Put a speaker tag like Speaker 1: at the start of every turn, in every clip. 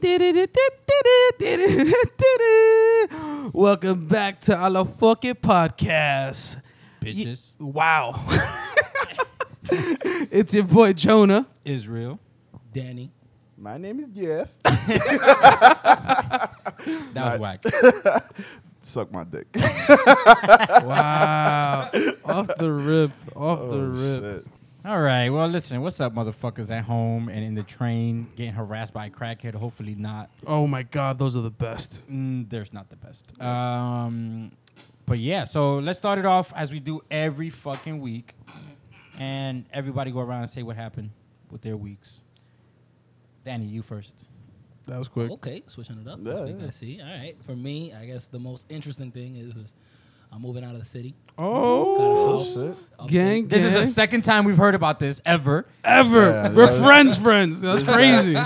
Speaker 1: Welcome back to our fucking podcast. Ye-
Speaker 2: Bitches.
Speaker 1: Wow. it's your boy Jonah.
Speaker 2: Israel.
Speaker 3: Danny.
Speaker 4: My name is Jeff.
Speaker 2: That was whack.
Speaker 4: Suck my dick.
Speaker 1: Wow. Off the rip. Off the
Speaker 4: oh,
Speaker 1: rip.
Speaker 4: shit.
Speaker 2: All right. Well, listen. What's up, motherfuckers at home and in the train getting harassed by a crackhead? Hopefully not.
Speaker 1: Oh my God, those are the best.
Speaker 2: Mm, there's not the best. Um, but yeah. So let's start it off as we do every fucking week, and everybody go around and say what happened with their weeks. Danny, you first.
Speaker 1: That was
Speaker 2: Oh,
Speaker 1: quick.
Speaker 3: Okay, switching it up. this
Speaker 4: Yeah,
Speaker 3: week,
Speaker 4: yeah.
Speaker 3: I see. All right. For me, I guess the most interesting thing is, is I'm moving out of the city.
Speaker 1: Oh,
Speaker 4: shit.
Speaker 3: Up
Speaker 1: gang,
Speaker 3: in-
Speaker 2: This is
Speaker 1: gang.
Speaker 2: the second time we've heard about this ever.
Speaker 1: ever.
Speaker 4: Yeah,
Speaker 1: We're
Speaker 4: yeah.
Speaker 1: friends, friends. That's crazy.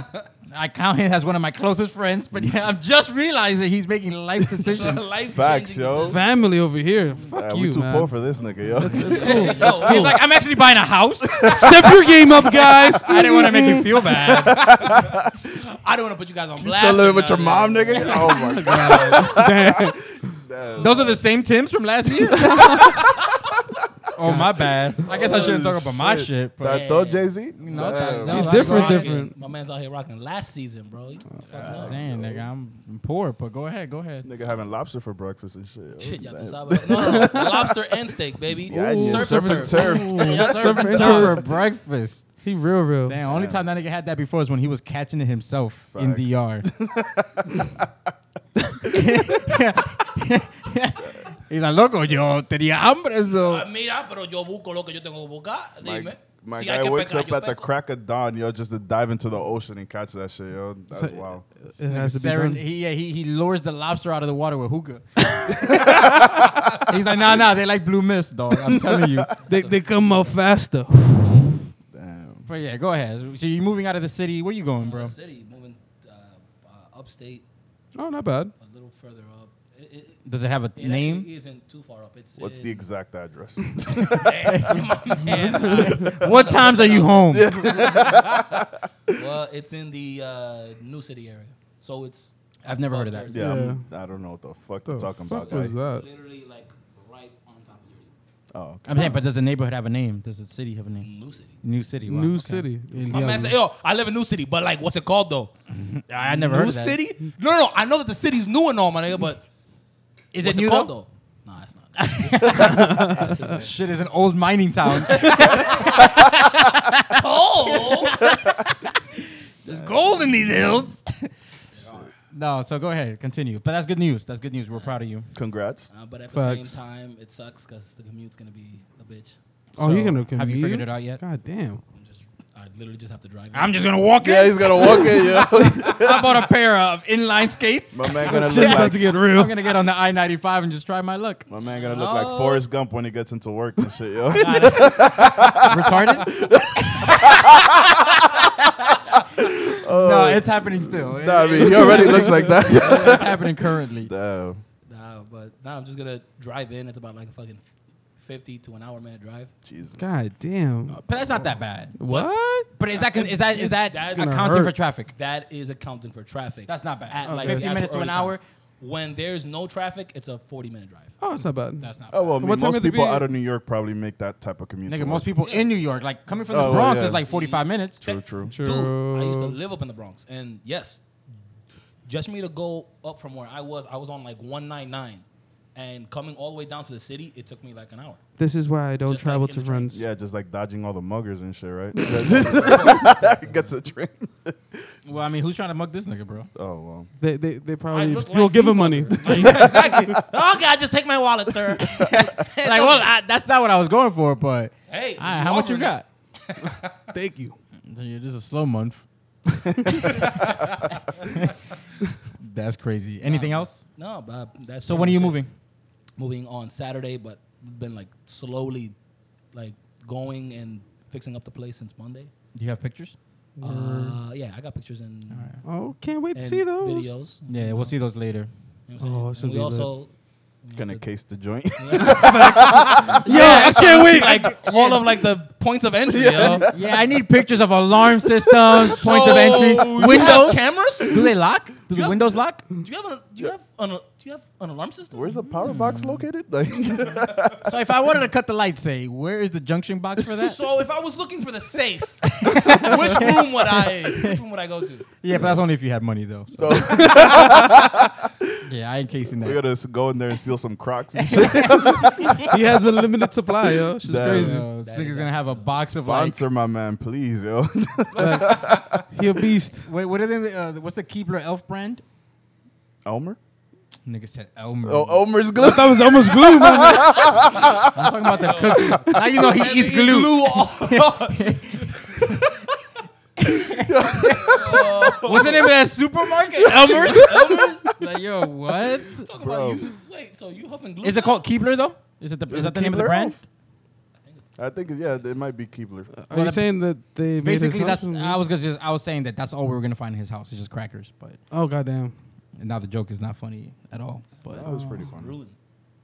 Speaker 2: I count him as one of my closest friends, but yeah, I'm just realizing he's making life decisions.
Speaker 3: Life-changing
Speaker 4: Facts, yo.
Speaker 1: Family over here. Fuck
Speaker 4: Uh,
Speaker 1: you,
Speaker 4: we too
Speaker 1: man.
Speaker 4: poor for this nigga, yo.
Speaker 3: decision. Yo,
Speaker 2: He's like, I'm actually buying a house.
Speaker 1: Step your game up, guys.
Speaker 2: I didn't want to make you feel bad.
Speaker 3: I don't want to put you guys on
Speaker 4: you
Speaker 3: blast.
Speaker 4: still living with
Speaker 3: now,
Speaker 4: your mom,
Speaker 3: yo.
Speaker 4: nigga? Oh my god. Damn.
Speaker 2: Those are the same Tims from last year. oh my bad. I guess I shouldn't talk about my shit. But
Speaker 4: That thought Jay Z?
Speaker 2: No, that- no,
Speaker 1: You
Speaker 2: that's
Speaker 1: different,
Speaker 2: wrong.
Speaker 3: Rocking-
Speaker 1: different.
Speaker 3: My man's out here rocking last season, bro.
Speaker 4: Uh,
Speaker 3: You fucking
Speaker 2: I'm
Speaker 3: up.
Speaker 2: saying, nigga, I'm poor, but go ahead, go ahead.
Speaker 4: Nigga having lobster for breakfast and shit. yo.
Speaker 3: Shit, y'all too
Speaker 4: Damn.
Speaker 3: sour. No, no, lobster and steak, baby.
Speaker 4: Yeah, I just
Speaker 3: Surf and
Speaker 4: surfing
Speaker 3: turf.
Speaker 4: turf.
Speaker 3: Yeah, surf and
Speaker 2: for
Speaker 3: turf.
Speaker 2: breakfast.
Speaker 1: He real, real.
Speaker 2: Damn, only time that nigga had that before is when he was catching it himself in
Speaker 4: Facts.
Speaker 2: the yard. He's like, loco, yo tenía hambre, so.
Speaker 3: Ah, Mira, pero yo busco lo que yo tengo que buscar. Dime.
Speaker 4: My, my
Speaker 3: Si hay
Speaker 4: guy
Speaker 3: que
Speaker 4: wakes
Speaker 3: pecar,
Speaker 4: up
Speaker 3: yo
Speaker 4: at the
Speaker 3: peco.
Speaker 4: crack of dawn, yo, just to dive into the ocean and catch that shit, yo. That's
Speaker 1: So-
Speaker 4: wow.
Speaker 1: It has to be
Speaker 2: Seren-
Speaker 1: done.
Speaker 2: he, yeah, he, he lures the lobster out of the water with hookah. He's like, nah, nah, they like blue mist, dog. I'm telling you.
Speaker 1: They, they come out faster.
Speaker 4: Damn.
Speaker 2: But yeah, go ahead. So you're moving out of the city. Where you going, bro?
Speaker 3: City, moving uh, uh, upstate,
Speaker 1: Oh, not bad.
Speaker 3: a little further up. It, it,
Speaker 2: Does it have a
Speaker 3: it
Speaker 2: name?
Speaker 3: actually isn't too far up. It's
Speaker 4: What's
Speaker 3: in-
Speaker 4: the exact address?
Speaker 1: uh,
Speaker 2: What times are you home?
Speaker 3: well, it's in the uh, new city area. So it's
Speaker 2: I've never heard of that.
Speaker 3: Jersey.
Speaker 4: yeah, I'm- I don't know what the fuck
Speaker 1: The
Speaker 4: you're talking
Speaker 1: fuck
Speaker 4: about,
Speaker 1: was
Speaker 4: guy.
Speaker 2: Uh,
Speaker 1: that?
Speaker 3: Literally like right on top of Jersey.
Speaker 4: Oh, okay.
Speaker 2: I'm saying, but does the neighborhood have a name? Does the city have a name?
Speaker 3: New city.
Speaker 2: New City. wow,
Speaker 1: New
Speaker 2: okay.
Speaker 1: city.
Speaker 3: My man said, "Yo, I live in New City, but like, what's it called though?
Speaker 2: I I never heard
Speaker 3: new
Speaker 2: of that.
Speaker 3: City? No, no, no. I know that the city's new and all, my nigga, but
Speaker 2: Is
Speaker 3: what's
Speaker 2: it new
Speaker 3: it called
Speaker 2: though?
Speaker 3: though? Nah, it's not.
Speaker 2: Shit is an old mining town.
Speaker 3: oh,
Speaker 2: There's gold in these hills. no, so go ahead, continue. But that's good news. That's good news. We're proud of you.
Speaker 4: Congrats.
Speaker 3: uh, but at the
Speaker 1: Facts.
Speaker 3: same time, it sucks because the commute's gonna be a bitch.
Speaker 1: Oh,
Speaker 2: So,
Speaker 1: you're gonna
Speaker 2: Have you
Speaker 1: commute?
Speaker 2: figured it out yet?
Speaker 1: God damn.
Speaker 3: I'm just, I literally just have to drive.
Speaker 2: I'm just gonna walk
Speaker 4: Yeah, he's gonna walk in, yo.
Speaker 2: in. I bought a pair of inline skates.
Speaker 4: My man gonna
Speaker 1: Shit's
Speaker 4: look
Speaker 1: about
Speaker 4: like
Speaker 1: to get
Speaker 2: I'm
Speaker 1: real.
Speaker 2: gonna get on the I-95 and just try my luck.
Speaker 4: my man gonna look like Forrest Gump when he gets into work and shit, yo.
Speaker 2: Retarded? no, it's happening still. It-
Speaker 4: nah, I mean, he already looks like that.
Speaker 2: it's happening currently.
Speaker 4: Damn.
Speaker 3: Nah, but now I'm just gonna drive in. It's about like a fucking fifty to an hour minute drive.
Speaker 4: Jesus.
Speaker 1: God damn.
Speaker 2: But that's not that bad.
Speaker 1: What?
Speaker 2: But is that is that is that
Speaker 3: That's
Speaker 1: gonna
Speaker 2: accounting
Speaker 1: hurt.
Speaker 2: for traffic?
Speaker 3: That is accounting for traffic.
Speaker 2: That's not bad.
Speaker 3: At like
Speaker 1: Okay.
Speaker 3: 50
Speaker 2: Oh, minutes to an hour?
Speaker 3: When there's no traffic, it's a 40 minute drive.
Speaker 1: Oh, it's not bad.
Speaker 3: That's not.
Speaker 4: Oh well, I
Speaker 1: What
Speaker 4: mean,
Speaker 1: time
Speaker 4: most
Speaker 1: would it
Speaker 4: people
Speaker 1: be?
Speaker 4: out of New York probably make that type of commute. to
Speaker 2: Nigga, most
Speaker 4: work.
Speaker 2: people in New York, like coming from
Speaker 4: Oh,
Speaker 2: the
Speaker 4: well,
Speaker 2: Bronx,
Speaker 4: yeah.
Speaker 2: is like 45 minutes.
Speaker 4: True, true.
Speaker 1: True.
Speaker 3: Dude, I used to live up in the Bronx, and yes, just me to go up from where I was, I was on like 199, and coming all the way down to the city, it took me like an hour.
Speaker 1: This is why I don't
Speaker 3: Just like
Speaker 1: travel
Speaker 3: in
Speaker 1: to
Speaker 3: the train.
Speaker 1: friends.
Speaker 4: Yeah, just like dodging all the muggers and shit, right? Get to the train.
Speaker 2: Well, I mean, who's trying to mug this nigga, bro?
Speaker 4: Oh well.
Speaker 1: They, they, they probably
Speaker 3: look
Speaker 1: you'll
Speaker 3: like
Speaker 1: give
Speaker 3: you,
Speaker 1: them money.
Speaker 3: exactly. Okay, I just take my wallet, sir.
Speaker 2: like, well, I, that's not what I was going for, but
Speaker 3: hey,
Speaker 2: all right, how much you got? Mm,
Speaker 1: Thank you.
Speaker 2: Yeah, This is a slow month. that's crazy. Anything else?
Speaker 3: No, Bob. That's
Speaker 2: So
Speaker 3: pretty
Speaker 2: when are you
Speaker 3: much it.
Speaker 2: moving?
Speaker 3: Moving on Saturday, but been like slowly, like going and fixing up the place since Monday.
Speaker 2: Do you have pictures?
Speaker 3: Uh, yeah, I got pictures and,
Speaker 1: Oh, can't wait to
Speaker 3: and
Speaker 1: see those.
Speaker 3: videos.
Speaker 2: Yeah, we'll see those later.
Speaker 3: You know what I'm saying?
Speaker 1: Oh, it's gonna
Speaker 3: And we
Speaker 1: be
Speaker 3: also
Speaker 4: Gonna case the joint.
Speaker 1: Yeah, I can't wait.
Speaker 3: like all of like the points of entry. yo.
Speaker 2: Yeah, I need pictures of alarm systems, points of entry,
Speaker 3: So, you have
Speaker 2: windows.
Speaker 3: cameras. Do
Speaker 2: Do they lock? Do
Speaker 3: You
Speaker 2: the
Speaker 3: have-
Speaker 2: windows lock?
Speaker 3: you have an do you have an do you have an alarm system?
Speaker 4: Where's the power box located? Like,
Speaker 2: So if I wanted to cut the lights, say, where is the junction box for that?
Speaker 3: So if I was looking for the safe, which room would I which room would I go to?
Speaker 2: Yeah, but that's only if you have money though. so. yeah, I ain't casing
Speaker 4: we
Speaker 2: that.
Speaker 4: gotta s- go in there and steal some Crocs and shit.
Speaker 1: he has a limited supply, yo. She's
Speaker 4: Damn.
Speaker 1: crazy.
Speaker 2: So, this nigga's gonna have a box of like.
Speaker 4: Sponsor my man, please, yo.
Speaker 1: He a beast.
Speaker 2: Wait, what are they? Uh, what's the Keebler Elf brand?
Speaker 4: Elmer?
Speaker 2: Nigga said Elmer.
Speaker 4: Oh, Elmer's good.
Speaker 1: That was almost glue, man.
Speaker 2: I'm talking about the cookies. Now you know he eats glue. What's the name of that supermarket? Elmer's. Elmer's. Like yo, what?
Speaker 3: Talk
Speaker 4: Bro.
Speaker 3: about you. Wait, so you huffing glue?
Speaker 2: Is it called Keebler though? Is it the, is
Speaker 4: Is
Speaker 2: that
Speaker 4: it
Speaker 2: the name of the
Speaker 4: Keebler
Speaker 2: brand?
Speaker 4: Elf? I think it- yeah, it might be Keebler.
Speaker 1: Are you saying that they made his
Speaker 2: Basically, that's
Speaker 1: house
Speaker 2: I was gonna just I was saying that that's all we were gonna find in his house. It's just crackers, but
Speaker 1: Oh goddamn!
Speaker 2: and now the joke is not funny at all. But
Speaker 4: That was pretty funny.
Speaker 3: Ruling.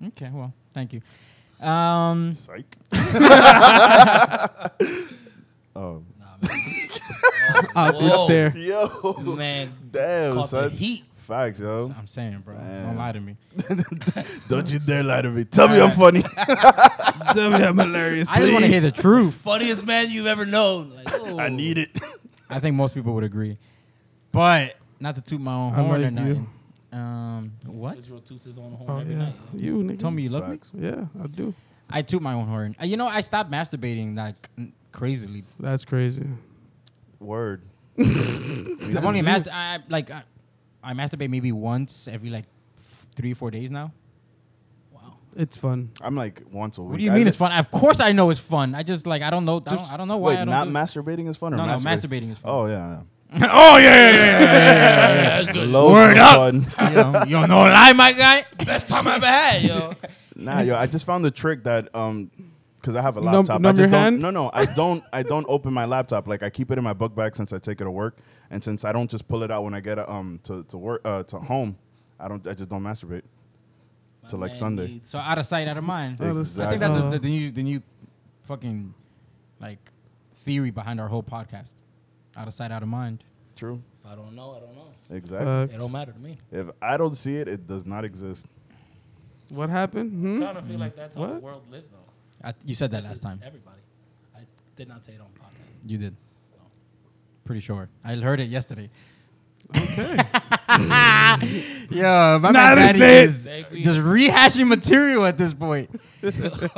Speaker 2: okay, well, thank you. Um,
Speaker 4: Psych. um,
Speaker 1: Awkward
Speaker 3: Whoa.
Speaker 1: stare.
Speaker 4: yo,
Speaker 3: Man,
Speaker 4: damn,
Speaker 3: caught the
Speaker 4: son.
Speaker 3: heat.
Speaker 4: Facts, yo.
Speaker 2: I'm saying, bro, don't
Speaker 4: Man.
Speaker 2: lie to me.
Speaker 4: Don't you dare lie to me. Tell me I'm funny.
Speaker 1: Damn, I'm hilarious.
Speaker 2: I just want to hear the truth.
Speaker 3: Funniest man you've ever known. Like, oh,
Speaker 4: I need it.
Speaker 2: I think most people would agree, but not to toot my own
Speaker 1: I
Speaker 2: horn or
Speaker 1: like you.
Speaker 2: nothing. Um, what?
Speaker 3: Israel toots his own horn
Speaker 1: Oh,
Speaker 3: every
Speaker 1: yeah.
Speaker 3: night.
Speaker 1: You nigga.
Speaker 2: Tell me you love me.
Speaker 4: Facts.
Speaker 1: Yeah, I do.
Speaker 2: I toot my own horn. Uh, You know, I stopped masturbating like n- crazily.
Speaker 1: That's crazy.
Speaker 4: Word.
Speaker 2: I've only master I like I, I masturbate maybe once every like f- three four days now.
Speaker 3: Wow.
Speaker 1: It's fun.
Speaker 4: I'm like once a week.
Speaker 2: What do you
Speaker 4: I
Speaker 2: mean
Speaker 4: li-
Speaker 2: it's fun? Of course I know it's fun. I just like I don't know. I don't, I don't know why.
Speaker 4: Wait,
Speaker 2: I don't
Speaker 4: not
Speaker 2: do it.
Speaker 4: masturbating is fun or
Speaker 2: No, no,
Speaker 4: masturbate-
Speaker 2: masturbating is fun.
Speaker 4: Oh yeah,
Speaker 2: oh yeah, yeah, yeah, yeah,
Speaker 3: Yeah, that's
Speaker 4: yeah.
Speaker 3: good.
Speaker 4: Loads
Speaker 2: Word
Speaker 4: of
Speaker 2: up.
Speaker 4: fun.
Speaker 2: yeah. you know, you don't know a lie, my guy.
Speaker 3: Best time I ever had, yo.
Speaker 4: Nah, yo, I just found the trick that um, because I have a
Speaker 1: Numb-
Speaker 4: laptop.
Speaker 1: numb
Speaker 4: I just
Speaker 1: your
Speaker 4: don't,
Speaker 1: hand?
Speaker 4: No, no, I don't. I don't open my laptop. Like I keep it in my book bag since I take it to work, and since I don't just pull it out when I get uh, um to to work uh, to home, I don't. I just don't masturbate till like
Speaker 3: Man
Speaker 4: Sunday.
Speaker 3: needs-
Speaker 2: So out of sight, out of mind.
Speaker 1: Oh, that's-
Speaker 2: I think
Speaker 4: Exactly.
Speaker 2: that's
Speaker 1: Uh,
Speaker 2: the, the new the new fucking like theory behind our whole podcast. Out of sight, out of mind.
Speaker 4: True.
Speaker 3: If I don't know, I don't know.
Speaker 4: Exactly.
Speaker 1: Facts.
Speaker 3: It don't matter to me.
Speaker 4: If I don't see it, it does not exist.
Speaker 1: What happened?
Speaker 3: I
Speaker 1: Hmm?
Speaker 3: kind of feel like that's how the
Speaker 1: What?
Speaker 3: world lives, though.
Speaker 2: I, you said that
Speaker 3: This
Speaker 2: last
Speaker 3: is
Speaker 2: time.
Speaker 3: Everybody. I did not say it on podcast.
Speaker 2: You did. Pretty sure. I heard it yesterday.
Speaker 1: Okay.
Speaker 2: Yeah, my
Speaker 1: Nah,
Speaker 2: man
Speaker 1: that's
Speaker 2: Daddy
Speaker 1: it.
Speaker 2: is just rehashing material at this point.
Speaker 3: Oh,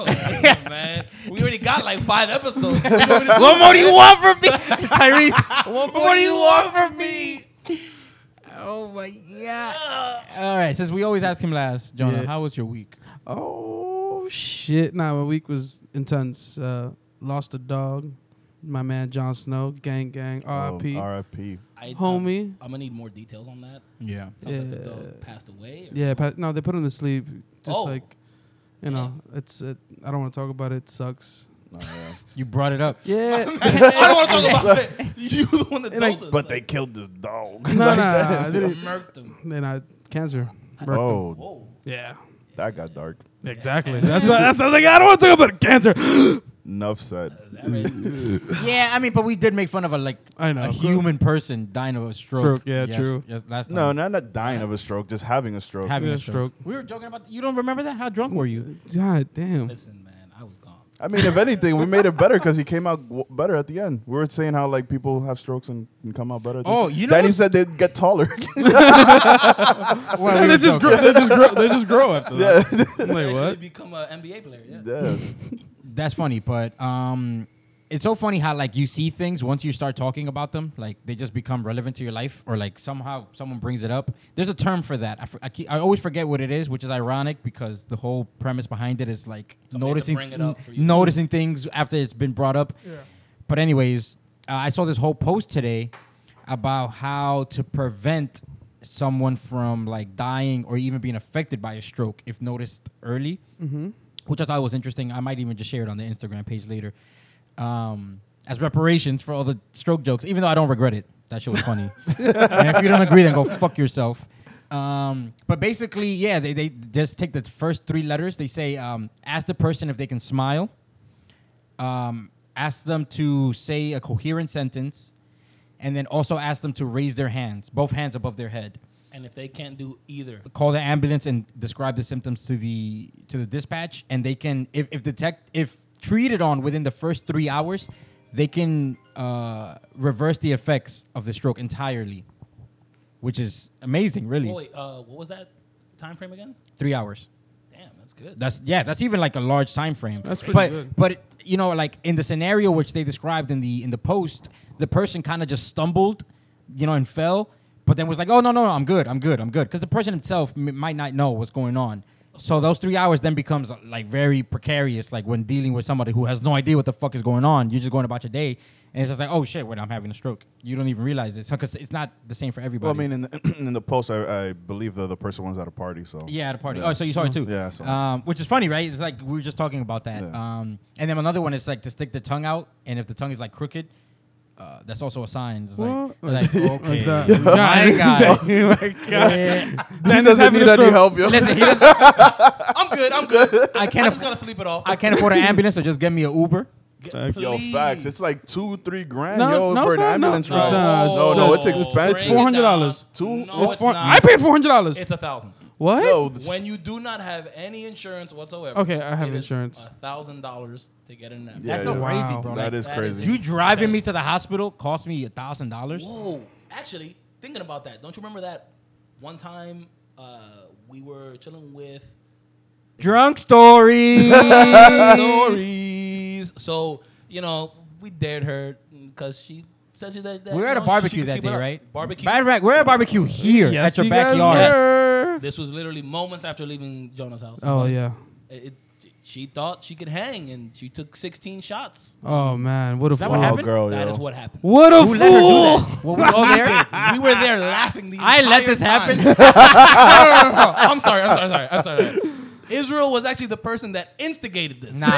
Speaker 3: listen, man. We already got like five episodes.
Speaker 2: what more do you want from me, Tyrese? What more do you want from me? Oh my god! All right, since we always ask him last, Jonah,
Speaker 1: Yeah.
Speaker 2: how was your week?
Speaker 1: oh shit! Nah, my week was intense. Uh, lost a dog. My man Jon Snow. Gang gang.
Speaker 4: Oh,
Speaker 1: R.I.P.
Speaker 4: R.I.P.
Speaker 3: I,
Speaker 1: Homie.
Speaker 3: I'm, gonna need more details on that.
Speaker 2: Yeah,
Speaker 3: Sounds like the
Speaker 1: Yeah.
Speaker 3: dog passed away. or-
Speaker 1: Yeah. Pa- no, they put him to sleep. Just
Speaker 3: Oh.
Speaker 1: like, you know, it's. It, I don't want to talk about it. it sucks.
Speaker 4: Oh, yeah.
Speaker 2: you brought it up.
Speaker 1: Yeah.
Speaker 3: I don't want to talk about it. You the one that told
Speaker 1: Like,
Speaker 3: us.
Speaker 4: But they killed this dog.
Speaker 1: no, no, no.
Speaker 3: they
Speaker 1: Then,
Speaker 3: murked him.
Speaker 1: then I cancer. Burped him.
Speaker 4: oh,
Speaker 3: Whoa.
Speaker 1: Yeah.
Speaker 4: that got dark.
Speaker 1: Exactly. That's why that's, I was like, I don't want to talk about cancer.
Speaker 4: Enough said.
Speaker 3: That made-
Speaker 2: yeah, I mean, but we did make fun of a like
Speaker 1: I know.
Speaker 2: a human person dying of a stroke.
Speaker 1: Stroke, yeah,
Speaker 2: Yes,
Speaker 1: true.
Speaker 2: Yes, last time.
Speaker 4: No, not not dying of a stroke, just having a stroke.
Speaker 2: having
Speaker 1: Yeah,
Speaker 2: a
Speaker 1: stroke.
Speaker 2: stroke. We were joking about. You don't remember that? How drunk were you?
Speaker 1: God damn.
Speaker 3: Listen, man, I was gone.
Speaker 4: I mean, if anything, we made it better because he came out w- better at the end. We were saying how like people have strokes and can come out better. at the-
Speaker 2: Oh, you know
Speaker 4: Danny
Speaker 2: what's-
Speaker 4: said they'd get taller.
Speaker 2: Well,
Speaker 1: they just grow. They just grow. They just grow after that. I'm like,
Speaker 3: Actually
Speaker 1: what?
Speaker 3: Become an NBA player. Yeah.
Speaker 4: yeah.
Speaker 2: That's funny, but um, it's so funny how like you see things once you start talking about them, like they just become relevant to your life, or like somehow someone brings it up. There's a term for that. I, for- I, keep, I always forget what it is, which is ironic because the whole premise behind it is like
Speaker 3: Somebody to
Speaker 2: noticing
Speaker 3: bring it up for you.
Speaker 2: noticing things after it's been brought up. But anyways, uh, I saw this whole post today about how to prevent someone from like dying or even being affected by a stroke if noticed early, which I thought was interesting. I might even just share it on the Instagram page later um, as reparations for all the stroke jokes, even though I don't regret it. That shit was funny. and if you don't agree, then go fuck yourself. Um, but basically, yeah, they, they just take the first three letters. They say, um, ask the person if they can smile. Um, ask them to say a coherent sentence. And then also ask them to raise their hands, both hands above their head.
Speaker 3: And if they can't do either,
Speaker 2: Call the ambulance and describe the symptoms to the to the dispatch, and they can, if if detect if treated on within the first three hours, they can uh, reverse the effects of the stroke entirely, which is amazing, really.
Speaker 3: oh, wait, uh, what was that time frame again?
Speaker 2: Three hours.
Speaker 3: Damn, that's good.
Speaker 2: That's yeah. That's even like a large time frame.
Speaker 1: That's pretty
Speaker 2: but
Speaker 1: good.
Speaker 2: but you know, like in the scenario which they described in the in the post, the person kind of just stumbled, you know, and fell. But then was like, oh no no no, I'm good, I'm good, I'm good, because the person himself m- might not know what's going on. So those three hours then becomes uh, like very precarious, like when dealing with somebody who has no idea what the fuck is going on. You're just going about your day, and it's just like, oh shit, wait, I'm having a stroke. You don't even realize it, because it's not the same for everybody.
Speaker 4: Well, I mean, in the, in the post, I, I believe the, the person was at a party, so
Speaker 2: Yeah, at a party.
Speaker 4: Yeah.
Speaker 2: Oh, so you saw it too.
Speaker 4: Yeah, I saw it.
Speaker 2: Um, which is funny, right? It's like we were just talking about that.
Speaker 4: Yeah.
Speaker 2: Um, and then another one is like to stick the tongue out, and if the tongue is like crooked, uh, that's also a sign. It's like,
Speaker 1: What?
Speaker 2: like okay,
Speaker 1: that-
Speaker 2: my God.
Speaker 1: Oh
Speaker 4: he doesn't need any help, yo.
Speaker 2: Listen, he doesn't-
Speaker 3: I'm good. I'm good.
Speaker 2: I
Speaker 3: I
Speaker 2: can't.
Speaker 3: just
Speaker 2: Aff-
Speaker 3: gotta sleep it off.
Speaker 2: I can't afford an ambulance, so just get me an Uber.
Speaker 4: Yo,
Speaker 3: Please.
Speaker 4: facts. It's like two, three grand,
Speaker 1: No,
Speaker 4: yo,
Speaker 1: no,
Speaker 4: for
Speaker 1: it's not.
Speaker 4: an
Speaker 1: No,
Speaker 4: ambulance
Speaker 1: it's
Speaker 4: ride.
Speaker 1: not. It's
Speaker 4: no,
Speaker 1: just-
Speaker 4: no, it's
Speaker 1: it's-
Speaker 4: expensive.
Speaker 1: bring it $400.
Speaker 4: Two-
Speaker 3: No, it's,
Speaker 1: It's four-
Speaker 3: not.
Speaker 1: I paid four hundred dollars.
Speaker 3: It's a thousand.
Speaker 1: What?
Speaker 4: Yo, the-
Speaker 3: When you do not have any insurance whatsoever.
Speaker 1: Okay, I have insurance.
Speaker 3: A thousand dollars to get in there.
Speaker 4: Yeah,
Speaker 2: That's so
Speaker 4: yeah.
Speaker 2: crazy,
Speaker 1: Wow.
Speaker 2: bro.
Speaker 4: that
Speaker 2: Like,
Speaker 4: is
Speaker 3: that
Speaker 4: crazy.
Speaker 3: is
Speaker 2: you driving
Speaker 3: insane.
Speaker 2: me to the hospital cost me a thousand dollars.
Speaker 3: Whoa! Actually, thinking about that, don't you remember that one time uh, we were chilling with
Speaker 2: Drunk story.
Speaker 3: stories? So you know, we dared her because she said she that. that,
Speaker 2: We were at
Speaker 3: you
Speaker 2: a
Speaker 3: know,
Speaker 2: barbecue
Speaker 3: she could
Speaker 2: that
Speaker 3: keep
Speaker 2: day,
Speaker 3: it up.
Speaker 2: right?
Speaker 3: Barbecue.
Speaker 2: Matter of fact, we're at a barbecue here
Speaker 1: Yes,
Speaker 2: at
Speaker 1: you
Speaker 2: your
Speaker 1: guys
Speaker 2: backyard.
Speaker 1: were.
Speaker 3: this was literally moments after leaving Jonah's house.
Speaker 1: Oh
Speaker 3: But
Speaker 1: yeah.
Speaker 3: It, it, she thought she could hang, and she took 16 shots.
Speaker 1: Oh man, what a
Speaker 2: that
Speaker 1: fool!
Speaker 2: what
Speaker 4: Wow,
Speaker 2: happened?
Speaker 4: girl,
Speaker 3: That
Speaker 4: yo.
Speaker 3: is what happened.
Speaker 1: What a
Speaker 2: Who let her
Speaker 1: fool!
Speaker 2: do that? Were we all there?
Speaker 3: We were there laughing. The
Speaker 2: I let
Speaker 3: entire
Speaker 2: this
Speaker 3: time.
Speaker 2: happen.
Speaker 3: I'm sorry. I'm sorry. I'm sorry. I'm sorry. Israel was actually the person that instigated this.
Speaker 2: Nah,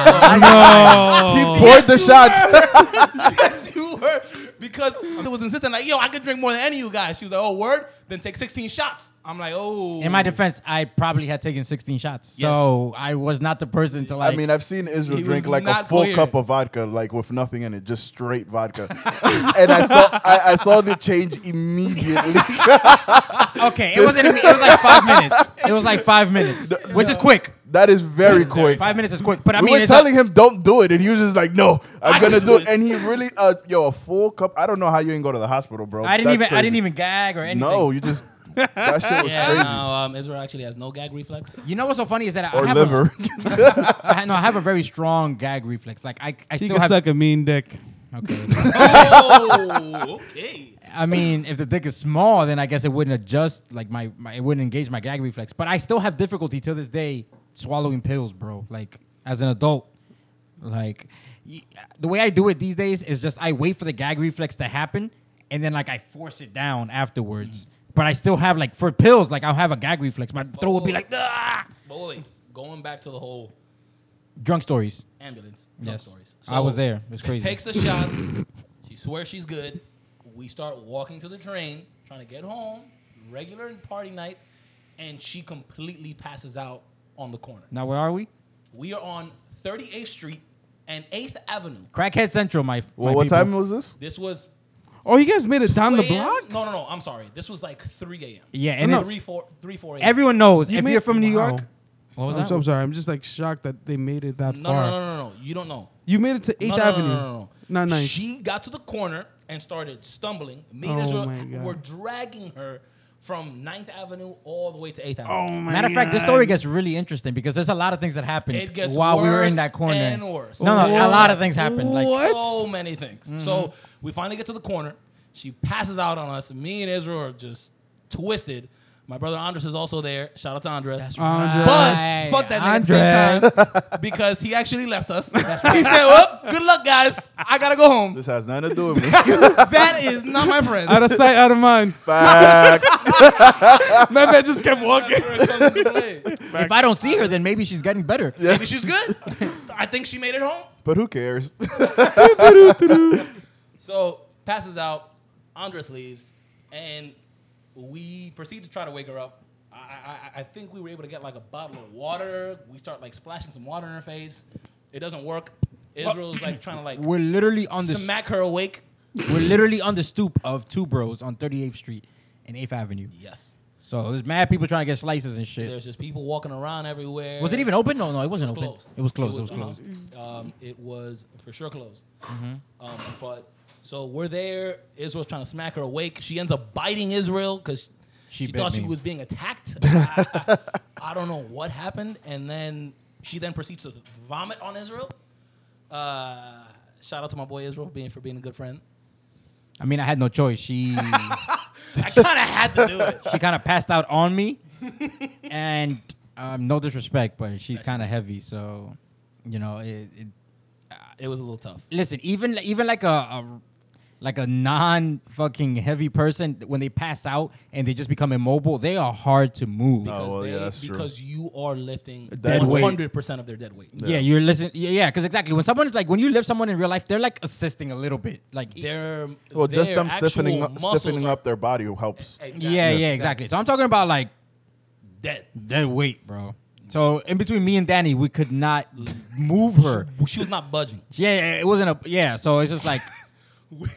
Speaker 4: He poured the shots.
Speaker 3: yes, you were. Because it was insistent, like, yo, I could drink more than any of you guys. She was like, oh, word? Then take 16 shots. I'm like, oh.
Speaker 2: in
Speaker 4: Mm.
Speaker 2: my defense, I probably had taken 16 shots,
Speaker 3: Yes.
Speaker 2: so I was not the person to like.
Speaker 4: I mean, I've seen Israel
Speaker 3: He
Speaker 4: drink
Speaker 3: was
Speaker 4: like a
Speaker 3: not
Speaker 4: full
Speaker 3: coherent.
Speaker 4: cup of vodka, like with nothing in it, just straight vodka. and I saw, I, I saw the change immediately.
Speaker 2: okay, it wasn't. even- It was like five minutes. It was like five minutes, which is quick.
Speaker 4: that is very quick.
Speaker 2: Five minutes is quick, but I
Speaker 4: we
Speaker 2: mean,
Speaker 4: were
Speaker 2: it's
Speaker 4: telling him don't do it, and he was just like, "No, I'm
Speaker 3: I
Speaker 4: gonna do
Speaker 3: can do
Speaker 4: it."
Speaker 3: it.
Speaker 4: And he really, uh, yo, a full cup. I don't know how you didn't go to the hospital, bro.
Speaker 2: A, I didn't
Speaker 4: That's
Speaker 2: even. I
Speaker 4: crazy.
Speaker 2: didn't even gag or anything.
Speaker 4: No, you just that shit was
Speaker 3: yeah,
Speaker 4: crazy.
Speaker 3: No, um, Israel actually has no gag reflex.
Speaker 2: You know what's so funny is that I,
Speaker 4: Or
Speaker 2: I have
Speaker 4: liver.
Speaker 2: A, I, no, I have a very strong gag reflex. Like I, I
Speaker 1: He
Speaker 2: still
Speaker 1: can
Speaker 2: have.
Speaker 1: suck a mean dick.
Speaker 2: Okay.
Speaker 3: oh, okay.
Speaker 2: I mean, if the dick is small, then I guess it wouldn't adjust like my, my it wouldn't engage my gag reflex. But I still have difficulty to this day swallowing pills, bro. Like as an adult, like y- the way I do it these days is just I wait for the gag reflex to happen, and then like I force it down afterwards. But I still have like for pills, like I'll have a gag reflex. My throat will be like ah!
Speaker 3: But wait, wait, going back to the whole
Speaker 2: drunk stories.
Speaker 3: ambulance drug
Speaker 2: Yes,
Speaker 3: stories.
Speaker 2: I was there. It was crazy.
Speaker 3: Takes the shots. she swears she's good. We start walking to the train, trying to get home, regular party night, and she completely passes out on the corner.
Speaker 2: now where are we?
Speaker 3: We are on 38th Street and 8th Avenue.
Speaker 2: Crackhead Central, my.
Speaker 4: well,
Speaker 2: my
Speaker 4: what
Speaker 2: people.
Speaker 4: time was this?
Speaker 3: This was
Speaker 1: Oh, you guys made it down the
Speaker 3: 2 a.m.?
Speaker 1: block?
Speaker 3: No, no, no. I'm sorry. This was like 3 a.m.
Speaker 2: Yeah, and
Speaker 1: No.
Speaker 2: it's,
Speaker 3: 3, 4, 3, 4 a.m.
Speaker 2: everyone knows
Speaker 1: You
Speaker 2: if
Speaker 1: made-
Speaker 2: you're from New
Speaker 1: wow.
Speaker 2: York. What was
Speaker 1: I'm,
Speaker 2: that?
Speaker 1: so, I'm sorry. I'm just like shocked that they made it that
Speaker 3: no,
Speaker 1: far.
Speaker 3: no, no, no, no. You don't know.
Speaker 1: You made it to
Speaker 3: No,
Speaker 1: 8th
Speaker 3: no, no,
Speaker 1: Avenue.
Speaker 3: No, no, no,
Speaker 1: Not nice.
Speaker 3: She got to the corner and started stumbling. Me
Speaker 1: Oh
Speaker 3: and
Speaker 1: my God.
Speaker 3: Israel were dragging her from 9th Avenue all the way to 8th Avenue.
Speaker 1: my
Speaker 2: Matter of fact, this story gets really interesting because there's a lot of things that happened
Speaker 3: It gets
Speaker 2: while we were in
Speaker 3: worse
Speaker 2: that corner.
Speaker 3: and worse.
Speaker 2: No, no, a
Speaker 1: What?
Speaker 2: lot of things happened. Like
Speaker 1: What?
Speaker 3: So many things.
Speaker 1: Mm-hmm.
Speaker 3: So we finally get to the corner. She passes out on us. Me and Israel are just twisted. My brother Andres is also there. Shout out to Andres.
Speaker 1: Andre.
Speaker 3: But
Speaker 2: Right.
Speaker 3: fuck that nigga at the same time because he actually left us. he said, "Well, good luck, guys. I gotta go home."
Speaker 4: This has nothing to do with me.
Speaker 3: That is not my friend.
Speaker 1: out of sight, out of mind.
Speaker 4: Facts.
Speaker 1: My man just kept walking.
Speaker 3: That's where it comes into play.
Speaker 2: if I don't see her, then maybe she's getting better.
Speaker 3: Maybe she's good. I think she made it home.
Speaker 4: But who cares?
Speaker 3: So passes out. Andres leaves, and We proceed to try to wake her up. I, I, I- I think we were able to get like a bottle of water. We start like splashing some water in her face. It doesn't work. Israel's like trying to like
Speaker 2: We're literally on the
Speaker 3: smack her awake.
Speaker 2: we're literally on the stoop of two bros on 38th Street and 8th Avenue.
Speaker 3: Yes.
Speaker 2: So there's mad people trying to get slices and shit.
Speaker 3: There's just people walking around everywhere.
Speaker 2: Was it even open? No, no, it wasn't
Speaker 3: It was
Speaker 2: open.
Speaker 3: closed.
Speaker 2: It was closed. It was, closed. Mm-hmm.
Speaker 3: Um, it was for sure closed. Um, but so we're there. Israel's trying to smack her awake. She ends up biting Israel because
Speaker 2: She
Speaker 3: she,
Speaker 2: bit
Speaker 3: thought she
Speaker 2: me.
Speaker 3: was being attacked. I, I- I don't know what happened, and then she then proceeds to vomit on Israel. Uh, shout out to my boy Israel for being for being a good friend.
Speaker 2: I mean, I had no choice. She
Speaker 3: I kind of had to do it.
Speaker 2: she kind of passed out on me, and um, no disrespect, but she's kind of heavy. So, you know, it, it
Speaker 3: It was a little tough.
Speaker 2: listen, even even like a, a like a non fucking heavy person, when they pass out and they just become immobile, they are hard to move.
Speaker 4: Oh, well, yeah, that's true.
Speaker 3: because you are lifting
Speaker 4: Dead weight.
Speaker 3: 100% of their dead weight.
Speaker 2: Yeah, you're listening. Yeah, yeah, because exactly when someone is like when you lift someone in real life, they're like assisting a little bit. Like, yeah,
Speaker 3: Their,
Speaker 4: Well, just
Speaker 3: their
Speaker 4: them stiffening
Speaker 3: actual
Speaker 4: up,
Speaker 3: muscles
Speaker 4: stiffening
Speaker 3: are-
Speaker 4: up their body helps.
Speaker 3: Exactly.
Speaker 2: yeah, exactly. So I'm talking about like
Speaker 3: Dead.
Speaker 2: that weight, bro. So in between me and Danny, we could not move her.
Speaker 3: She was not budging.
Speaker 2: Yeah, yeah, it wasn't a yeah. So it's just like
Speaker 3: We,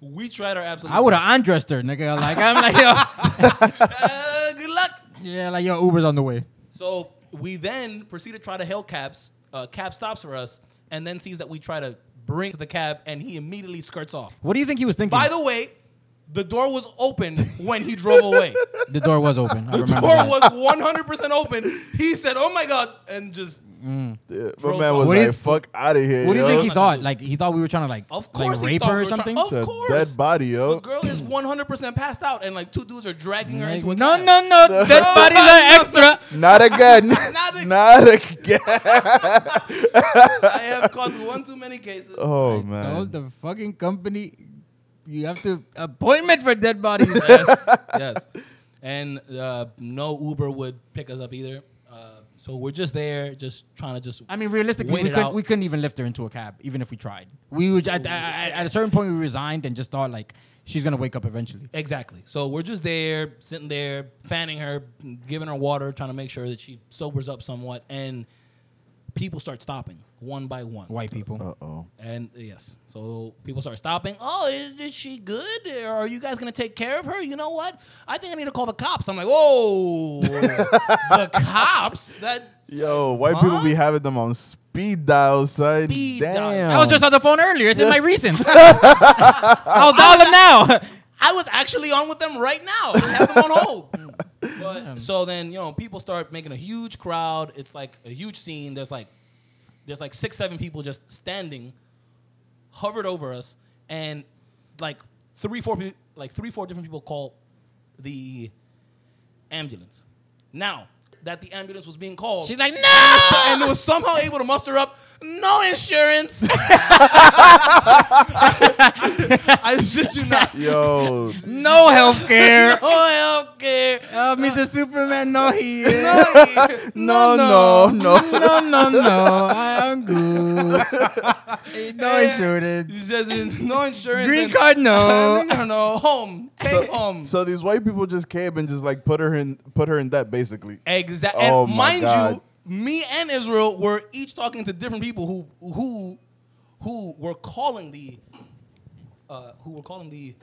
Speaker 3: we tried our absolute.
Speaker 2: I would have undressed her, nigga. Like I'm like yo,
Speaker 3: best. Uh, good luck.
Speaker 2: yeah, like yo, Uber's on the way.
Speaker 3: So we then proceed to try to hail cabs. Uh, cab stops for us, and then sees that we try to bring to the cab, and he immediately skirts off.
Speaker 2: What do you think he was thinking?
Speaker 3: By the way, the door was open when he drove away.
Speaker 2: the door was open. I remember.
Speaker 3: door
Speaker 2: that.
Speaker 3: was 100% open. He said, "Oh my god," and just
Speaker 4: Yeah, my
Speaker 3: Bro,
Speaker 4: man was
Speaker 2: what do you-
Speaker 4: like, "Fuck out of here."
Speaker 2: What do you
Speaker 4: yo.
Speaker 2: think he
Speaker 3: Like-
Speaker 2: thought? Like he thought we were trying to like,
Speaker 3: Of
Speaker 2: like
Speaker 3: course he
Speaker 2: rape
Speaker 3: thought
Speaker 2: her
Speaker 3: we
Speaker 2: or
Speaker 3: were try- oh,
Speaker 2: something.
Speaker 3: Of
Speaker 4: It's a
Speaker 3: course.
Speaker 4: dead body,
Speaker 3: the
Speaker 4: yo.
Speaker 3: girl is 100% passed out, and like two dudes are dragging her
Speaker 2: Like,
Speaker 3: into a
Speaker 2: no,
Speaker 3: cab.
Speaker 2: no, no, dead bodies are extra.
Speaker 4: Not again.
Speaker 3: Not again.
Speaker 4: Not again.
Speaker 3: I have caused one too many cases.
Speaker 4: Oh
Speaker 2: Told
Speaker 4: man.
Speaker 2: the fucking company, you have to appointment for dead bodies.
Speaker 3: yes, yes. And uh, no Uber would pick us up either. Uh, so we're just there, just trying to just.
Speaker 2: I mean, realistically,
Speaker 3: Wait
Speaker 2: we
Speaker 3: it
Speaker 2: couldn't,
Speaker 3: out.
Speaker 2: we couldn't even lift her into a cab, even if we tried. We would
Speaker 3: Oh,
Speaker 2: at, at, at a certain point we resigned and just thought like she's gonna wake up eventually.
Speaker 3: exactly. So we're just there, sitting there, fanning her, giving her water, trying to make sure that she sobers up somewhat. And people start stopping one by one.
Speaker 2: White people.
Speaker 4: Uh oh.
Speaker 3: And yes, so people start stopping. Oh, is, is she good? Or are you guys gonna take care of her? You know what? I think I need to call the cops. I'm like, whoa, the cops? That
Speaker 4: Yo, white people be having them on speed dial, son.
Speaker 3: Speed
Speaker 4: Damn.
Speaker 3: dial.
Speaker 2: I was just on the phone earlier. It's in my recent. I'll dial them now.
Speaker 3: I was actually on with them right now. We have them on hold. But so then you know people start making a huge crowd. It's like a huge scene. There's like there's like six seven people just standing, hovered over us, and like three four peo- like three four different people call the ambulance. Now that the ambulance was being called,
Speaker 2: She's like, no.
Speaker 3: and was somehow able to muster up no insurance. I shit you not.
Speaker 4: Yo,
Speaker 2: No health care.
Speaker 3: Oh, okay.
Speaker 2: Uh, Mr. Superman, no, he is.
Speaker 4: no, no, no.
Speaker 2: no, no, no. I am good. Ain't no insurance.
Speaker 3: It's just it's no insurance.
Speaker 2: Green
Speaker 3: and-
Speaker 2: card, no.
Speaker 3: no, no, no. Home. Take
Speaker 4: So,
Speaker 3: home.
Speaker 4: so these white people just came and just like put her in, put her in debt, basically.
Speaker 3: exactly.
Speaker 4: Oh
Speaker 3: and
Speaker 4: my
Speaker 3: mind
Speaker 4: God.
Speaker 3: you, me and Israel were each talking to different people who who who were calling the uh, who were calling the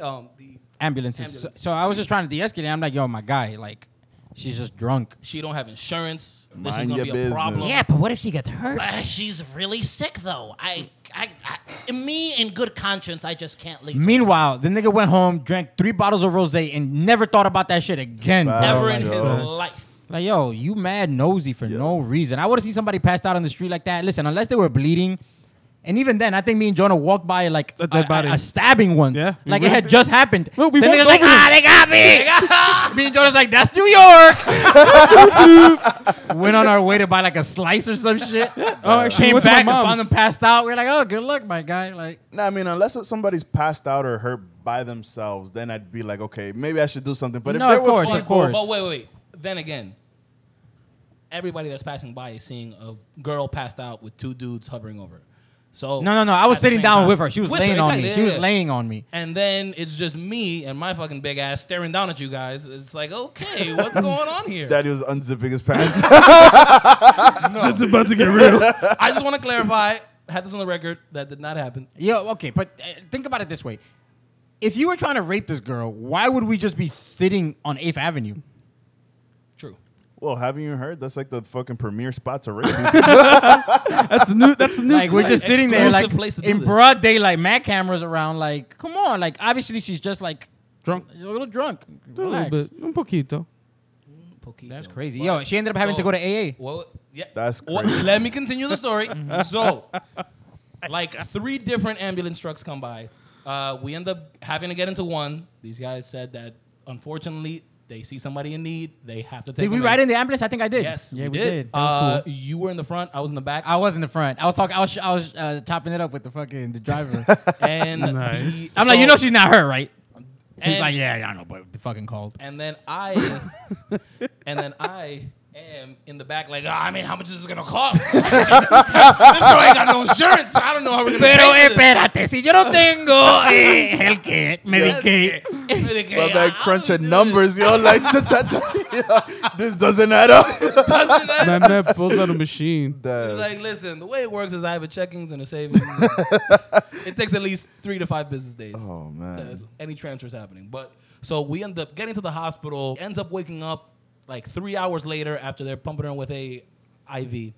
Speaker 3: um the
Speaker 2: Ambulances. So,
Speaker 3: Ambulance.
Speaker 2: so I was just trying to de-escalate. I'm like, yo, my guy, like, she's just drunk.
Speaker 3: she don't have insurance. This is
Speaker 4: Mind
Speaker 3: gonna
Speaker 4: your
Speaker 3: be a
Speaker 4: business.
Speaker 3: problem.
Speaker 4: Yeah,
Speaker 2: but what if she gets hurt?
Speaker 5: Uh, she's really sick, though. I, I, I, me in good conscience, I just can't leave. her.
Speaker 2: Meanwhile, the nigga went home, drank three bottles of rosé, and never thought about that shit again. bro.
Speaker 3: Never in
Speaker 2: Like,
Speaker 3: his
Speaker 4: God.
Speaker 3: life.
Speaker 2: Like, yo, you mad nosy for no reason. I would have seen somebody passed out on the street like that. Listen, unless they were bleeding. And even then, I think me and Jonah walked by like
Speaker 1: A dead
Speaker 2: a,
Speaker 1: body.
Speaker 2: a, a stabbing once.
Speaker 1: Yeah, we
Speaker 2: Like it had
Speaker 1: went-
Speaker 2: just happened.
Speaker 1: Well, we
Speaker 2: the
Speaker 1: walked
Speaker 2: nigga's like,
Speaker 1: over
Speaker 2: ah, they got me. me and Jonah's like, that's New York. Went on our way to buy like a slice or some shit. Uh,
Speaker 1: Oh, actually, we
Speaker 2: Came
Speaker 1: went to my
Speaker 2: back and
Speaker 1: mom's.
Speaker 2: found them passed out. We are like, oh, good luck, my guy. Like,
Speaker 4: Nah, I mean, unless somebody's passed out or hurt by themselves, then I'd be like, okay, maybe I should do something. But
Speaker 2: No,
Speaker 4: if there
Speaker 2: of
Speaker 4: were
Speaker 2: course,
Speaker 4: people-
Speaker 2: of course.
Speaker 3: But wait, wait, wait. Then again, everybody that's passing by is seeing a girl passed out with two dudes hovering over. her. So
Speaker 2: No, no, no. I was
Speaker 3: at the
Speaker 2: sitting
Speaker 3: same
Speaker 2: down
Speaker 3: time-
Speaker 2: with her. She was
Speaker 3: With
Speaker 2: laying on
Speaker 3: exactly,
Speaker 2: me.
Speaker 3: yeah,
Speaker 2: She was
Speaker 3: yeah.
Speaker 2: laying on me.
Speaker 3: And then it's just me and my fucking big ass staring down at you guys. It's like, okay, what's going on here?
Speaker 4: Daddy was unzipping his pants.
Speaker 1: Shit's about to get real.
Speaker 3: I just want to clarify. Had this on the record. That did not happen.
Speaker 2: Yeah, okay, but uh, think about it this way. If you were trying to rape this girl, why would we just be sitting on 8th Avenue?
Speaker 3: True.
Speaker 4: well, haven't you heard? That's like the fucking premier spot to rape people.
Speaker 1: That's the new. That's the new.
Speaker 2: Like we're just sitting there like
Speaker 3: Exclusive place to do
Speaker 2: in
Speaker 3: this.
Speaker 2: broad daylight, mad cameras around like come on, like obviously she's just like
Speaker 1: drunk.
Speaker 2: a little drunk.
Speaker 1: A little
Speaker 2: Relax.
Speaker 1: bit. Un poquito.
Speaker 3: Poquito.
Speaker 2: That's crazy. Yo, she ended up having
Speaker 3: So-
Speaker 2: to go to AA.
Speaker 3: Well, yeah.
Speaker 4: That's
Speaker 3: Well,
Speaker 4: crazy.
Speaker 3: let me continue the story. Mm-hmm. so, like three different ambulance trucks come by. Uh, we end up having to get into one. These guys said that unfortunately they see somebody in need, they have to take.
Speaker 2: Did we
Speaker 3: them
Speaker 2: ride in the ambulance? I think I did.
Speaker 3: Yes,
Speaker 2: yeah,
Speaker 3: we, did.
Speaker 2: That was
Speaker 3: Uh,
Speaker 2: cool.
Speaker 3: You were in the front. I was in the back.
Speaker 2: I was in the front. I was talking. I was. I was uh, chopping it up with the fucking the driver.
Speaker 3: and
Speaker 1: Nice.
Speaker 3: the-
Speaker 2: I'm like,
Speaker 3: so-
Speaker 2: you know, she's not her, right? He's
Speaker 3: And-
Speaker 2: like, yeah, I know, but the fucking called.
Speaker 3: And then I, and then I am in the back, like, "Ah, I mean, how much is this gonna cost? this girl ain't got no insurance. so I don't know how we're gonna
Speaker 2: Pero eh,
Speaker 3: pay for
Speaker 2: espérate,
Speaker 3: this.
Speaker 2: si yo no tengo eh, Hellcat, Medicaid.
Speaker 3: Medicaid,
Speaker 4: But
Speaker 3: how
Speaker 4: like
Speaker 3: do we
Speaker 4: crunching
Speaker 3: do
Speaker 4: numbers, yo. Like, ta- ta- ta- yeah, this doesn't add up.
Speaker 3: this? Doesn't that-
Speaker 1: My man pulls out a machine.
Speaker 3: It's
Speaker 4: That-
Speaker 3: like, listen, the way it works is I have a checkings and a savings. it takes at least three to five business days.
Speaker 4: oh
Speaker 3: to
Speaker 4: man.
Speaker 3: any transfers happening. But so we end up getting to the hospital, ends up waking up like three hours later after they're pumping her with a IV.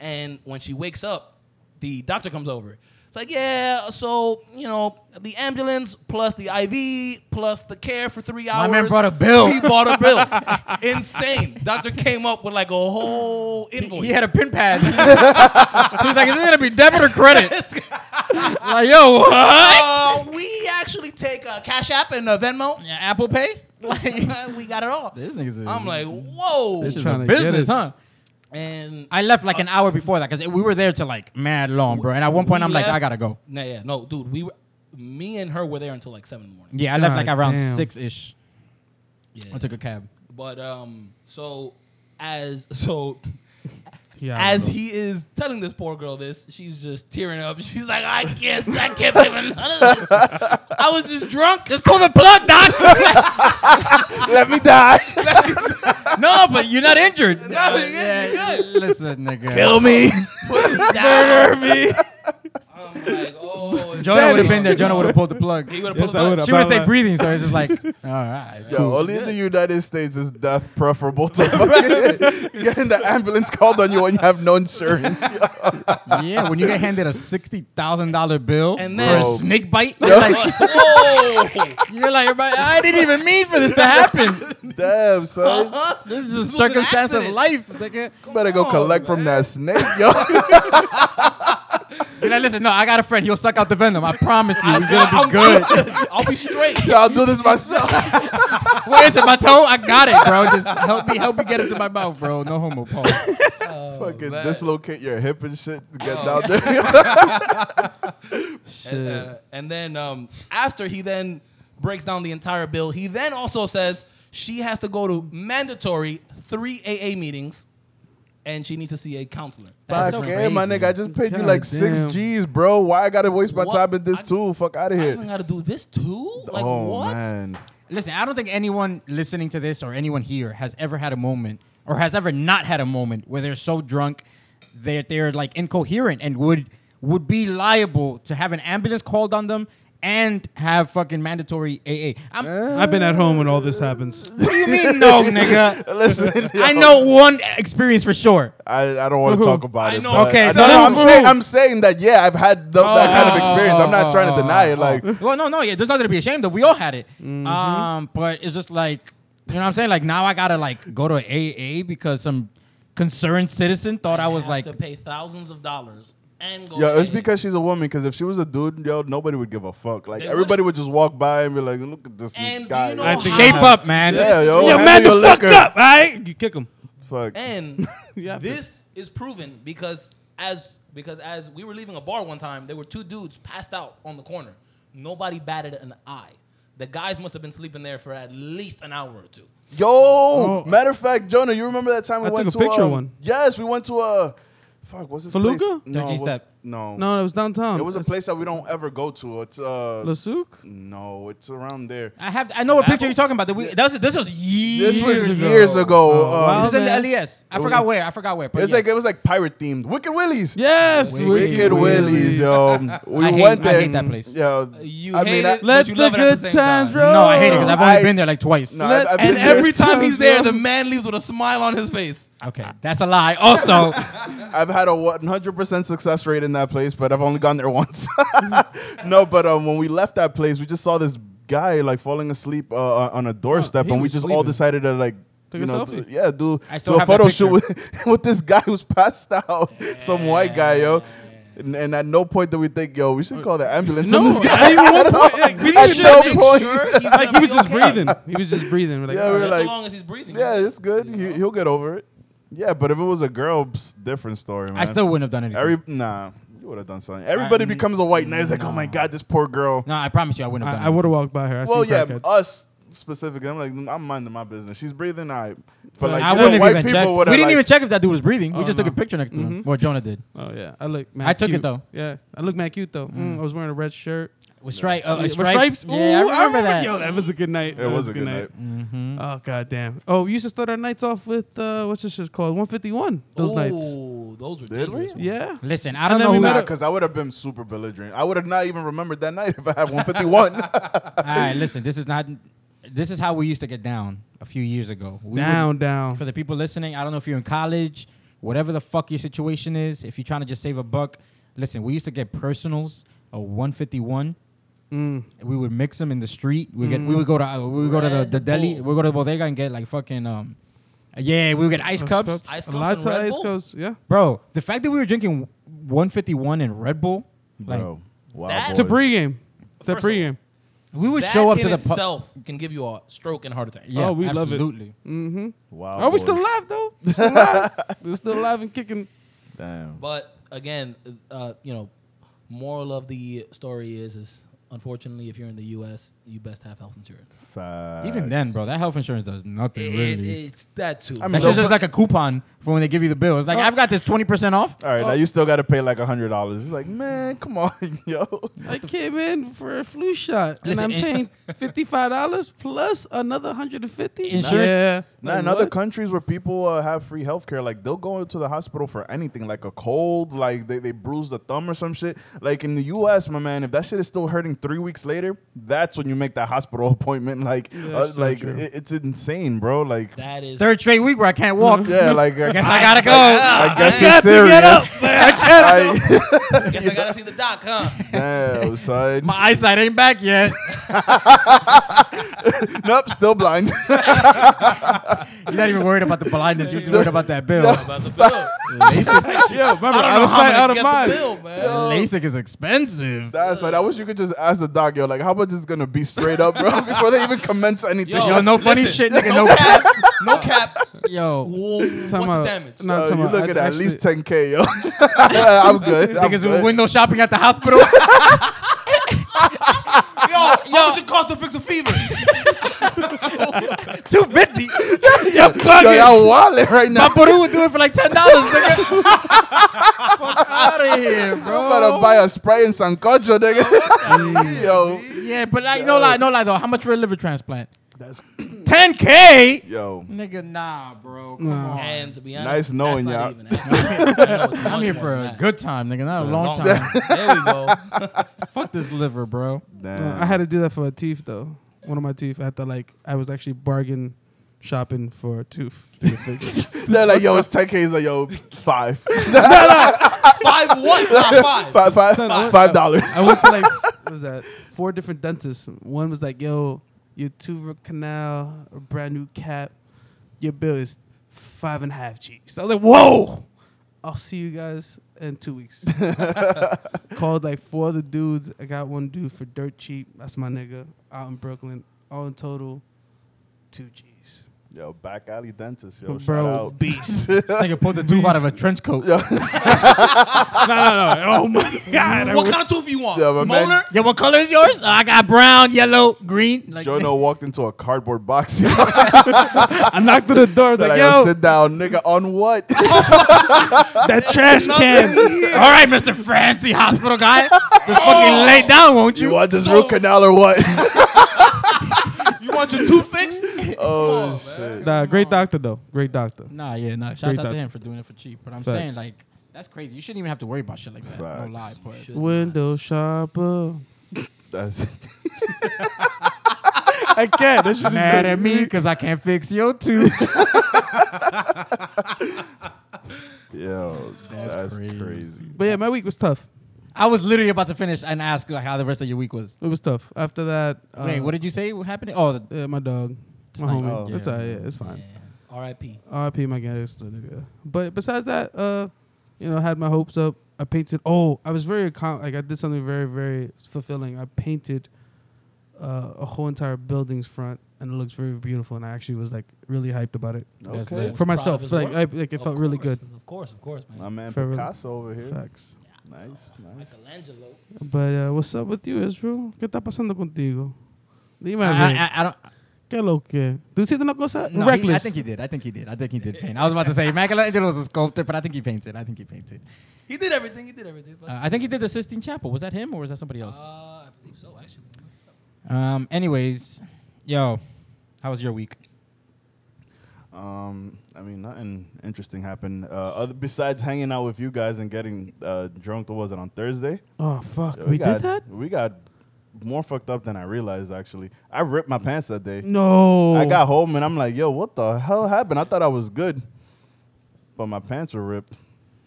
Speaker 3: And when she wakes up, the doctor comes over. It's like, yeah, so you know, the ambulance plus the IV plus the care for three
Speaker 2: My
Speaker 3: hours.
Speaker 2: man brought a bill.
Speaker 3: He bought a bill. Insane. Doctor came up with like a whole invoice.
Speaker 2: He had a pin pad. he was like, is it gonna be debit or credit? like, yo, what?
Speaker 3: Uh, we actually take uh, Cash App and uh, Venmo.
Speaker 2: Yeah, Apple Pay? Like,
Speaker 3: we got it all.
Speaker 2: this nigga's. a-
Speaker 3: I'm like, whoa.
Speaker 2: this is
Speaker 1: Trying
Speaker 2: a
Speaker 1: to get
Speaker 2: business,
Speaker 1: it.
Speaker 2: huh?
Speaker 3: And
Speaker 2: I left like an hour before that because we were there till like mad long, bro. And at one point,
Speaker 3: we
Speaker 2: I'm like,
Speaker 3: left-
Speaker 2: I gotta go.
Speaker 3: Nah, yeah, no, dude, we were, me and her were there until like seven in the morning.
Speaker 2: Yeah, I left like
Speaker 1: God
Speaker 2: around
Speaker 1: damn.
Speaker 2: six ish. I took a cab.
Speaker 3: But um, so as so
Speaker 1: Yeah.
Speaker 3: as he is telling this poor girl this, she's just tearing up. She's like, I can't, I can't believe it. none of this. I was just drunk.
Speaker 2: Just pull the plug, doc.
Speaker 4: Let me die.
Speaker 2: no, but you're not injured.
Speaker 3: No, you're good, you're good.
Speaker 2: Listen, nigga.
Speaker 4: Kill me.
Speaker 3: Murder me. I'm like, oh,
Speaker 2: Jonah would have been there. Jonah would have pulled the plug.
Speaker 3: He would
Speaker 1: Yes,
Speaker 3: have
Speaker 1: I
Speaker 3: pulled
Speaker 1: would've.
Speaker 3: up.
Speaker 2: She would stay breathing, so it's just like, all right.
Speaker 4: Yo, only in the United States is death preferable to fucking getting the ambulance called on you when you have no insurance. yo.
Speaker 2: Yeah, when you get handed a sixty thousand dollar bill
Speaker 3: And
Speaker 2: for
Speaker 3: then- oh.
Speaker 2: a snake bite, you're like,
Speaker 3: Whoa.
Speaker 2: you're like, everybody, I didn't even mean for this to happen.
Speaker 4: Damn, son.
Speaker 2: This is a
Speaker 3: was an
Speaker 2: circumstance of
Speaker 3: accident.
Speaker 2: life. nigga.
Speaker 4: Better
Speaker 3: Oh,
Speaker 4: go collect from that snake, yo.
Speaker 2: You're like, listen, no, I got a friend. He'll suck out the venom. I promise you, he's gonna be good.
Speaker 3: I'll be straight.
Speaker 4: Yo, I'll do this myself.
Speaker 2: Where is it? My toe? I got it, bro. Just help me, help me get it to my mouth, bro. No homo, Paul.
Speaker 4: fucking
Speaker 3: Oh, man. Oh,
Speaker 4: dislocate your hip and shit to get down there.
Speaker 1: Shit.
Speaker 3: Uh, and then um, after he then breaks down the entire bill, he then also says she has to go to mandatory three AA meetings, and she needs to see a counselor.
Speaker 2: That's
Speaker 4: Fuck
Speaker 2: so
Speaker 4: yeah, my
Speaker 2: crazy.
Speaker 4: nigga. I just paid you
Speaker 1: God
Speaker 4: like six
Speaker 1: damn.
Speaker 4: G's, bro. Why I gotta waste my
Speaker 3: What?
Speaker 4: time in this
Speaker 3: I-
Speaker 4: too? Fuck out of
Speaker 3: I
Speaker 4: here.
Speaker 3: even got to do this too. Like
Speaker 4: oh
Speaker 3: what?
Speaker 4: man,
Speaker 2: Listen, I don't think anyone listening to this or anyone here has ever had a moment or has ever not had a moment where they're so drunk that they're like incoherent and would would be liable to have an ambulance called on them and have fucking mandatory AA. I'm,
Speaker 1: I've been at home when all this happens.
Speaker 2: What do you mean no, nigga?
Speaker 4: listen.
Speaker 2: I
Speaker 4: yo,
Speaker 2: know one experience for sure.
Speaker 4: I, I don't want
Speaker 1: who?
Speaker 4: to talk about
Speaker 3: I
Speaker 4: it.
Speaker 3: know.
Speaker 4: but-
Speaker 2: Okay,
Speaker 4: I-
Speaker 2: so
Speaker 4: no, no,
Speaker 2: then
Speaker 4: I'm
Speaker 2: for
Speaker 4: saying
Speaker 2: who?
Speaker 4: I'm saying that. Yeah, I've had th- that
Speaker 3: Oh.
Speaker 4: kind of experience. I'm not trying to deny it. Like,
Speaker 2: Well, no, no, yeah, there's nothing to be ashamed of. We all had it. Um, but it's just like, you know what I'm saying? Like now I gotta like go to AA because some concerned citizen thought I was
Speaker 3: have
Speaker 2: like
Speaker 3: to pay thousands of dollars and go.
Speaker 4: yo, it's
Speaker 3: AA.
Speaker 4: because she's a woman. Because if she was a dude, yo, nobody would give a fuck. Like,
Speaker 3: They
Speaker 4: everybody would just walk by and be like, "Look at this
Speaker 3: And do
Speaker 4: guy."
Speaker 3: you know
Speaker 2: Oh.
Speaker 1: I think-
Speaker 2: shape up, man.
Speaker 4: yeah, yo,
Speaker 1: Yo,
Speaker 4: handle
Speaker 1: man, the
Speaker 4: your
Speaker 1: fuck
Speaker 4: liquor.
Speaker 1: up, all right? You kick him.
Speaker 4: Fuck.
Speaker 3: And
Speaker 1: have to.
Speaker 3: this is proven because as because as we were leaving a bar one time, there were two dudes passed out on the corner. Nobody batted an eye. The guys must have been sleeping there for at least an hour or two.
Speaker 4: Yo, matter of fact, Jonah, you remember that time we
Speaker 1: I
Speaker 4: went
Speaker 1: took a
Speaker 4: to
Speaker 1: picture
Speaker 4: um,
Speaker 1: one.
Speaker 4: Yes, we went to a fuck. What's this
Speaker 1: Fallujah?
Speaker 4: place?
Speaker 2: Thirteen
Speaker 4: it was-
Speaker 2: Step.
Speaker 4: No.
Speaker 1: No, it was downtown.
Speaker 4: It was a
Speaker 1: It's
Speaker 4: place that we don't ever go to. It's uh.
Speaker 1: La Souk?
Speaker 4: no, it's around there.
Speaker 2: I have. I know what picture
Speaker 3: Apple?
Speaker 2: you're talking about. That we, that was, this was years.
Speaker 4: This was
Speaker 2: ago.
Speaker 4: years ago.
Speaker 1: Oh,
Speaker 4: uh,
Speaker 1: wow.
Speaker 2: This is in
Speaker 1: man.
Speaker 2: the LES. I
Speaker 4: It was
Speaker 2: forgot
Speaker 4: a-
Speaker 2: where. I forgot where.
Speaker 4: It
Speaker 2: But
Speaker 4: was
Speaker 2: yeah.
Speaker 4: like it was like pirate themed. Wicked Willies.
Speaker 1: Yes,
Speaker 2: Wicked
Speaker 4: Wicked
Speaker 2: Willie's.
Speaker 4: Willies, yo. We
Speaker 2: I hate-
Speaker 4: went
Speaker 2: I
Speaker 4: there.
Speaker 2: hate that place.
Speaker 4: Yeah,
Speaker 3: You
Speaker 4: I
Speaker 3: hate
Speaker 4: mean, I-
Speaker 3: it, but
Speaker 1: Let
Speaker 3: you
Speaker 1: the
Speaker 3: love it at
Speaker 1: good
Speaker 3: the same
Speaker 1: times
Speaker 3: time.
Speaker 1: roll.
Speaker 2: no, I hate it because I've only
Speaker 4: I-
Speaker 2: been there like twice.
Speaker 4: No,
Speaker 1: Let-
Speaker 4: I- I've been
Speaker 3: And
Speaker 4: there
Speaker 3: every time
Speaker 1: times
Speaker 3: he's there,
Speaker 1: roll.
Speaker 3: the man leaves with a smile on his face.
Speaker 2: Okay, that's a lie. Also,
Speaker 4: I've had a 100% success rate in that place, but I've only gone there once. no, but um, when we left that place, we just saw this guy like falling asleep uh, on a doorstep,
Speaker 1: he
Speaker 4: and we
Speaker 1: was
Speaker 4: just all
Speaker 1: sleeping.
Speaker 4: decided to like.
Speaker 1: Took
Speaker 4: you
Speaker 1: a
Speaker 4: know,
Speaker 1: selfie.
Speaker 4: do- yeah, do,
Speaker 2: I still
Speaker 4: do a
Speaker 2: have that
Speaker 4: photo shoot
Speaker 2: picture.
Speaker 4: with, with this guy who's passed out, some white guy, yo. And, and at no point did we think, yo, we should call the ambulance on this guy.
Speaker 1: I didn't even want to- like, we
Speaker 4: At
Speaker 1: didn't even-
Speaker 4: no
Speaker 3: Make
Speaker 4: point.
Speaker 3: sure he's gonna
Speaker 1: like, he was
Speaker 3: be
Speaker 1: just
Speaker 3: okay.
Speaker 1: breathing. He was just breathing. We're like,
Speaker 4: Yeah,
Speaker 1: "Oh,
Speaker 4: we were
Speaker 3: Just
Speaker 4: like-
Speaker 3: so long as he's breathing.
Speaker 4: Yeah, it's good. He, he'll get over it. Yeah, but if it was a girl, pss, different story, man.
Speaker 2: I still wouldn't have done anything.
Speaker 4: Every nah, you would have done something. Everybody
Speaker 2: n-
Speaker 4: becomes a white knight. It's like, oh my god, this poor girl.
Speaker 2: no, I promise you, I wouldn't have done.
Speaker 1: I, I would have walked by her. I
Speaker 4: well,
Speaker 1: seen
Speaker 4: yeah,
Speaker 1: crackheads.
Speaker 4: us specifically. I'm like, I'm minding my business. She's breathing. I, but like,
Speaker 2: I
Speaker 4: you know,
Speaker 2: wouldn't have
Speaker 4: white
Speaker 2: even
Speaker 4: people
Speaker 2: checked. We
Speaker 4: would have
Speaker 2: didn't
Speaker 4: like,
Speaker 2: even check if that dude was breathing. we
Speaker 1: Oh,
Speaker 2: just took a
Speaker 1: no.
Speaker 2: picture next to him. Well, Jonah did.
Speaker 1: Oh yeah, I look. Man,
Speaker 2: I took it,
Speaker 1: cute.
Speaker 2: though.
Speaker 1: Yeah, I look man cute though. Mm, I was wearing a red shirt.
Speaker 2: With, stri- uh,
Speaker 1: Yeah, with
Speaker 2: stripes.
Speaker 1: stripes. Ooh,
Speaker 2: Yeah, I remember, that.
Speaker 1: Yo, that was a good night.
Speaker 4: It was a good night.
Speaker 1: Oh god damn. Oh, we used to start our nights off with uh, what's this shit called? One fifty one. Those nights.
Speaker 3: Ooh, those were
Speaker 4: we?
Speaker 3: dangerous. ones.
Speaker 1: Yeah.
Speaker 2: Listen, I don't
Speaker 1: then
Speaker 2: know
Speaker 1: we
Speaker 2: who.
Speaker 1: met
Speaker 4: Nah,
Speaker 1: up-
Speaker 4: because I would have been super belligerent. I would have not even remembered that night if I had 151.
Speaker 2: All right, listen. This is not. This is how we used to get down a few years ago. We would-
Speaker 1: down, down.
Speaker 2: for the people listening, I don't know if you're in college, whatever the fuck your situation is, if you're trying to just save a buck, listen, we used to get personals of 151.
Speaker 1: Mm.
Speaker 2: We would mix them in the street. We get we would go to uh, we would go to the, the
Speaker 3: Red
Speaker 2: deli. We
Speaker 3: Bull.
Speaker 2: would go to the bodega and get like fucking um, yeah. We would get ice cups.
Speaker 3: Ice
Speaker 1: a
Speaker 3: cups
Speaker 1: lot
Speaker 3: and
Speaker 1: of
Speaker 3: Red
Speaker 1: ice
Speaker 3: Bull.
Speaker 1: cups. Yeah.
Speaker 2: bro. The fact that we were drinking 151 and Red Bull, like
Speaker 4: Bro, wow,
Speaker 3: That-
Speaker 1: To
Speaker 4: boys.
Speaker 1: pregame. To
Speaker 3: First of all,
Speaker 1: pregame.
Speaker 2: we would
Speaker 3: That
Speaker 2: show up
Speaker 3: in
Speaker 2: to the pub.
Speaker 3: itself can give you a stroke and heart attack.
Speaker 2: Yeah,
Speaker 1: Oh, we love it.
Speaker 2: absolutely.
Speaker 1: Mm-hmm.
Speaker 4: Wow,
Speaker 1: Are we still
Speaker 4: boys.
Speaker 1: live though? We're still live. We're still live and kicking.
Speaker 4: Damn.
Speaker 3: But again, uh, you know, moral of the story is is unfortunately, if you're in the U.S., you best have health insurance.
Speaker 4: Facts.
Speaker 2: Even then, bro, that health insurance does nothing really.
Speaker 3: It- it- that too.
Speaker 4: I mean,
Speaker 2: That's
Speaker 4: those-
Speaker 2: just like a coupon for when they give you the bill. It's like I've got this twenty percent off.
Speaker 4: All right, now you still got to pay like hundred dollars. It's like, man, come on, yo.
Speaker 1: I came in for a flu shot and
Speaker 2: Listen,
Speaker 1: I'm paying
Speaker 2: and-
Speaker 1: fifty five dollars plus another hundred and fifty.
Speaker 2: Insurance-
Speaker 1: Yeah.
Speaker 4: Nah,
Speaker 1: Like,
Speaker 4: in other
Speaker 1: what?
Speaker 4: countries where people uh, have free healthcare, like they'll go into the hospital for anything, like a cold, like they, they bruise the thumb or some shit. Like in the U.S., my man, if that shit is still hurting three weeks later, that's when you make that hospital appointment. Like, uh,
Speaker 1: that's so
Speaker 4: like
Speaker 1: true.
Speaker 4: it, it's insane, bro. Like,
Speaker 3: that is
Speaker 2: Third straight week where I can't walk.
Speaker 4: yeah, like Mm-hmm. I
Speaker 2: Guess I gotta go.
Speaker 4: I guess
Speaker 1: got
Speaker 4: it's
Speaker 1: to get
Speaker 4: serious. I
Speaker 3: guess I gotta see the doc, huh?
Speaker 4: damn, son.
Speaker 2: My eyesight ain't back yet.
Speaker 4: Nope, still blind.
Speaker 2: You're not even worried about the blindness. You're just worried about that bill.
Speaker 3: About the bill.
Speaker 1: Yeah, remember,
Speaker 3: I
Speaker 1: out
Speaker 3: don't know
Speaker 1: of
Speaker 3: how I'm
Speaker 1: sight,
Speaker 3: gonna
Speaker 1: out of
Speaker 3: get
Speaker 1: mind.
Speaker 3: the bill, man.
Speaker 2: LASIK is expensive.
Speaker 4: That's right. I wish you could just ask the doc, yo, like, how much is gonna be straight up, bro, before they even commence anything.
Speaker 3: Yo,
Speaker 2: Yo, no funny
Speaker 3: listen.
Speaker 2: shit, nigga. No cap.
Speaker 3: No cap.
Speaker 2: Yo,
Speaker 3: Whoa, what's
Speaker 1: Time
Speaker 3: the
Speaker 1: out.
Speaker 3: damage?
Speaker 1: No,
Speaker 4: Yo,
Speaker 1: time
Speaker 4: you
Speaker 1: out.
Speaker 4: look
Speaker 1: I
Speaker 4: at at
Speaker 1: actually-
Speaker 4: least 10k, yo. I'm good. I'm
Speaker 2: niggas were
Speaker 4: good.
Speaker 2: window shopping at the hospital.
Speaker 3: Yo, how much it cost to fix a fever?
Speaker 2: Two fifty.
Speaker 4: yo, yo, y'all wallet right
Speaker 2: My
Speaker 4: now.
Speaker 2: Peru would do it for like ten dollars, nigga. Fuck out of here, bro.
Speaker 4: I'm about to buy a spray and sancocho, nigga. yo,
Speaker 2: Yeah, but like, no lie, no lie though. How much for a liver transplant?
Speaker 4: that's
Speaker 2: Ten k.
Speaker 4: yo.
Speaker 2: Nigga, nah, bro. Come
Speaker 1: Nah.
Speaker 2: on.
Speaker 3: And to be
Speaker 4: Nice
Speaker 3: honest,
Speaker 4: knowing
Speaker 3: that's not
Speaker 4: y'all.
Speaker 3: even happening. I know it's
Speaker 2: I'm
Speaker 3: much
Speaker 2: here
Speaker 3: more
Speaker 2: for
Speaker 3: than
Speaker 2: a
Speaker 3: that.
Speaker 2: good time, nigga, not a long
Speaker 3: Long
Speaker 2: time.
Speaker 3: There we go.
Speaker 2: Fuck this liver, bro.
Speaker 4: Damn.
Speaker 1: Uh, I had to do that for a teeth though. One of my teeth. I had to like I was actually bargain shopping for a tooth to get fixed.
Speaker 4: They're like, yo, it's 10k. He's like, yo, five,
Speaker 3: Five what? Not five.
Speaker 4: five, five,
Speaker 1: Son, what-
Speaker 4: five dollars.
Speaker 1: I went to like what was that four different dentists. One was like, "Yo, your two root canal, a brand new cap. Your bill is five and a half G's." I was like, "Whoa!" I'll see you guys in two weeks. Called like four other dudes. I got one dude for dirt cheap. That's my nigga out in Brooklyn. All in total, two G's.
Speaker 4: Yo, back alley dentist. Yo, Oh, shout
Speaker 1: Bro,
Speaker 4: out.
Speaker 1: beast.
Speaker 2: This nigga pulled the tooth out of a trench coat.
Speaker 4: Yo,
Speaker 1: no, no, no. Oh my god. I
Speaker 3: What
Speaker 1: would-
Speaker 3: kind of tooth you want?
Speaker 4: Yeah, but man-
Speaker 3: Molar?
Speaker 2: Yeah, what color is yours? Uh, I got brown, yellow, green. Like,
Speaker 4: Jono walked into a cardboard box. Yo,
Speaker 1: I knocked through the door. I was
Speaker 4: like,
Speaker 1: like,
Speaker 4: yo,
Speaker 1: yo,
Speaker 4: sit down, nigga. On what?
Speaker 1: that trash can.
Speaker 2: All right, Mr. Fancy Hospital guy. Just fucking lay down, won't
Speaker 4: you
Speaker 2: you?
Speaker 4: want this
Speaker 3: so-
Speaker 4: root canal or what?
Speaker 3: You want your tooth fixed?
Speaker 4: oh shit.
Speaker 1: Nah, great doctor though. Great doctor.
Speaker 2: Nah, yeah, nah. Shout
Speaker 1: Great
Speaker 2: out to
Speaker 1: doc-
Speaker 2: him for doing it for cheap. But I'm
Speaker 1: Facts.
Speaker 2: saying, like, that's crazy. You shouldn't even have to worry about shit like that. No lie,
Speaker 4: Facts.
Speaker 2: but
Speaker 1: Window shopper.
Speaker 4: That's
Speaker 1: I can't. That shit is
Speaker 2: mad at me because I can't fix your tooth.
Speaker 4: yo.
Speaker 2: That's
Speaker 4: That's,
Speaker 2: crazy.
Speaker 4: crazy.
Speaker 1: But yeah, my week was tough.
Speaker 2: I was literally about to finish and ask like how the rest of your week was.
Speaker 1: It was tough. After that, uh,
Speaker 2: Wait, what did you say? What happened? Oh, the,
Speaker 1: Yeah, my dog, my
Speaker 2: Sniper.
Speaker 1: homie.
Speaker 4: Oh.
Speaker 1: It's alright. Yeah, it's fine.
Speaker 3: R.I.P.
Speaker 1: R.I.P. My guy, it's the nigga. But besides that, uh, you know, I had my hopes up. I painted. Oh, I was very accom- like I did something very very fulfilling. I painted uh, a whole entire building's front, and it looks very beautiful. And I actually was like really hyped about it
Speaker 2: That's
Speaker 4: Okay.
Speaker 2: lit.
Speaker 1: for
Speaker 3: proud of
Speaker 1: myself.
Speaker 3: his
Speaker 1: Like, I,
Speaker 3: work?
Speaker 1: like it
Speaker 3: Of
Speaker 1: felt really
Speaker 3: course,
Speaker 1: good.
Speaker 3: Of course, of course,
Speaker 4: My
Speaker 3: man.
Speaker 4: man
Speaker 1: Fair really-
Speaker 4: Picasso over here.
Speaker 1: Facts.
Speaker 4: Nice, nice.
Speaker 3: Michelangelo.
Speaker 1: But uh, what's up with you, Israel? ¿Qué está pasando contigo? Dime,
Speaker 2: I,
Speaker 1: a
Speaker 2: I,
Speaker 1: ver.
Speaker 2: I- I don't.
Speaker 1: ¿Qué lo que? ¿Tú hiciste una cosa?
Speaker 2: No, he-
Speaker 1: Reckless.
Speaker 2: I think he did. I think he did. I think he did paint. I was about to say Michelangelo was a sculptor, but I think he painted. I think he painted.
Speaker 3: He did everything. He did everything. but-
Speaker 2: Uh, I think he did the Sistine Chapel. Was that him or was that somebody else?
Speaker 3: Uh, I believe so, actually.
Speaker 2: Um. Anyways, yo, how was your week?
Speaker 4: Um, I mean, nothing interesting happened. Uh, other besides hanging out with you guys and getting uh, drunk. What was it on Thursday?
Speaker 1: Oh fuck,
Speaker 4: Yeah,
Speaker 1: we
Speaker 4: got,
Speaker 1: did that?
Speaker 4: We got more fucked up than I realized. Actually, I ripped my pants that day.
Speaker 1: No.
Speaker 4: I got home and I'm like, "Yo, what the hell happened?" I thought I was good, but my pants were ripped.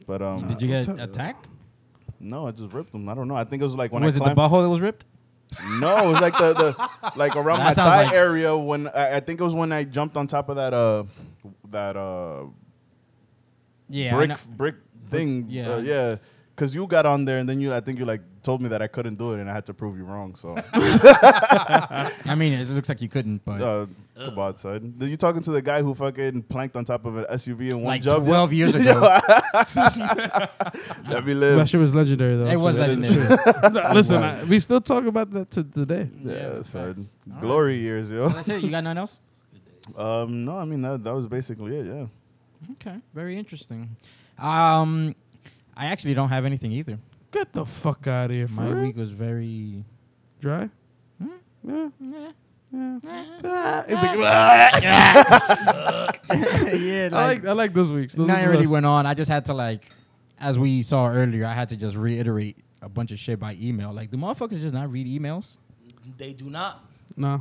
Speaker 4: But um,
Speaker 2: Did you get
Speaker 1: tell-
Speaker 2: attacked?
Speaker 4: no, I just ripped them. I don't know. I think it was like when
Speaker 2: was
Speaker 4: I
Speaker 2: it the
Speaker 4: climbed.
Speaker 2: butthole that was ripped?
Speaker 4: No, it was like the, the like around
Speaker 2: That
Speaker 4: my
Speaker 2: sounds
Speaker 4: thigh
Speaker 2: like-
Speaker 4: area when I, I think it was when I jumped on top of that uh that uh
Speaker 2: Yeah. I know.
Speaker 4: brick brick thing.
Speaker 2: yeah.
Speaker 4: Yeah, uh, yeah. Cause you got on there and then you, I think you like told me that I couldn't do it and I had to prove you wrong. So
Speaker 2: I mean, it looks like you couldn't, but
Speaker 4: uh, come on, son. Then You talking to the guy who fucking planked on top of an SUV in one
Speaker 2: like
Speaker 4: jump?
Speaker 2: 12 years ago,
Speaker 4: Let me
Speaker 1: That
Speaker 4: live.
Speaker 1: shit was legendary though.
Speaker 2: it was
Speaker 1: Shit.
Speaker 2: legendary.
Speaker 1: No, Listen, I, we still talk about that to today.
Speaker 4: Yeah, son.
Speaker 2: facts. All right.
Speaker 4: Glory years, yo.
Speaker 2: That's it. You got nothing else?
Speaker 4: Um, no, I mean that, that was basically it. Yeah.
Speaker 2: Okay, very interesting. Um, I actually don't have anything either.
Speaker 1: Get the fuck out of here, for
Speaker 2: My
Speaker 1: real?
Speaker 2: week was very.
Speaker 1: Dry. Yeah,
Speaker 2: Hmm? yeah, Uh-huh. Ah,
Speaker 1: yeah. Ah,
Speaker 2: like,
Speaker 1: I like I like those weeks. Those
Speaker 2: nothing
Speaker 1: are the
Speaker 2: really
Speaker 1: best.
Speaker 2: went on. I just had to like, as we saw earlier, I had to just reiterate a bunch of shit by email. Like, do motherfuckers just not read emails?
Speaker 3: They do not.
Speaker 1: Nah.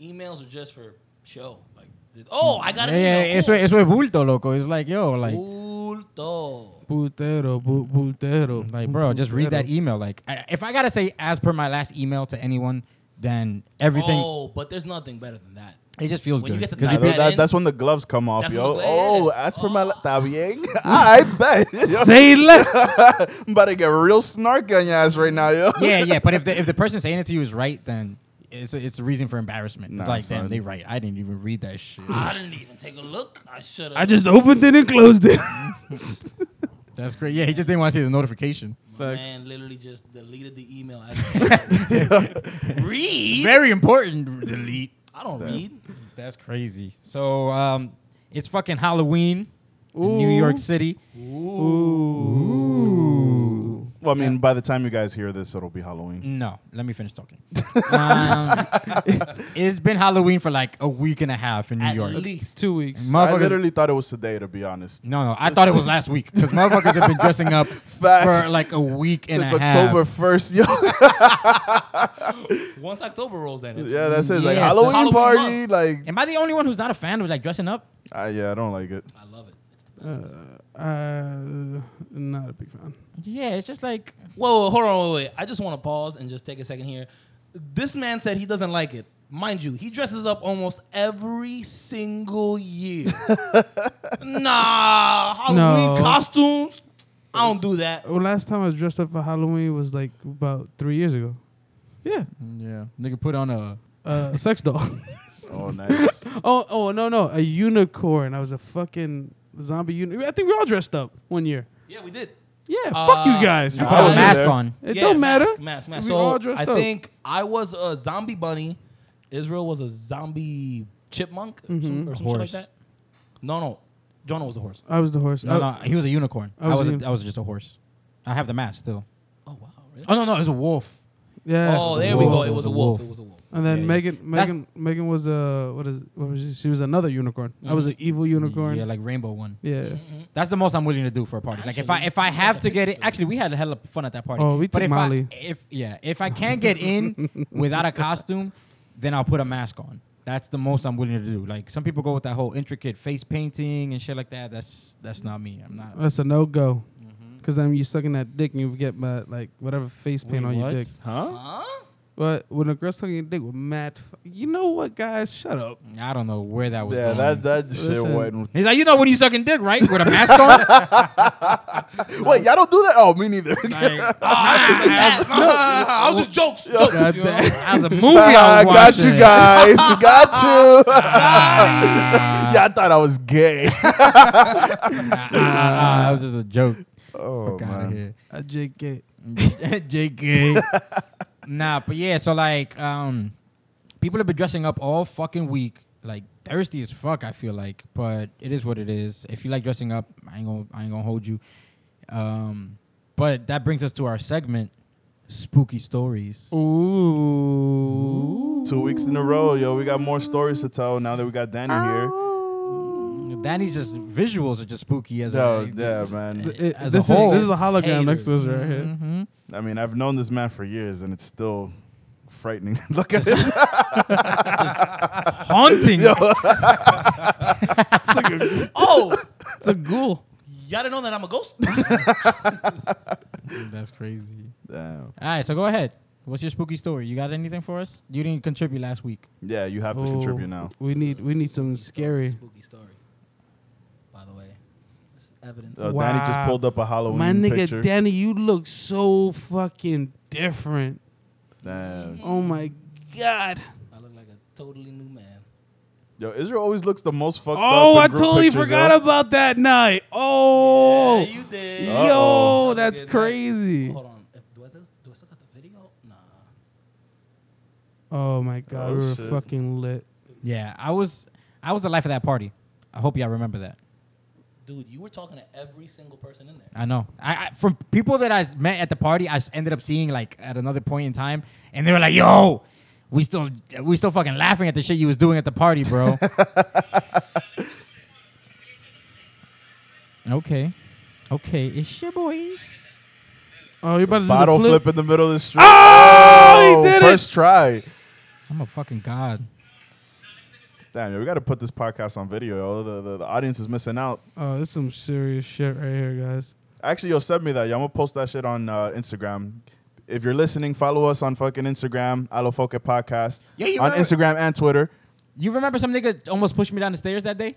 Speaker 3: Emails are just for show. Like, did- oh, I got an
Speaker 2: yeah,
Speaker 3: email.
Speaker 2: eso,
Speaker 3: cool.
Speaker 2: eso es bulto, loco. It's like, yo, like,
Speaker 3: Bulto.
Speaker 1: Putero, bu- putero.
Speaker 2: Mm, like, bro, just read that
Speaker 1: Putero.
Speaker 2: email. Like, I, if I gotta say, as per my last email to anyone, then everything
Speaker 3: Oh, but there's nothing better than that.
Speaker 2: it just feels
Speaker 3: when you
Speaker 2: good.
Speaker 3: get to
Speaker 2: 'Cause
Speaker 4: Nah,
Speaker 3: you
Speaker 4: tho-
Speaker 3: bet
Speaker 4: that-
Speaker 3: in?
Speaker 4: that's when the gloves come off,
Speaker 3: That's when
Speaker 4: yo.
Speaker 3: the gloves-
Speaker 4: Oh, as for my
Speaker 3: Oh.
Speaker 4: la- Tabiang, I bet. Yo,
Speaker 1: Say less.
Speaker 4: I'm about to get real snarky on your ass right now, yo.
Speaker 2: yeah, yeah. But if the, if the person saying it to you is right, then it's a, it's a reason for embarrassment.
Speaker 4: Nah,
Speaker 2: it's like, damn,
Speaker 4: son.
Speaker 2: they right. I didn't even read that shit.
Speaker 3: I didn't even take a look. I should have.
Speaker 1: I just opened it and closed it.
Speaker 2: That's great. Yeah, he just didn't want to see the notification.
Speaker 3: My
Speaker 1: Facts.
Speaker 3: man literally just deleted the email. I
Speaker 4: E-
Speaker 3: read.
Speaker 2: Very important. Delete.
Speaker 3: I don't read.
Speaker 2: That's crazy. So um, it's fucking Halloween in New York City.
Speaker 4: Well, I mean, by the time you guys hear this, it'll be Halloween.
Speaker 2: No, let me finish talking. um, it's been Halloween for like a week and a half in New
Speaker 3: At
Speaker 2: York.
Speaker 3: least.
Speaker 1: Two weeks.
Speaker 4: I
Speaker 2: Motherfuckers-
Speaker 4: literally thought it was today, to be honest.
Speaker 2: No, no, I thought it was last week because motherfuckers have been dressing up
Speaker 4: Facts.
Speaker 2: for like a week and
Speaker 4: Since
Speaker 2: a half.
Speaker 4: October 1st, yo.
Speaker 3: Once October rolls in, it's
Speaker 4: yeah, that's it. Like,
Speaker 2: Yeah, so-
Speaker 4: Halloween,
Speaker 3: Halloween
Speaker 4: party. Like,
Speaker 2: Am I the only one who's not a fan of like dressing up?
Speaker 4: Ah, yeah, I don't like it.
Speaker 3: I love it. It's the
Speaker 1: Uh,
Speaker 3: best.
Speaker 1: uh, not a big fan.
Speaker 2: Yeah, it's just like
Speaker 3: Whoa, whoa, hold on, wait, wait. I just want to pause and just take a second here. This man said he doesn't like it. Mind you, he dresses up almost every single year. nah, Halloween
Speaker 1: No.
Speaker 3: costumes. I don't do that.
Speaker 1: Well, last time I was dressed up for Halloween was like
Speaker 2: Mm.
Speaker 1: about three years ago. Yeah,
Speaker 2: yeah, nigga put on a
Speaker 1: uh, sex doll.
Speaker 4: Oh, nice.
Speaker 1: Oh, oh no, no, a unicorn. I was a fucking zombie unicorn. I think we all dressed up one year.
Speaker 3: Yeah, we did.
Speaker 1: Yeah,
Speaker 3: Uh,
Speaker 1: fuck you guys.
Speaker 4: no,
Speaker 1: You
Speaker 4: I
Speaker 1: probably-
Speaker 4: was
Speaker 2: mask
Speaker 4: there.
Speaker 2: on.
Speaker 1: it
Speaker 3: Yeah,
Speaker 1: don't matter.
Speaker 3: Mask, mask, mask.
Speaker 1: We
Speaker 3: so
Speaker 1: all dressed
Speaker 3: I
Speaker 1: up.
Speaker 3: think I was a zombie bunny. Israel was a zombie chipmunk or some, or some shit like
Speaker 2: Horse.
Speaker 3: that. No, no. Jonah was a horse.
Speaker 1: I was the horse. Oh, I-
Speaker 2: No, no, Oh, he was a unicorn.
Speaker 1: I
Speaker 2: I
Speaker 1: was
Speaker 2: was,
Speaker 1: a
Speaker 2: I
Speaker 1: uni-
Speaker 2: was just a horse. I have the mask still.
Speaker 3: Oh wow, really?
Speaker 2: Oh no, no, it was a wolf.
Speaker 1: Yeah.
Speaker 3: Oh,
Speaker 2: was a
Speaker 3: there we go.
Speaker 2: wolf.
Speaker 3: It was a wolf. It was a wolf.
Speaker 1: And then
Speaker 2: Yeah, yeah.
Speaker 1: Megan,
Speaker 2: That's-
Speaker 1: Megan, Megan was a what is what was she? She was another unicorn. I
Speaker 3: Mm-hmm.
Speaker 1: was an evil unicorn.
Speaker 2: Yeah,
Speaker 1: Yeah.
Speaker 2: like rainbow one.
Speaker 1: yeah.
Speaker 2: That's the most I'm willing to do for a party. Like if I
Speaker 3: Actually,
Speaker 2: if I have to get it, actually we had a hell of fun at that party.
Speaker 1: Oh, we
Speaker 2: but
Speaker 1: took
Speaker 2: if
Speaker 1: Molly.
Speaker 2: I, if yeah, if I can't get in without a costume, then I'll put a mask on. That's the most I'm willing to do. Like some people go with that whole intricate face painting and shit like that. That's that's not me. I'm not.
Speaker 1: That's a no go.
Speaker 3: Mm-hmm.
Speaker 1: Cause then you sucking that dick and you get my like whatever face paint
Speaker 2: Wait,
Speaker 1: on
Speaker 2: what?
Speaker 1: your dick.
Speaker 4: Huh?
Speaker 3: Huh?
Speaker 1: But when a girl's sucking your dick with mad, f- you know what, guys? Shut up.
Speaker 2: I don't know where that was.
Speaker 4: Yeah,
Speaker 2: going.
Speaker 4: that that shit
Speaker 1: Listen.
Speaker 4: went.
Speaker 2: He's like, you know when you sucking dick, right? With a mask on.
Speaker 4: Wait, y'all don't do that? Oh, me neither.
Speaker 2: Like,
Speaker 3: I was just jokes. jokes.
Speaker 1: God damn.
Speaker 2: that was a movie I
Speaker 4: I
Speaker 2: was
Speaker 4: got
Speaker 2: watching.
Speaker 4: you guys. got you. yeah, I thought I was gay.
Speaker 2: Ah, that was just a joke.
Speaker 4: Oh,
Speaker 2: Fuck out of
Speaker 4: man.
Speaker 2: here.
Speaker 1: I just get.
Speaker 2: JK. nah, but yeah, so like um people have been dressing up all fucking week. Like thirsty as fuck, I feel like. But it is what it is. If you like dressing up, I ain't gonna I ain't gonna hold you. Um but that brings us to our segment, spooky stories.
Speaker 1: Ooh.
Speaker 4: Two weeks in a row, yo. We got more stories to tell now that we got Danny here.
Speaker 2: Oh. Danny's just visuals are just spooky as
Speaker 4: Yo,
Speaker 2: a
Speaker 4: yeah, man.
Speaker 1: Th- it-
Speaker 2: As a
Speaker 1: this
Speaker 2: whole,
Speaker 1: is this is a hologram
Speaker 3: haters.
Speaker 1: next to us right here.
Speaker 2: hmm
Speaker 4: I mean, I've known this man for years, and it's still frightening. Look at him.
Speaker 2: Haunting.
Speaker 3: Oh,
Speaker 1: It's a ghoul.
Speaker 3: y'all didn't know that I'm a ghost.
Speaker 2: That's crazy.
Speaker 4: Damn.
Speaker 2: All right, so go ahead. What's your spooky story? You got anything for us? You didn't contribute last week.
Speaker 4: Yeah, you have to
Speaker 1: Oh,
Speaker 4: contribute now.
Speaker 1: We need we need something scary.
Speaker 3: Spooky story. By the way, this is evidence.
Speaker 4: Uh, Danny just
Speaker 1: Wow.
Speaker 4: pulled up a Halloween
Speaker 1: My nigga
Speaker 4: picture.
Speaker 1: Danny, you look so fucking different.
Speaker 4: Damn.
Speaker 1: Oh my god.
Speaker 3: I look like a totally new man.
Speaker 4: Yo, Israel always looks the most fucked
Speaker 1: Oh,
Speaker 4: up.
Speaker 1: I
Speaker 4: in group
Speaker 1: totally
Speaker 4: pictures,
Speaker 1: forgot
Speaker 4: yo.
Speaker 1: about that night. Oh,
Speaker 3: yeah, you did.
Speaker 4: Uh,
Speaker 1: yo,
Speaker 4: Uh-oh.
Speaker 1: that's
Speaker 3: Good night.
Speaker 1: crazy.
Speaker 3: Hold on. If- Do I, still, do I still got the video? Nah.
Speaker 1: Oh my god,
Speaker 4: Oh,
Speaker 1: we were
Speaker 4: shit.
Speaker 1: fucking lit.
Speaker 2: Yeah, I was I was the life of that party. I hope y'all remember that.
Speaker 3: Dude, you were talking to every single person in there.
Speaker 2: I know. I, I from people that I met at the party, I s- ended up seeing like at another point in time, and they were like, "Yo, we still we still fucking laughing at the shit you was doing at the party, bro." okay, okay, it's your boy.
Speaker 1: Oh, you about to
Speaker 4: Bottle
Speaker 1: do the flip?
Speaker 4: flip. in the middle of the street. Oh,
Speaker 1: he did it!
Speaker 4: First try.
Speaker 2: I'm a fucking god.
Speaker 4: Damn, yo, we got to put this podcast on video. Yo. The, the the audience is missing out.
Speaker 1: Oh, this is some serious shit right here, guys.
Speaker 4: Actually, yo, send me that. Yo, I'm gonna post that shit on uh, Instagram. If you're listening, follow us on fucking Instagram, Alofoca Podcast.
Speaker 2: Yeah, you
Speaker 4: on
Speaker 2: remember-
Speaker 4: Instagram and Twitter.
Speaker 2: You remember some nigga almost pushed me down the stairs that day?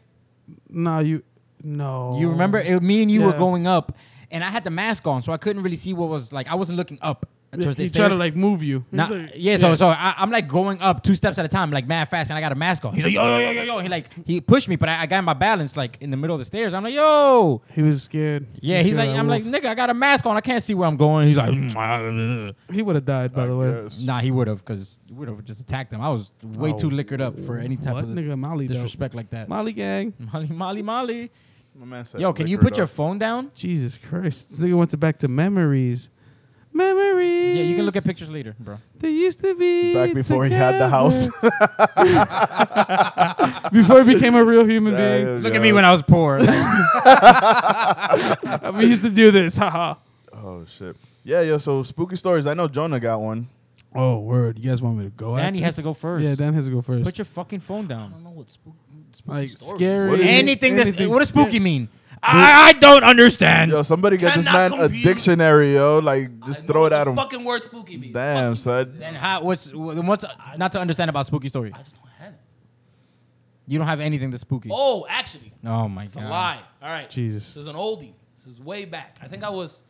Speaker 1: Nah, you, no.
Speaker 2: You remember it, me and you were
Speaker 1: Yeah.
Speaker 2: going up, and I had the mask on, so I couldn't really see what was like. I wasn't looking up.
Speaker 1: He,
Speaker 2: towards the
Speaker 1: tried to
Speaker 2: stairs.
Speaker 1: like move you. He's
Speaker 2: Nah,
Speaker 1: like-
Speaker 2: yeah, so so I, I'm like going up two steps at a time, like mad fast, and I got a mask on. He's like, yo, yo, yo, yo, yo. He like he pushed me, but I, I got my balance like in the middle of the stairs. I'm like, yo,
Speaker 1: he was scared. He
Speaker 2: yeah.
Speaker 1: was
Speaker 2: He's
Speaker 1: scared
Speaker 2: like,
Speaker 1: of that
Speaker 2: I'm like,
Speaker 1: wolf.
Speaker 2: nigga, I got a mask on. I can't see where I'm going. He's like, "Mm, ah."
Speaker 1: he would have died by the way.
Speaker 4: Yes.
Speaker 2: nah, he would have, cause you would have just attacked him. I was way too liquored up for any type
Speaker 1: What
Speaker 2: of
Speaker 1: nigga, Molly? though.
Speaker 2: disrespect like that.
Speaker 1: Molly gang.
Speaker 2: Molly, Molly, Molly.
Speaker 4: My man said
Speaker 2: Yo, can you
Speaker 4: liquor
Speaker 2: put your
Speaker 4: up.
Speaker 2: phone down?
Speaker 1: Jesus Christ, this nigga went to back to memories. Memories.
Speaker 2: Yeah, you can look at pictures later, bro.
Speaker 1: They used to be
Speaker 4: back before he had the house?
Speaker 1: together. before he became a real human being.
Speaker 4: Damn,
Speaker 2: Look
Speaker 4: yo.
Speaker 2: at me when I was poor.
Speaker 1: we used to do this. Haha.
Speaker 4: Oh shit. Yeah, yo. So spooky stories. I know Jonah got one.
Speaker 1: Oh word! You guys want me to go? at
Speaker 2: Danny has
Speaker 1: this?
Speaker 2: to go first.
Speaker 1: Yeah, Dan has to go first.
Speaker 2: Put your fucking phone
Speaker 3: I
Speaker 2: down.
Speaker 3: don't know what spook, spooky
Speaker 1: like
Speaker 3: stories.
Speaker 1: scary.
Speaker 2: anything that's
Speaker 1: anything
Speaker 2: what does
Speaker 1: scary.
Speaker 2: spooky mean? I, I don't understand.
Speaker 4: Yo, somebody get this man
Speaker 3: Cannot
Speaker 4: a
Speaker 3: compute.
Speaker 4: dictionary. Yo, like
Speaker 3: I
Speaker 4: just
Speaker 3: know
Speaker 4: throw
Speaker 3: what
Speaker 4: it at
Speaker 3: the
Speaker 4: him.
Speaker 3: Fucking word spooky means.
Speaker 4: Damn, son.
Speaker 2: Then how, what's what's not to understand about spooky story?
Speaker 3: I just don't have it.
Speaker 2: You don't have anything that's spooky. Oh,
Speaker 3: Oh, actually,
Speaker 2: my
Speaker 3: it's
Speaker 2: god!
Speaker 3: a lie. All right.
Speaker 1: Jesus.
Speaker 3: This is an oldie. This is way back. I think I was,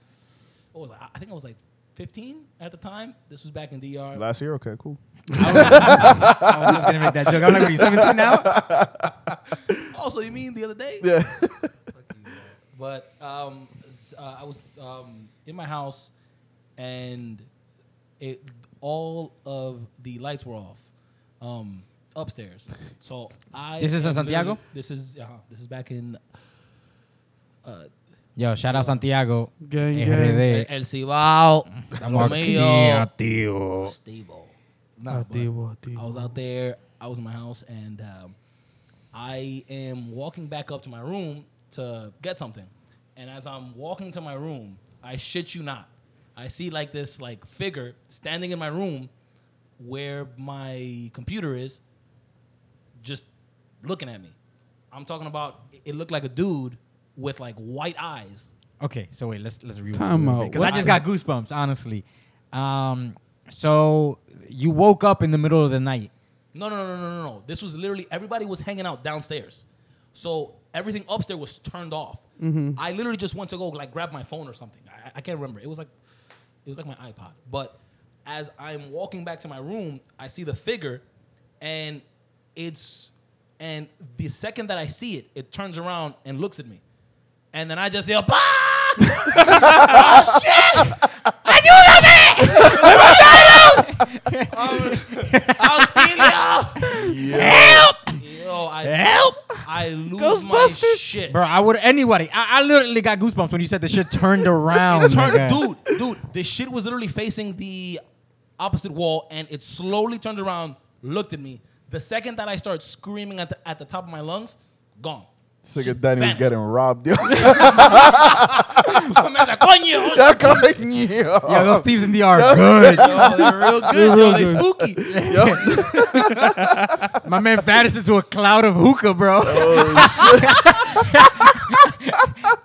Speaker 3: what was I? I think I was like 15 at the time. This was back in DR.
Speaker 4: Last year, okay, cool.
Speaker 2: Oh, I was just gonna make that joke. I'm like, what, you 17 now?
Speaker 3: Oh, so you mean the other day?
Speaker 4: Yeah.
Speaker 3: But um, s- uh, I was um, in my house, and it all of the lights were off um, upstairs. So I
Speaker 2: This is in
Speaker 3: am literally-
Speaker 2: Santiago?
Speaker 3: This is uh, this is back in uh,
Speaker 2: Yo, shout out Santiago. Eh,
Speaker 1: Gang,
Speaker 2: RD.
Speaker 3: El Cibao,
Speaker 2: Estamos eh,
Speaker 3: Romeo,
Speaker 2: aquí, eh, tío.
Speaker 3: Stable. Nah,
Speaker 1: I
Speaker 3: but-
Speaker 1: did what I did.
Speaker 3: I was out there. I was in my house, and um, I am walking back up to my room to get something. And as I'm walking to my room, I shit you not, I see like this like figure standing in my room, where my computer is, just looking at me. I'm talking about. it- It looked like a dude with like white eyes.
Speaker 2: Okay, so wait, let's let's rewind
Speaker 1: Time out.
Speaker 2: because I
Speaker 1: What
Speaker 2: just
Speaker 1: the-
Speaker 2: got goosebumps, honestly. Um, so you woke up in the middle of the night.
Speaker 3: No, no, no, no, no, no, no. This was literally everybody was hanging out downstairs, so everything upstairs was turned off. I literally just went to go like grab my phone or something. I, I can't remember. It was like, it was like my iPod. But as I'm walking back to my room, I see the figure, and it's, and the second that I see it, it turns around and looks at me, and then I just yell, "Bah!" oh shit! I'll see you. Yo, I help! I lose my
Speaker 1: Ghostbusters?
Speaker 3: shit,
Speaker 2: Bro, I would anybody. I, I literally got goosebumps when you said the shit turned around.
Speaker 3: Turn,
Speaker 2: nigga.
Speaker 3: dude, dude, the shit was literally facing the opposite wall, and it slowly turned around, looked at me. The second that I started screaming at the, at the top of my lungs, gone.
Speaker 4: Sick of Danny was
Speaker 3: vanished.
Speaker 4: getting robbed. Yo,
Speaker 3: I'm like, "Coño!"
Speaker 4: Y'all calling you.
Speaker 2: Yeah, those thieves in the are good.
Speaker 3: Yo, they're real good. Yo, they spooky.
Speaker 2: My man vanished into a cloud of hookah, bro.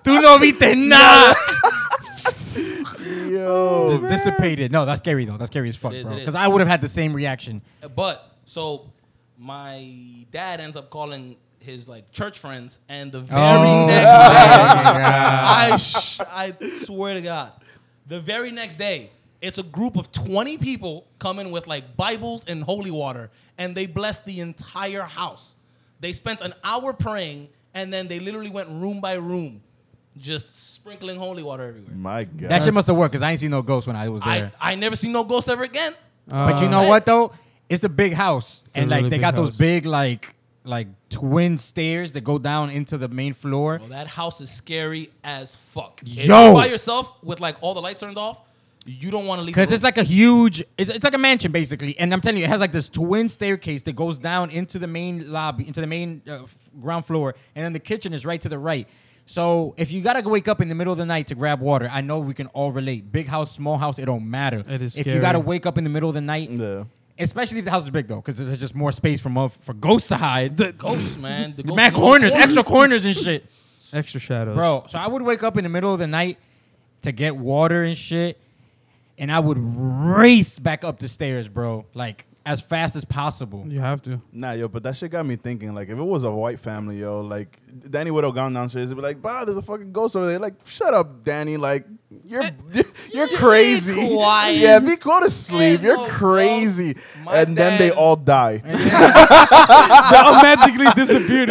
Speaker 2: Tú no viste nada.
Speaker 4: Yo.
Speaker 2: Just dissipated. No, that's scary though. That's scary as fuck,
Speaker 3: It is,
Speaker 2: bro.
Speaker 3: it is.
Speaker 2: Because I would have had the same reaction.
Speaker 3: But so my dad ends up calling his like church friends, and the very
Speaker 2: Oh,
Speaker 3: next
Speaker 2: my
Speaker 3: day,
Speaker 2: God.
Speaker 3: I sh- I swear to God, the very next day, it's a group of twenty people coming with like Bibles and holy water, and they blessed the entire house. They spent an hour praying, and then they literally went room by room, just sprinkling holy water everywhere.
Speaker 4: My God.
Speaker 2: That shit must have worked because I ain't seen no ghost when I was there.
Speaker 3: I I never seen no ghost ever again.
Speaker 2: but you know what though? It's a big house,
Speaker 1: Uh, a
Speaker 2: and like
Speaker 1: really
Speaker 2: they
Speaker 1: big
Speaker 2: got those
Speaker 1: house.
Speaker 2: big like like twin stairs that go down into the main floor.
Speaker 3: Well, that house is scary as fuck. If
Speaker 2: Yo!
Speaker 3: you're by yourself with like all the lights turned off, you don't want to leave. the
Speaker 2: Cause it's
Speaker 3: room.
Speaker 2: like a huge, it's, it's like a mansion basically, and I'm telling you, it has like this twin staircase that goes down into the main lobby, into the main uh, f- ground floor, and then the kitchen is right to the right. So if you gotta wake up in the middle of the night to grab water, I know we can all relate. Big house, small house, it don't matter.
Speaker 1: It is
Speaker 2: If you gotta
Speaker 1: scary.
Speaker 2: wake up in the middle of the night,
Speaker 4: Yeah.
Speaker 2: especially if the house is big though, because there's just more space for mo- for ghosts to hide.
Speaker 3: ghosts, man. The ghosts
Speaker 2: Mad
Speaker 3: is in the
Speaker 2: corners, extra corners and shit.
Speaker 1: Extra shadows.
Speaker 2: Bro, so I would wake up in the middle of the night to get water and shit, and I would race back up the stairs, bro, like as fast as possible.
Speaker 1: You have to.
Speaker 4: Nah, yo, but that shit got me thinking. Like, if it was a white family, yo, like Danny would have gone downstairs and be like, "Bah, there's a fucking ghost over there." Like, shut up, Danny. Like, you're you're crazy.
Speaker 3: Eh, quiet.
Speaker 4: Yeah, be go to sleep.
Speaker 3: There's
Speaker 4: You're
Speaker 3: no ghost.
Speaker 4: crazy.
Speaker 3: My
Speaker 4: and then they
Speaker 3: dad-
Speaker 4: all die.
Speaker 1: they all magically disappeared.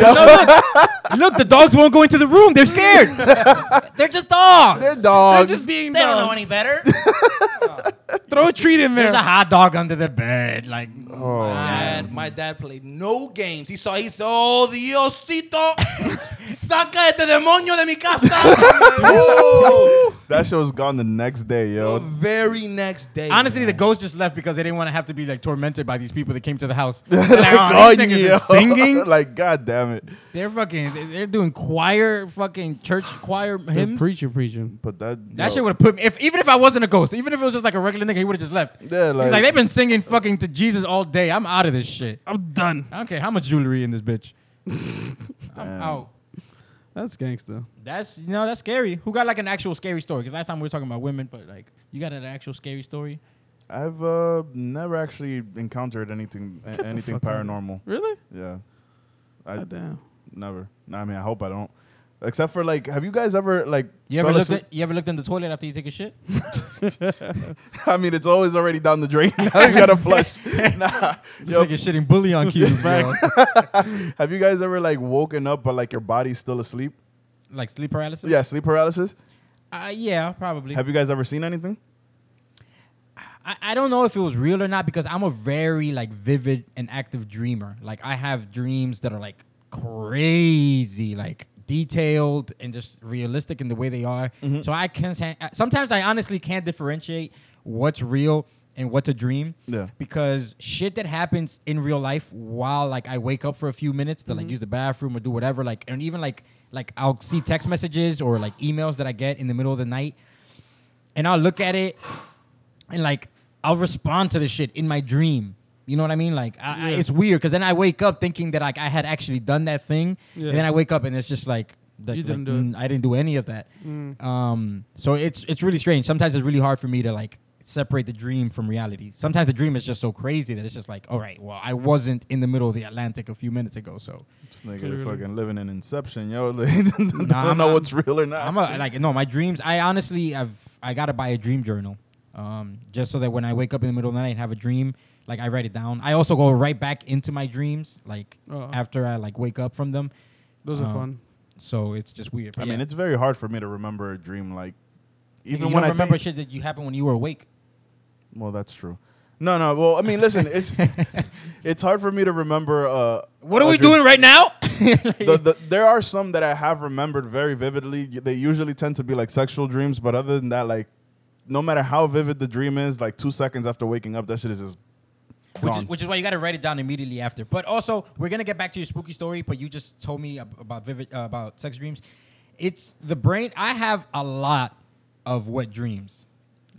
Speaker 2: Look, the dogs won't go into the room. They're scared. They're just dogs.
Speaker 4: They're dogs.
Speaker 1: just being
Speaker 5: They don't know
Speaker 1: dogs.
Speaker 5: any better.
Speaker 1: Throw a treat in
Speaker 2: There's a
Speaker 1: there.
Speaker 2: hot dog under the bed. Like,
Speaker 3: And my dad played no games. He saw, he said, "Oh Diosito, saca este demonio de mi casa."
Speaker 4: that shit was gone the next day,
Speaker 3: the
Speaker 4: yo.
Speaker 3: very next day.
Speaker 2: honestly, the
Speaker 3: man.
Speaker 2: ghost just left because they didn't want to have to be like tormented by these people that came to the house. They're like, "Oh, these niggas
Speaker 4: yo.
Speaker 2: is singing.
Speaker 4: like, god damn it.
Speaker 2: They're fucking. they- They're doing choir, fucking church choir hymns.
Speaker 1: Preacher, preaching.
Speaker 4: But that
Speaker 2: That
Speaker 4: yo,
Speaker 2: shit would have put me. If even if I wasn't a ghost, even if it was just like a regular nigga, he would have just left.
Speaker 4: Yeah,
Speaker 2: He's
Speaker 4: like-
Speaker 2: like they've been singing fucking to Jesus all day. I'm out of this shit.
Speaker 1: I'm done.
Speaker 2: I don't care how much jewelry in this bitch. I'm out.
Speaker 1: That's gangster.
Speaker 2: That's you know that's scary. Who got like an actual scary story? Because last time we were talking about women, but like you got an actual scary story.
Speaker 4: I've uh, never actually encountered anything a- anything
Speaker 1: fuck out of here.
Speaker 4: paranormal.
Speaker 1: Really?
Speaker 4: Yeah. I
Speaker 1: God damn.
Speaker 4: never. I mean, I hope I don't. Except for like, have you guys ever like?
Speaker 2: You ever,
Speaker 4: fell
Speaker 2: looked
Speaker 4: asleep-
Speaker 2: at, you ever looked in the toilet after you take a shit?
Speaker 4: I mean, it's always already down the drain. now you gotta flush. nah,
Speaker 2: This
Speaker 4: yo,
Speaker 2: nigga shitting bully on cue. bro.
Speaker 4: have you guys ever like woken up but like your body's still asleep?
Speaker 2: like sleep paralysis?
Speaker 4: Yeah, sleep paralysis.
Speaker 2: Uh, yeah, probably.
Speaker 4: Have you guys ever seen anything?
Speaker 2: I, I don't know if it was real or not because I'm a very like vivid and active dreamer. Like I have dreams that are like crazy, like detailed and just realistic in the way they are. So I can not sometimes I honestly can't differentiate what's real and what's a dream.
Speaker 4: Yeah.
Speaker 2: Because shit that happens in real life while like I wake up for a few minutes to like use the bathroom or do whatever, like and even like like I'll see text messages or like emails that I get in the middle of the night and I'll look at it and like I'll respond to the shit in my dream. You know what I mean? Like I, I, it's weird because then I wake up thinking that like I had actually done that thing,
Speaker 1: Yeah.
Speaker 2: and then I wake up and it's just like, the,
Speaker 1: You didn't
Speaker 2: like,
Speaker 1: do it. Mm.
Speaker 2: mm, I didn't do any of that. Um, so it's it's really strange. Sometimes it's really hard for me to like separate the dream from reality. Sometimes the dream is just so crazy that it's just like, all right, well, I wasn't in the middle of the Atlantic a few minutes ago, so
Speaker 4: This nigga
Speaker 1: Clearly.
Speaker 4: fucking living in Inception, yo. Like, I don't
Speaker 2: Nah, I'm
Speaker 4: know
Speaker 2: not-
Speaker 4: what's real or not.
Speaker 2: I'm a, like no, my dreams. I honestly, I've I gotta buy a dream journal, um, just so that when I wake up in the middle of the night and have a dream, like I write it down. I also go right back into my dreams, like
Speaker 1: Oh.
Speaker 2: after I like wake up from them.
Speaker 1: Those
Speaker 2: Um,
Speaker 1: are fun.
Speaker 2: So it's just weird.
Speaker 4: I
Speaker 2: But
Speaker 4: mean,
Speaker 2: yeah.
Speaker 4: it's very hard for me to remember a dream. Like,
Speaker 2: You
Speaker 4: even
Speaker 2: don't
Speaker 4: when I
Speaker 2: remember
Speaker 4: think,
Speaker 2: shit that you happened when you were awake.
Speaker 4: well, that's true. No, no. Well, I mean, listen, it's it's hard for me to remember. Uh,
Speaker 2: What are
Speaker 4: a
Speaker 2: we
Speaker 4: dream.
Speaker 2: doing right now?
Speaker 4: The, the, there are some that I have remembered very vividly. Y- They usually tend to be like sexual dreams, but other than that, like, no matter how vivid the dream is, like two seconds after waking up, that shit is just
Speaker 2: which is,
Speaker 4: gone.
Speaker 2: which is why you got to write it down immediately after. But also, we're gonna get back to your spooky story. But you just told me ab- about vivid uh, about sex dreams. It's the brain. I have a lot of wet dreams.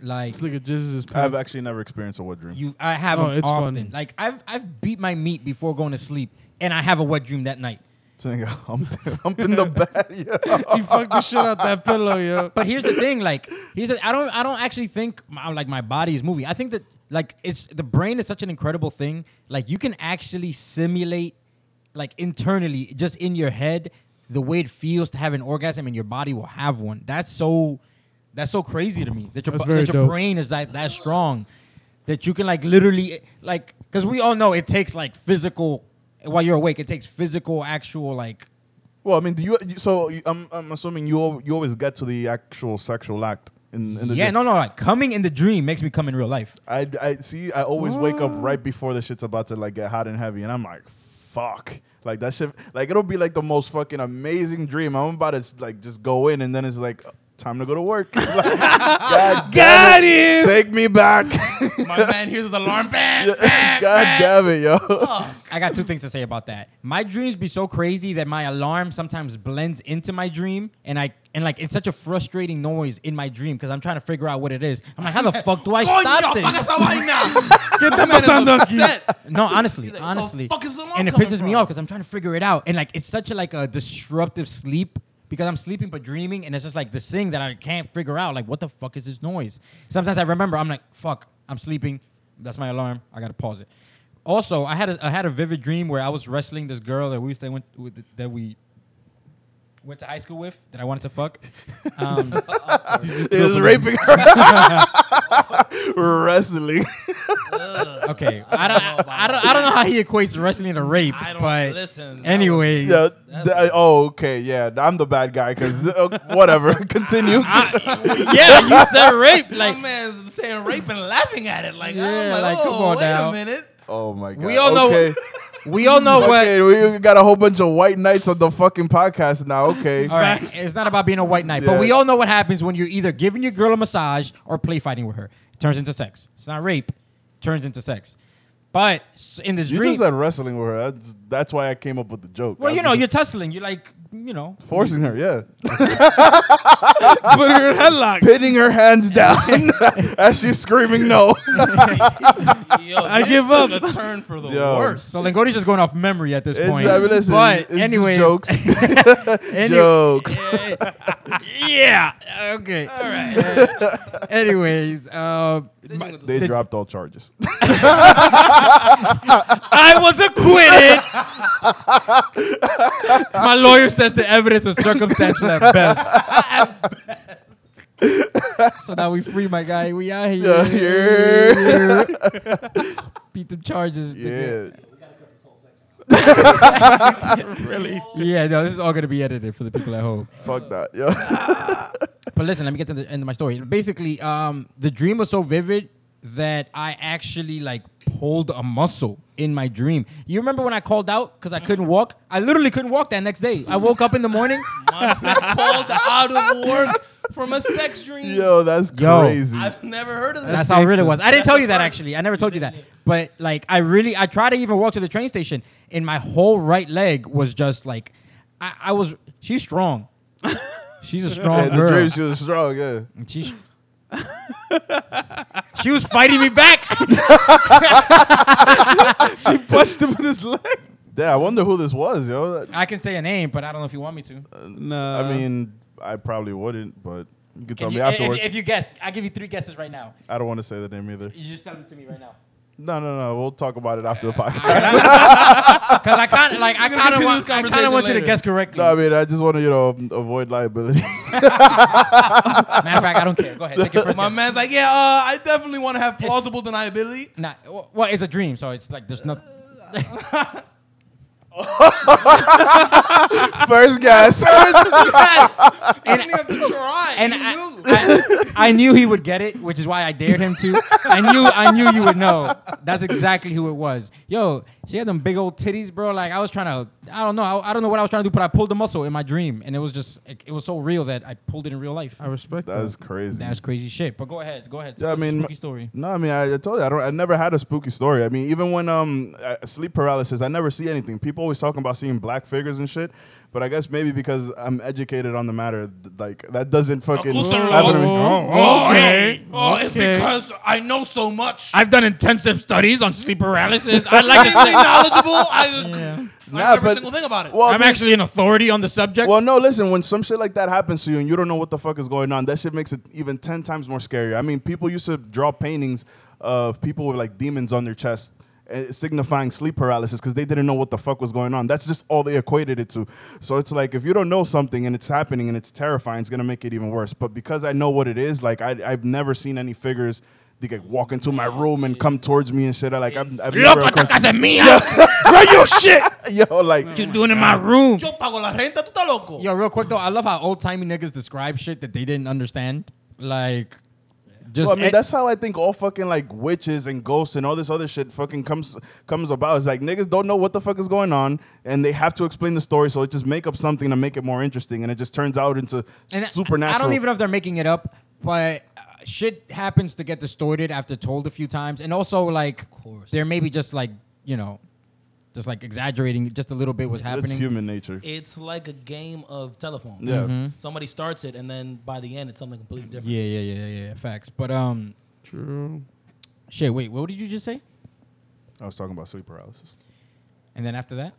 Speaker 2: Like
Speaker 1: This nigga jizzes his pants.
Speaker 4: I've actually never experienced a wet dream.
Speaker 2: you, I have
Speaker 1: No,
Speaker 2: them
Speaker 1: it's
Speaker 2: often.
Speaker 1: fun.
Speaker 2: Like I've I've beat my meat before going to sleep, and I have a wet dream that night.
Speaker 4: This nigga humped, humping the bed. Yeah.
Speaker 1: he fucked the shit out that pillow, yo.
Speaker 2: But here's the thing, like here's the, I don't I don't actually think my, like my body is moving. I think that like it's the brain is such an incredible thing. Like you can actually simulate like internally just in your head the way it feels to have an orgasm and your body will have one. That's so that's so crazy to me that your
Speaker 1: That's
Speaker 2: bo-
Speaker 1: very
Speaker 2: that your
Speaker 1: dope.
Speaker 2: brain is that that strong that you can like literally like because we all know it takes like physical while you're awake it takes physical actual like
Speaker 4: Well, I mean, do you? you- So you- I'm, I'm assuming you al- you always get to the actual sexual act in, in the
Speaker 2: yeah
Speaker 4: dream.
Speaker 2: no no like coming in the dream makes me come in real life
Speaker 4: I, I see. I always wake up right before the shit's about to like get hot and heavy, and I'm like, fuck. Like that shit. Like it'll be like the most fucking amazing dream. I'm about to like just go in, and then it's like time to go to work. Like, God, damn
Speaker 1: Got
Speaker 4: it.
Speaker 1: him.
Speaker 4: Take me back.
Speaker 3: My man hears his alarm bang.
Speaker 4: God damn it, yo.
Speaker 2: I got two things to say about that. My dreams be so crazy that my alarm sometimes blends into my dream, and I and like it's such a frustrating noise in my dream because I'm trying to figure out what it is. I'm like, how the fuck do I stop this?
Speaker 1: Get the pasando aquí.
Speaker 2: No, honestly,
Speaker 3: like,
Speaker 2: honestly,
Speaker 3: "The fuck is the alarm
Speaker 2: and it
Speaker 3: coming
Speaker 2: pisses me
Speaker 3: from?"
Speaker 2: off because I'm trying to figure it out, and like it's such a like a disruptive sleep because I'm sleeping but dreaming, and it's just like this thing that I can't figure out. Like, what the fuck is this noise? Sometimes I remember I'm like, fuck, I'm sleeping. That's my alarm. I gotta pause it. Also, I had a, I had a vivid dream where I was wrestling this girl that we used to went with, that we went to high school with that I wanted to fuck. Um,
Speaker 4: It's raping her. Wrestling.
Speaker 2: okay, I don't, I, don't I don't know how he equates wrestling to rape,
Speaker 3: I don't
Speaker 2: but
Speaker 3: listen.
Speaker 2: anyways.
Speaker 4: Yeah.
Speaker 3: That's-
Speaker 4: th- oh, okay. Yeah, I'm the bad guy because uh, whatever. Continue.
Speaker 2: yeah, you said rape.
Speaker 1: Oh,
Speaker 3: Like,
Speaker 2: Like
Speaker 3: my man's saying rape and laughing at it. Like,
Speaker 2: Yeah,
Speaker 3: I'm like,
Speaker 2: like,
Speaker 3: oh,
Speaker 2: come on
Speaker 3: wait
Speaker 2: now.
Speaker 3: a minute.
Speaker 4: oh my god.
Speaker 2: We all know-
Speaker 4: Okay.
Speaker 2: we all know
Speaker 4: okay, we got a whole bunch of white knights on the fucking podcast now. Okay.
Speaker 2: what. All right, it's not about being a white knight, but we
Speaker 4: Yeah.
Speaker 2: all know what happens when you're either giving your girl a massage or play fighting with her. It turns into sex. It's not rape. It turns into sex. But s- in this
Speaker 4: You
Speaker 2: dream,
Speaker 4: just said wrestling with her. That's, that's why I came up with the joke.
Speaker 2: well,
Speaker 4: I'm
Speaker 2: you know,
Speaker 4: just
Speaker 2: you're tussling. You're like, you know,
Speaker 4: forcing her. Yeah,
Speaker 1: Put her in headlock.
Speaker 4: pinning her hands down as she's screaming no.
Speaker 3: Yo, I
Speaker 1: give
Speaker 3: A turn for the
Speaker 4: Yo.
Speaker 3: worse.
Speaker 2: so Lingotti's just going off memory at this
Speaker 4: It's,
Speaker 2: point.
Speaker 4: I mean, listen,
Speaker 2: but
Speaker 4: it's just
Speaker 2: anyways,
Speaker 4: jokes,
Speaker 2: any-
Speaker 4: jokes.
Speaker 2: yeah, okay, all right. anyways, um, my-
Speaker 3: with the
Speaker 4: They
Speaker 2: the-
Speaker 4: dropped all charges.
Speaker 2: I was acquitted. My lawyer said the evidence is circumstantial at best. so now we free my guy. We out here.
Speaker 4: Yeah, yeah.
Speaker 2: Beat the charges. nigga.
Speaker 4: Yeah.
Speaker 2: Yeah, no, this is all gonna be edited for the people at home.
Speaker 4: Fuck that. Yeah.
Speaker 2: But listen, let me get to the end of my story. Basically, um, the dream was so vivid that I actually like pulled a muscle in my dream. You remember when I called out because I couldn't walk? I literally couldn't walk that next day. I woke up in the morning.
Speaker 3: called out of work from a sex dream.
Speaker 4: Yo, that's
Speaker 2: Yo.
Speaker 4: crazy.
Speaker 3: I've never heard of this.
Speaker 2: That's how it really was. I didn't
Speaker 3: That's
Speaker 2: tell
Speaker 3: the
Speaker 2: you that
Speaker 3: first.
Speaker 2: actually. I never told you that. But like, I really, I tried to even walk to the train station, and my whole right leg was just like, I, I was. She's strong. She's a strong
Speaker 4: yeah, the
Speaker 2: girl.
Speaker 4: dream she was strong, yeah.
Speaker 2: She, she was fighting me back.
Speaker 1: she punched him in his leg.
Speaker 4: Damn, I wonder who this was, yo.
Speaker 2: I can say a name, but I don't know if you want me to. Can
Speaker 1: Nah.
Speaker 4: I mean, I probably wouldn't, but you could tell
Speaker 2: Uh, you-
Speaker 4: me
Speaker 2: i- if-
Speaker 4: afterwards.
Speaker 2: If, you guess, I give you three guesses right now.
Speaker 4: I don't want to say the name either.
Speaker 2: You just tell them to me right now.
Speaker 4: No, no, no. We'll talk about it after the podcast.
Speaker 2: Cause I kind of like I kind of
Speaker 3: continue
Speaker 2: want
Speaker 3: this
Speaker 2: I kind
Speaker 3: conversation
Speaker 2: of want you to
Speaker 3: later.
Speaker 2: guess correctly.
Speaker 4: no, I mean, I just want to, you know, avoid liability.
Speaker 2: Matter of fact, I don't care. Go ahead. Take your first
Speaker 3: My
Speaker 2: guess.
Speaker 3: man's like, yeah, uh, I definitely want to have plausible deniability.
Speaker 2: Nah, w- well, it's a dream, so it's like there's no.
Speaker 4: First guess.
Speaker 3: yes, I didn't even have to try.
Speaker 2: and
Speaker 3: he
Speaker 2: I-
Speaker 3: knew.
Speaker 2: I, I knew he would get it, which is why I dared him to. I knew I knew you would know. That's exactly who it was. Yo, she had them big old titties, bro. Like I was trying to, I don't know, I, I don't know what I was trying to do, but I pulled the muscle in my dream, and it was just, it, it was so real that I pulled it in real life.
Speaker 1: I respect that.
Speaker 4: That's crazy.
Speaker 2: That's crazy shit. But go ahead, go ahead.
Speaker 4: Yeah, I
Speaker 2: Tell us a
Speaker 4: mean,
Speaker 2: spooky story.
Speaker 4: No, I mean, I, I told you, I don't. I never had a spooky story. I mean, even when um I, sleep paralysis, I never see anything. People always talking about seeing black figures and shit, but I guess maybe because I'm educated on the matter, th- like that doesn't fucking.
Speaker 3: Uncle Sarah.
Speaker 4: happen to me.
Speaker 3: Oh, okay. Oh, it's because I know so much.
Speaker 2: I've done intensive studies on sleep paralysis. I
Speaker 3: like to say knowledgeable. I, I
Speaker 4: Nah,
Speaker 3: know every
Speaker 4: but-
Speaker 3: single thing about it.
Speaker 4: Well, I mean-
Speaker 2: actually an authority on the subject.
Speaker 4: Well, no, listen, when some shit like that happens to you and you don't know what the fuck is going on, that shit makes it even 10 times more scarier. I mean, people used to draw paintings of people with like demons on their chest. eh, Signifying sleep paralysis because they didn't know what the fuck was going on. That's just all they equated it to. So it's like if you don't know something and it's happening and it's terrifying, it's gonna make it even worse. But because I know what it is, like I, I've never seen any figures that like walk into my room and come towards me and shit. I like I've, I've never.
Speaker 2: casa mía. Bro, your shit.
Speaker 4: Yo, like
Speaker 2: you doing in my room?
Speaker 3: Yo pago la renta, tú estás loco.
Speaker 2: Yo, real quick though, I love how old timey niggas describe shit that they didn't understand. Like, just
Speaker 4: Well, I mean,
Speaker 2: eh,
Speaker 4: that's how I think all fucking like witches and ghosts and all this other shit fucking comes comes about. It's like niggas don't know what the fuck is going on, and they have to explain the story, so it just make up something to make it more interesting, and it just turns out into
Speaker 2: and I-
Speaker 4: supernatural.
Speaker 2: I don't even know if they're making it up, but uh, shit happens to get distorted after told a few times, and also like they're maybe just like you know, just like exaggerating just a little bit what's
Speaker 4: It's
Speaker 2: happening.
Speaker 4: human nature.
Speaker 3: It's like a game of telephone.
Speaker 4: Yeah. Mhm.
Speaker 3: Somebody starts it, and then by the end, it's something completely different.
Speaker 2: Yeah, yeah, yeah, yeah, yeah. Facts, but um,
Speaker 1: True.
Speaker 2: shit. Wait, what did you just say?
Speaker 4: I was talking about sleep paralysis.
Speaker 2: And then after that,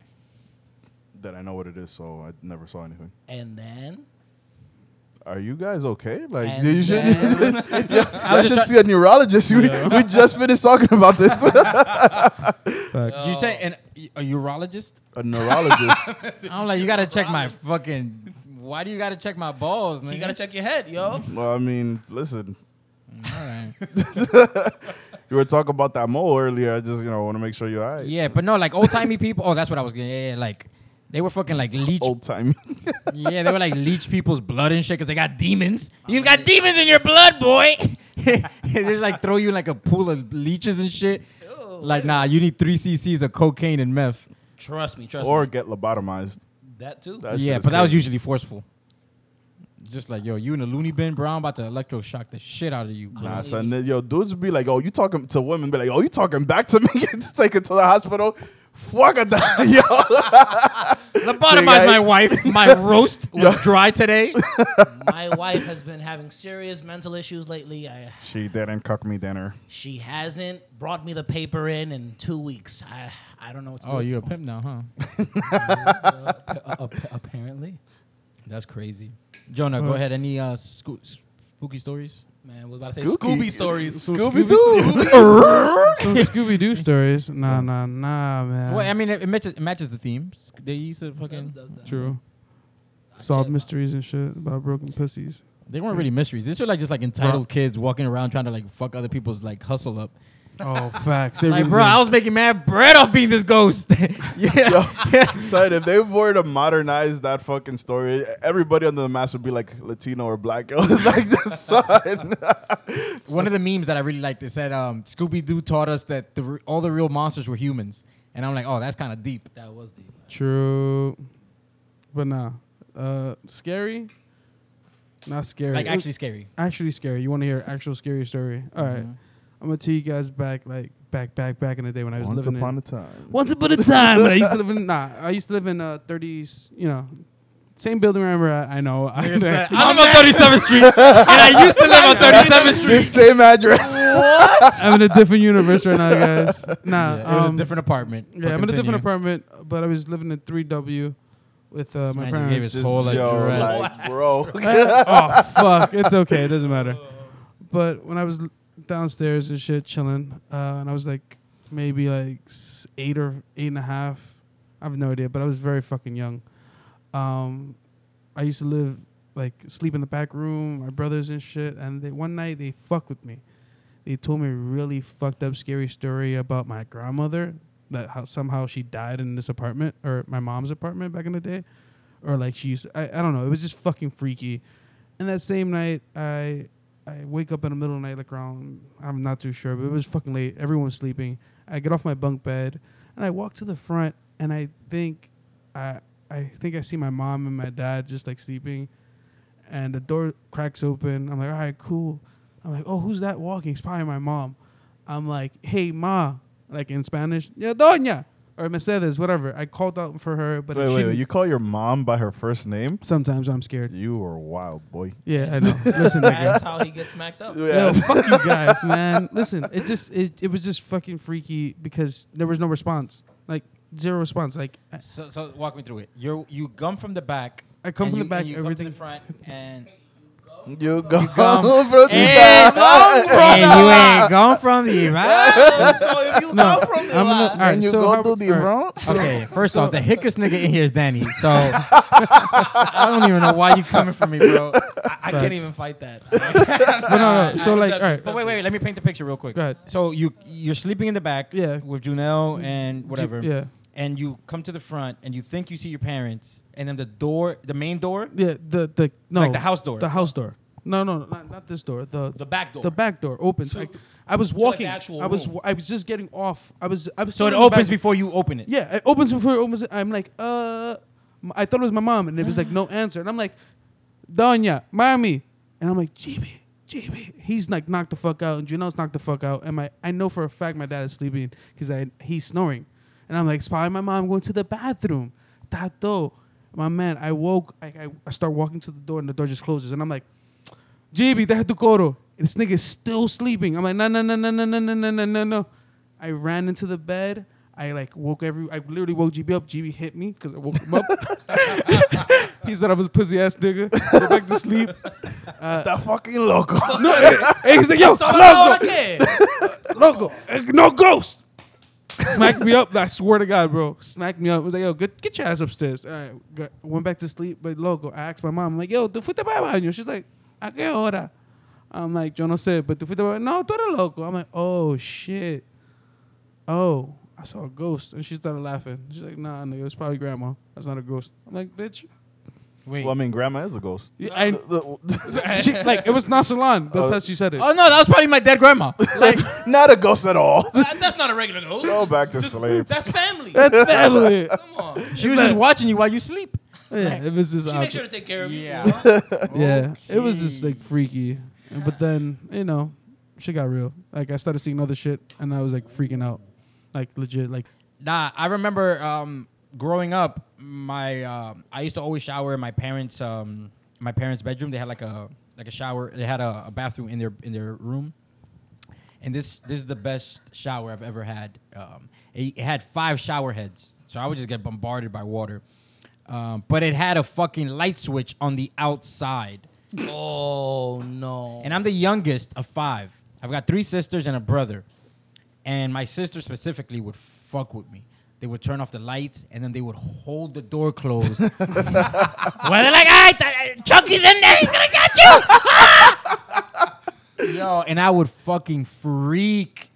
Speaker 4: That I know what it is, so I never saw anything.
Speaker 3: And then
Speaker 4: Are you guys okay? Like
Speaker 3: And
Speaker 4: you should,
Speaker 3: then-
Speaker 4: I should see a neurologist. We, we just finished talking about this.
Speaker 1: Facts.
Speaker 2: did you say an, a urologist?
Speaker 4: a neurologist.
Speaker 2: I'm like, you gotta check my fucking. Why do you gotta check my balls? Nigga?
Speaker 3: you gotta check your head, yo.
Speaker 4: well, I mean, listen,
Speaker 2: All right.
Speaker 4: you were talking about that mole earlier. I just you know want to make sure you're all right.
Speaker 2: Yeah, but no, like old timey people. Oh, that's what I was getting. Yeah, yeah, like they were fucking like leech.
Speaker 4: Old timey.
Speaker 2: Yeah, they were like leech people's blood and shit because they got demons. You've got demons in your blood, boy. they just like throw you in like a pool of leeches and shit. Like, nah, you need three cc's of cocaine and meth.
Speaker 3: Trust me, trust
Speaker 4: or
Speaker 3: me.
Speaker 4: get lobotomized.
Speaker 3: That too.
Speaker 4: That shit
Speaker 2: yeah,
Speaker 4: is
Speaker 2: but that was
Speaker 4: crazy.
Speaker 2: usually forceful. Just like, yo, you in a loony bin, bro. I'm about to electroshock the shit out of you. bro.
Speaker 4: Nah, son. then, Yo, dudes would be like, "Oh, you talking to women?" Be like, "Oh, you talking back to me?" Just take it to the hospital. Fuck it, yo.
Speaker 2: Lobotomized my wife. My roast was dry today.
Speaker 5: My wife has been having serious mental issues lately. I,
Speaker 4: She didn't cook me dinner.
Speaker 5: she hasn't brought me the paper in in two weeks. I, I don't know what to do.
Speaker 2: Oh,
Speaker 5: at
Speaker 2: you're a
Speaker 5: this point.
Speaker 2: pimp now, huh?
Speaker 3: apparently,
Speaker 2: That's crazy. Jonah, go ahead. Any uh, scoo- spooky stories?
Speaker 3: man, was about to say
Speaker 4: Spooky.
Speaker 3: Scooby stories.
Speaker 4: Scooby Doo.
Speaker 1: Some Scooby Doo stories. Nah, nah, nah, man.
Speaker 2: Well, I mean, it, it matches, it matches the theme. They used to fucking.
Speaker 1: True. solve mysteries and shit about broken pussies.
Speaker 2: They weren't really mysteries. These were like just like entitled kids walking around trying to like fuck other people's like hustle up.
Speaker 1: Oh, facts. They
Speaker 2: Like,
Speaker 1: really
Speaker 2: bro,
Speaker 1: did.
Speaker 2: I was making mad bread off being this ghost. yeah.
Speaker 4: Son, if they were to modernize that fucking story, everybody under the mask would be like Latino or black. It was like the son.
Speaker 2: One of the memes that I really liked, it said um, Scooby Doo taught us that the, re- all the real monsters were humans. And I'm like, oh, that's kind of deep.
Speaker 3: That was deep.
Speaker 1: True. But nah. Uh, scary? Not scary.
Speaker 2: Like,
Speaker 1: It-
Speaker 2: actually scary.
Speaker 1: actually scary. You want to hear an actual scary story? All right.
Speaker 2: Mm-hmm.
Speaker 1: I'm gonna tell you guys back, like back, back, back in the day when I was
Speaker 4: Once
Speaker 1: living
Speaker 4: upon
Speaker 1: in.
Speaker 4: a time.
Speaker 1: once upon a time, when I used to live in. Nah, I used to live in uh, 30s. You know, same building. Remember? I, I know. I,
Speaker 2: I live on 37th Street. and I used to live on 37th Street.
Speaker 4: The same address.
Speaker 1: I'm in a different universe right now, guys. Nah,
Speaker 2: Yeah, it was
Speaker 1: um,
Speaker 2: a different apartment.
Speaker 1: Yeah, I'm in a different apartment, but I was living in 3W with uh,
Speaker 2: This
Speaker 1: my
Speaker 2: man just gave
Speaker 1: parents.
Speaker 2: his whole address.
Speaker 4: like, bro.
Speaker 1: oh fuck, it's okay. It doesn't matter. But when I was l- downstairs and shit, chilling, uh, and I was like maybe like s- eight or eight and a half. I have no idea, but I was very fucking young. Um, I used to live like sleep in the back room, my brothers and shit. And they, one night they fucked with me. They told me a really fucked up, scary story about my grandmother that how somehow she died in this apartment or my mom's apartment back in the day, or like she used. I, I don't know. It was just fucking freaky. And that same night, I I wake up in the middle of the night, like around I'm not too sure, but it was fucking late. Everyone's sleeping. I get off my bunk bed and I walk to the front, and I think I I think I see my mom and my dad just like sleeping, and the door cracks open. I'm like, all right, cool. I'm like, oh, who's that walking? It's probably my mom. I'm like, hey, ma, like in Spanish, ya doña or Mercedes, whatever. I called out for her, but
Speaker 4: Wait,
Speaker 1: she
Speaker 4: wait, wait.
Speaker 1: didn't-
Speaker 4: You call your mom by her first name?
Speaker 1: sometimes I'm scared.
Speaker 4: You are wild, boy.
Speaker 1: Yeah, I know. Listen, nigga.
Speaker 3: That's how he gets smacked up.
Speaker 1: Yo, fuck you guys, man. Listen, it just it, it was just fucking freaky because there was no response. Like zero response. Like I-
Speaker 2: So, so walk me through it. You you gum from the back.
Speaker 1: I come
Speaker 2: and
Speaker 1: from the
Speaker 2: you-
Speaker 1: back,
Speaker 2: and you come
Speaker 1: everything-
Speaker 2: to the front, and
Speaker 4: You go
Speaker 2: come-
Speaker 4: from
Speaker 2: and, and you ain't gone from the back.
Speaker 3: so if you
Speaker 1: No,
Speaker 3: come from the
Speaker 1: I'm gonna-
Speaker 3: line,
Speaker 1: Alright,
Speaker 4: and you
Speaker 1: so
Speaker 4: go
Speaker 1: how-
Speaker 4: to the
Speaker 1: alright.
Speaker 4: front.
Speaker 2: Okay, first off, the hickest nigga in here is Danny. So I don't even know why you coming for me, bro.
Speaker 3: I, I
Speaker 1: Facts.
Speaker 3: can't even fight that.
Speaker 1: no, no, no. So like, all right,
Speaker 2: So wait, wait, wait, let me paint the picture real quick.
Speaker 1: Go ahead.
Speaker 2: So you you're sleeping in the back,
Speaker 1: Yeah.
Speaker 2: with Junelle and whatever,
Speaker 1: yeah,
Speaker 2: and you come to the front and you think you see your parents, and then the door, the main door,
Speaker 1: yeah. The the no,
Speaker 2: like the house door.
Speaker 1: the house door. No, no, no, not, not this door. The
Speaker 3: The back door.
Speaker 1: the back door opens.
Speaker 3: So-
Speaker 1: like, I was
Speaker 3: like, the
Speaker 1: walking.
Speaker 3: actual
Speaker 1: I was
Speaker 3: room.
Speaker 1: wa- I was just getting off. I was I was.
Speaker 2: so
Speaker 1: still
Speaker 2: it
Speaker 1: in the back-
Speaker 2: opens before you open it.
Speaker 1: Yeah, it opens before it opens. I'm like, uh, m- I thought it was my mom, and it was like no answer, and I'm like, Donya, mommy, and I'm like, JB, JB. He's like knocked the fuck out, and Janelle's knocked the fuck out, and my I know for a fact my dad is sleeping because I he's snoring, and I'm like, it's probably my mom going to the bathroom. Tato, my man, I woke, I, I, I start walking to the door, and the door just closes, and I'm like. JB, deja tu coro. And this nigga's still sleeping. I'm like, no, no, no, no, no, no, no, no, no, no, no. I ran into the bed. I like woke every. I literally woke GB up. GB hit me because I woke him up. he said I was a pussy ass nigga. Go back to sleep.
Speaker 4: The fucking loco.
Speaker 1: Hey, he's like, yo,
Speaker 3: Ahora
Speaker 1: loco,
Speaker 3: qué?
Speaker 1: loco, eh, no ghost. Smacked me up. I swear to God, bro. Smacked me up. Was like, yo, get, get your ass upstairs. All right, got, went back to sleep. But loco, I asked my mom, I'm like, yo, tú fuiste para el baño? She's like, ¿a qué hora? I'm like, yo no sé, but tú fuiste para el baño? No, tú eres loco. I'm like, oh shit. Oh, I saw a ghost, and she started laughing. She's like, nah, nigga, it's probably grandma. That's not a ghost. I'm like, bitch.
Speaker 2: Wait.
Speaker 4: well, I mean, grandma is a ghost.
Speaker 1: Yeah, I,
Speaker 4: The-
Speaker 1: she, like it was nonchalant. That's
Speaker 4: Oh.
Speaker 1: how she said it.
Speaker 2: oh no, that was probably my dead grandma. Like
Speaker 4: Not a ghost at all.
Speaker 3: That- That's not a regular ghost.
Speaker 4: Go back to sleep.
Speaker 3: That's family.
Speaker 1: That's family.
Speaker 3: Come on. She
Speaker 2: she was just watching you while you sleep.
Speaker 1: yeah, it was just.
Speaker 3: makes
Speaker 1: awkward.
Speaker 3: sure to take care of you.
Speaker 2: Yeah.
Speaker 1: Yeah, it was just like freaky. And- But then you know, shit got real. Like I started seeing other shit, and I was like freaking out, like legit. Like
Speaker 2: Nah, I remember um, growing up. My um I used to always shower in my parents' um, my parents' bedroom. They had like a like a shower. They had a, a bathroom in their in their room. And this this is the best shower I've ever had. Um, it, it had five shower heads, so I would just get bombarded by water. Um, but it had a fucking light switch on the outside.
Speaker 3: Oh no.
Speaker 2: And I'm the youngest of five. I've got three sisters and a brother. And my sister specifically would fuck with me. They would turn off the lights and then they would hold the door closed. well, they're like, all right, th- Chucky's in there. He's going to get you. Ah! Yo, and I would fucking freak.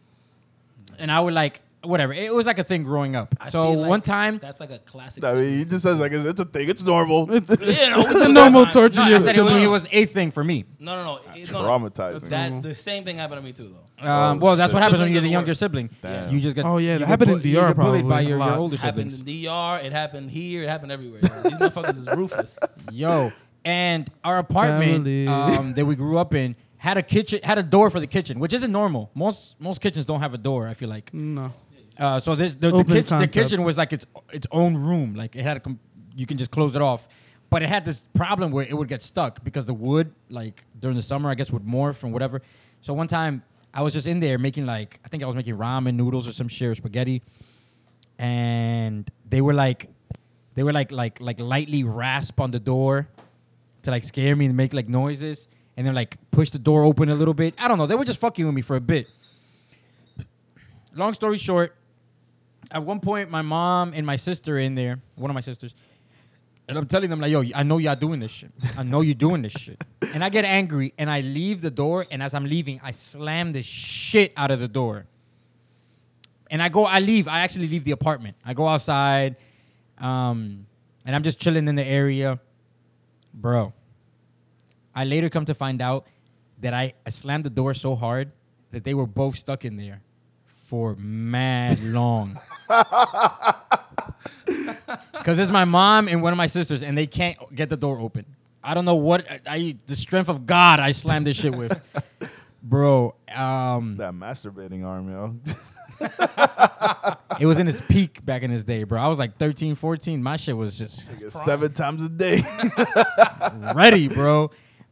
Speaker 2: And I would like, whatever. It was like a thing growing up.
Speaker 3: I
Speaker 2: so
Speaker 3: feel like
Speaker 2: one time,
Speaker 3: that's like a classic.
Speaker 4: I mean, he just says like it's, it's a thing. It's normal. It's
Speaker 3: yeah, no,
Speaker 1: It's a normal
Speaker 3: not-
Speaker 1: torture.
Speaker 2: no, I
Speaker 1: you're
Speaker 2: said it
Speaker 1: simply-
Speaker 2: was, it was a thing for me.
Speaker 3: No, no, no. It's not-
Speaker 4: traumatizing.
Speaker 3: That, the same thing happened to me too, though.
Speaker 2: Um,
Speaker 4: Oh,
Speaker 2: well, that's
Speaker 4: shit.
Speaker 2: what happens when
Speaker 3: Siblings
Speaker 2: you're
Speaker 3: are
Speaker 2: the
Speaker 3: the
Speaker 2: younger
Speaker 3: worst.
Speaker 2: sibling.
Speaker 4: Yeah.
Speaker 2: You just get
Speaker 1: Oh, yeah, that
Speaker 2: you get
Speaker 1: happened in
Speaker 2: bu- you
Speaker 1: DR
Speaker 2: get bullied
Speaker 1: probably
Speaker 2: by
Speaker 1: a
Speaker 2: your, your
Speaker 1: lot.
Speaker 2: older
Speaker 3: happened
Speaker 2: siblings.
Speaker 3: in DR. It happened here. It happened everywhere. yo. These motherfuckers is ruthless.
Speaker 2: Yo, and our apartment
Speaker 1: Family.
Speaker 2: um, that we grew up in had a kitchen, had a door for the kitchen, which isn't normal. Most most kitchens don't have a door. I feel like
Speaker 1: No.
Speaker 2: uh, so. This the, the,
Speaker 1: Open
Speaker 2: kitchen, the
Speaker 1: concept.
Speaker 2: kitchen was like its its own room. Like it had a com- you can just close it off, but it had this problem where it would get stuck because the wood, like during the summer, I guess would morph and whatever. So one time I was just in there making like I think I was making ramen noodles or some shit or spaghetti, and they were like they were like like like lightly rasp on the door to like scare me and make like noises and then like push the door open a little bit i don't know they were just fucking with me for a bit long story short at one point my mom and my sister are in there one of my sisters and i'm telling them like yo i know y'all doing this shit i know you're doing this shit and i get angry and i leave the door and as i'm leaving i slam the shit out of the door and I go, I leave. I actually leave the apartment. I go outside, um, and I'm just chilling in the area, bro. I later come to find out that I, I slammed the door so hard that they were both stuck in there for mad long. Because it's my mom and one of my sisters, and they can't get the door open. I don't know what I, I the strength of God I slammed this shit with, bro. Um,
Speaker 4: that masturbating arm, yo.
Speaker 2: it was in its peak back in his day, bro. I was like 13, 14. My shit was just
Speaker 4: Seven times a day.
Speaker 2: ready, bro.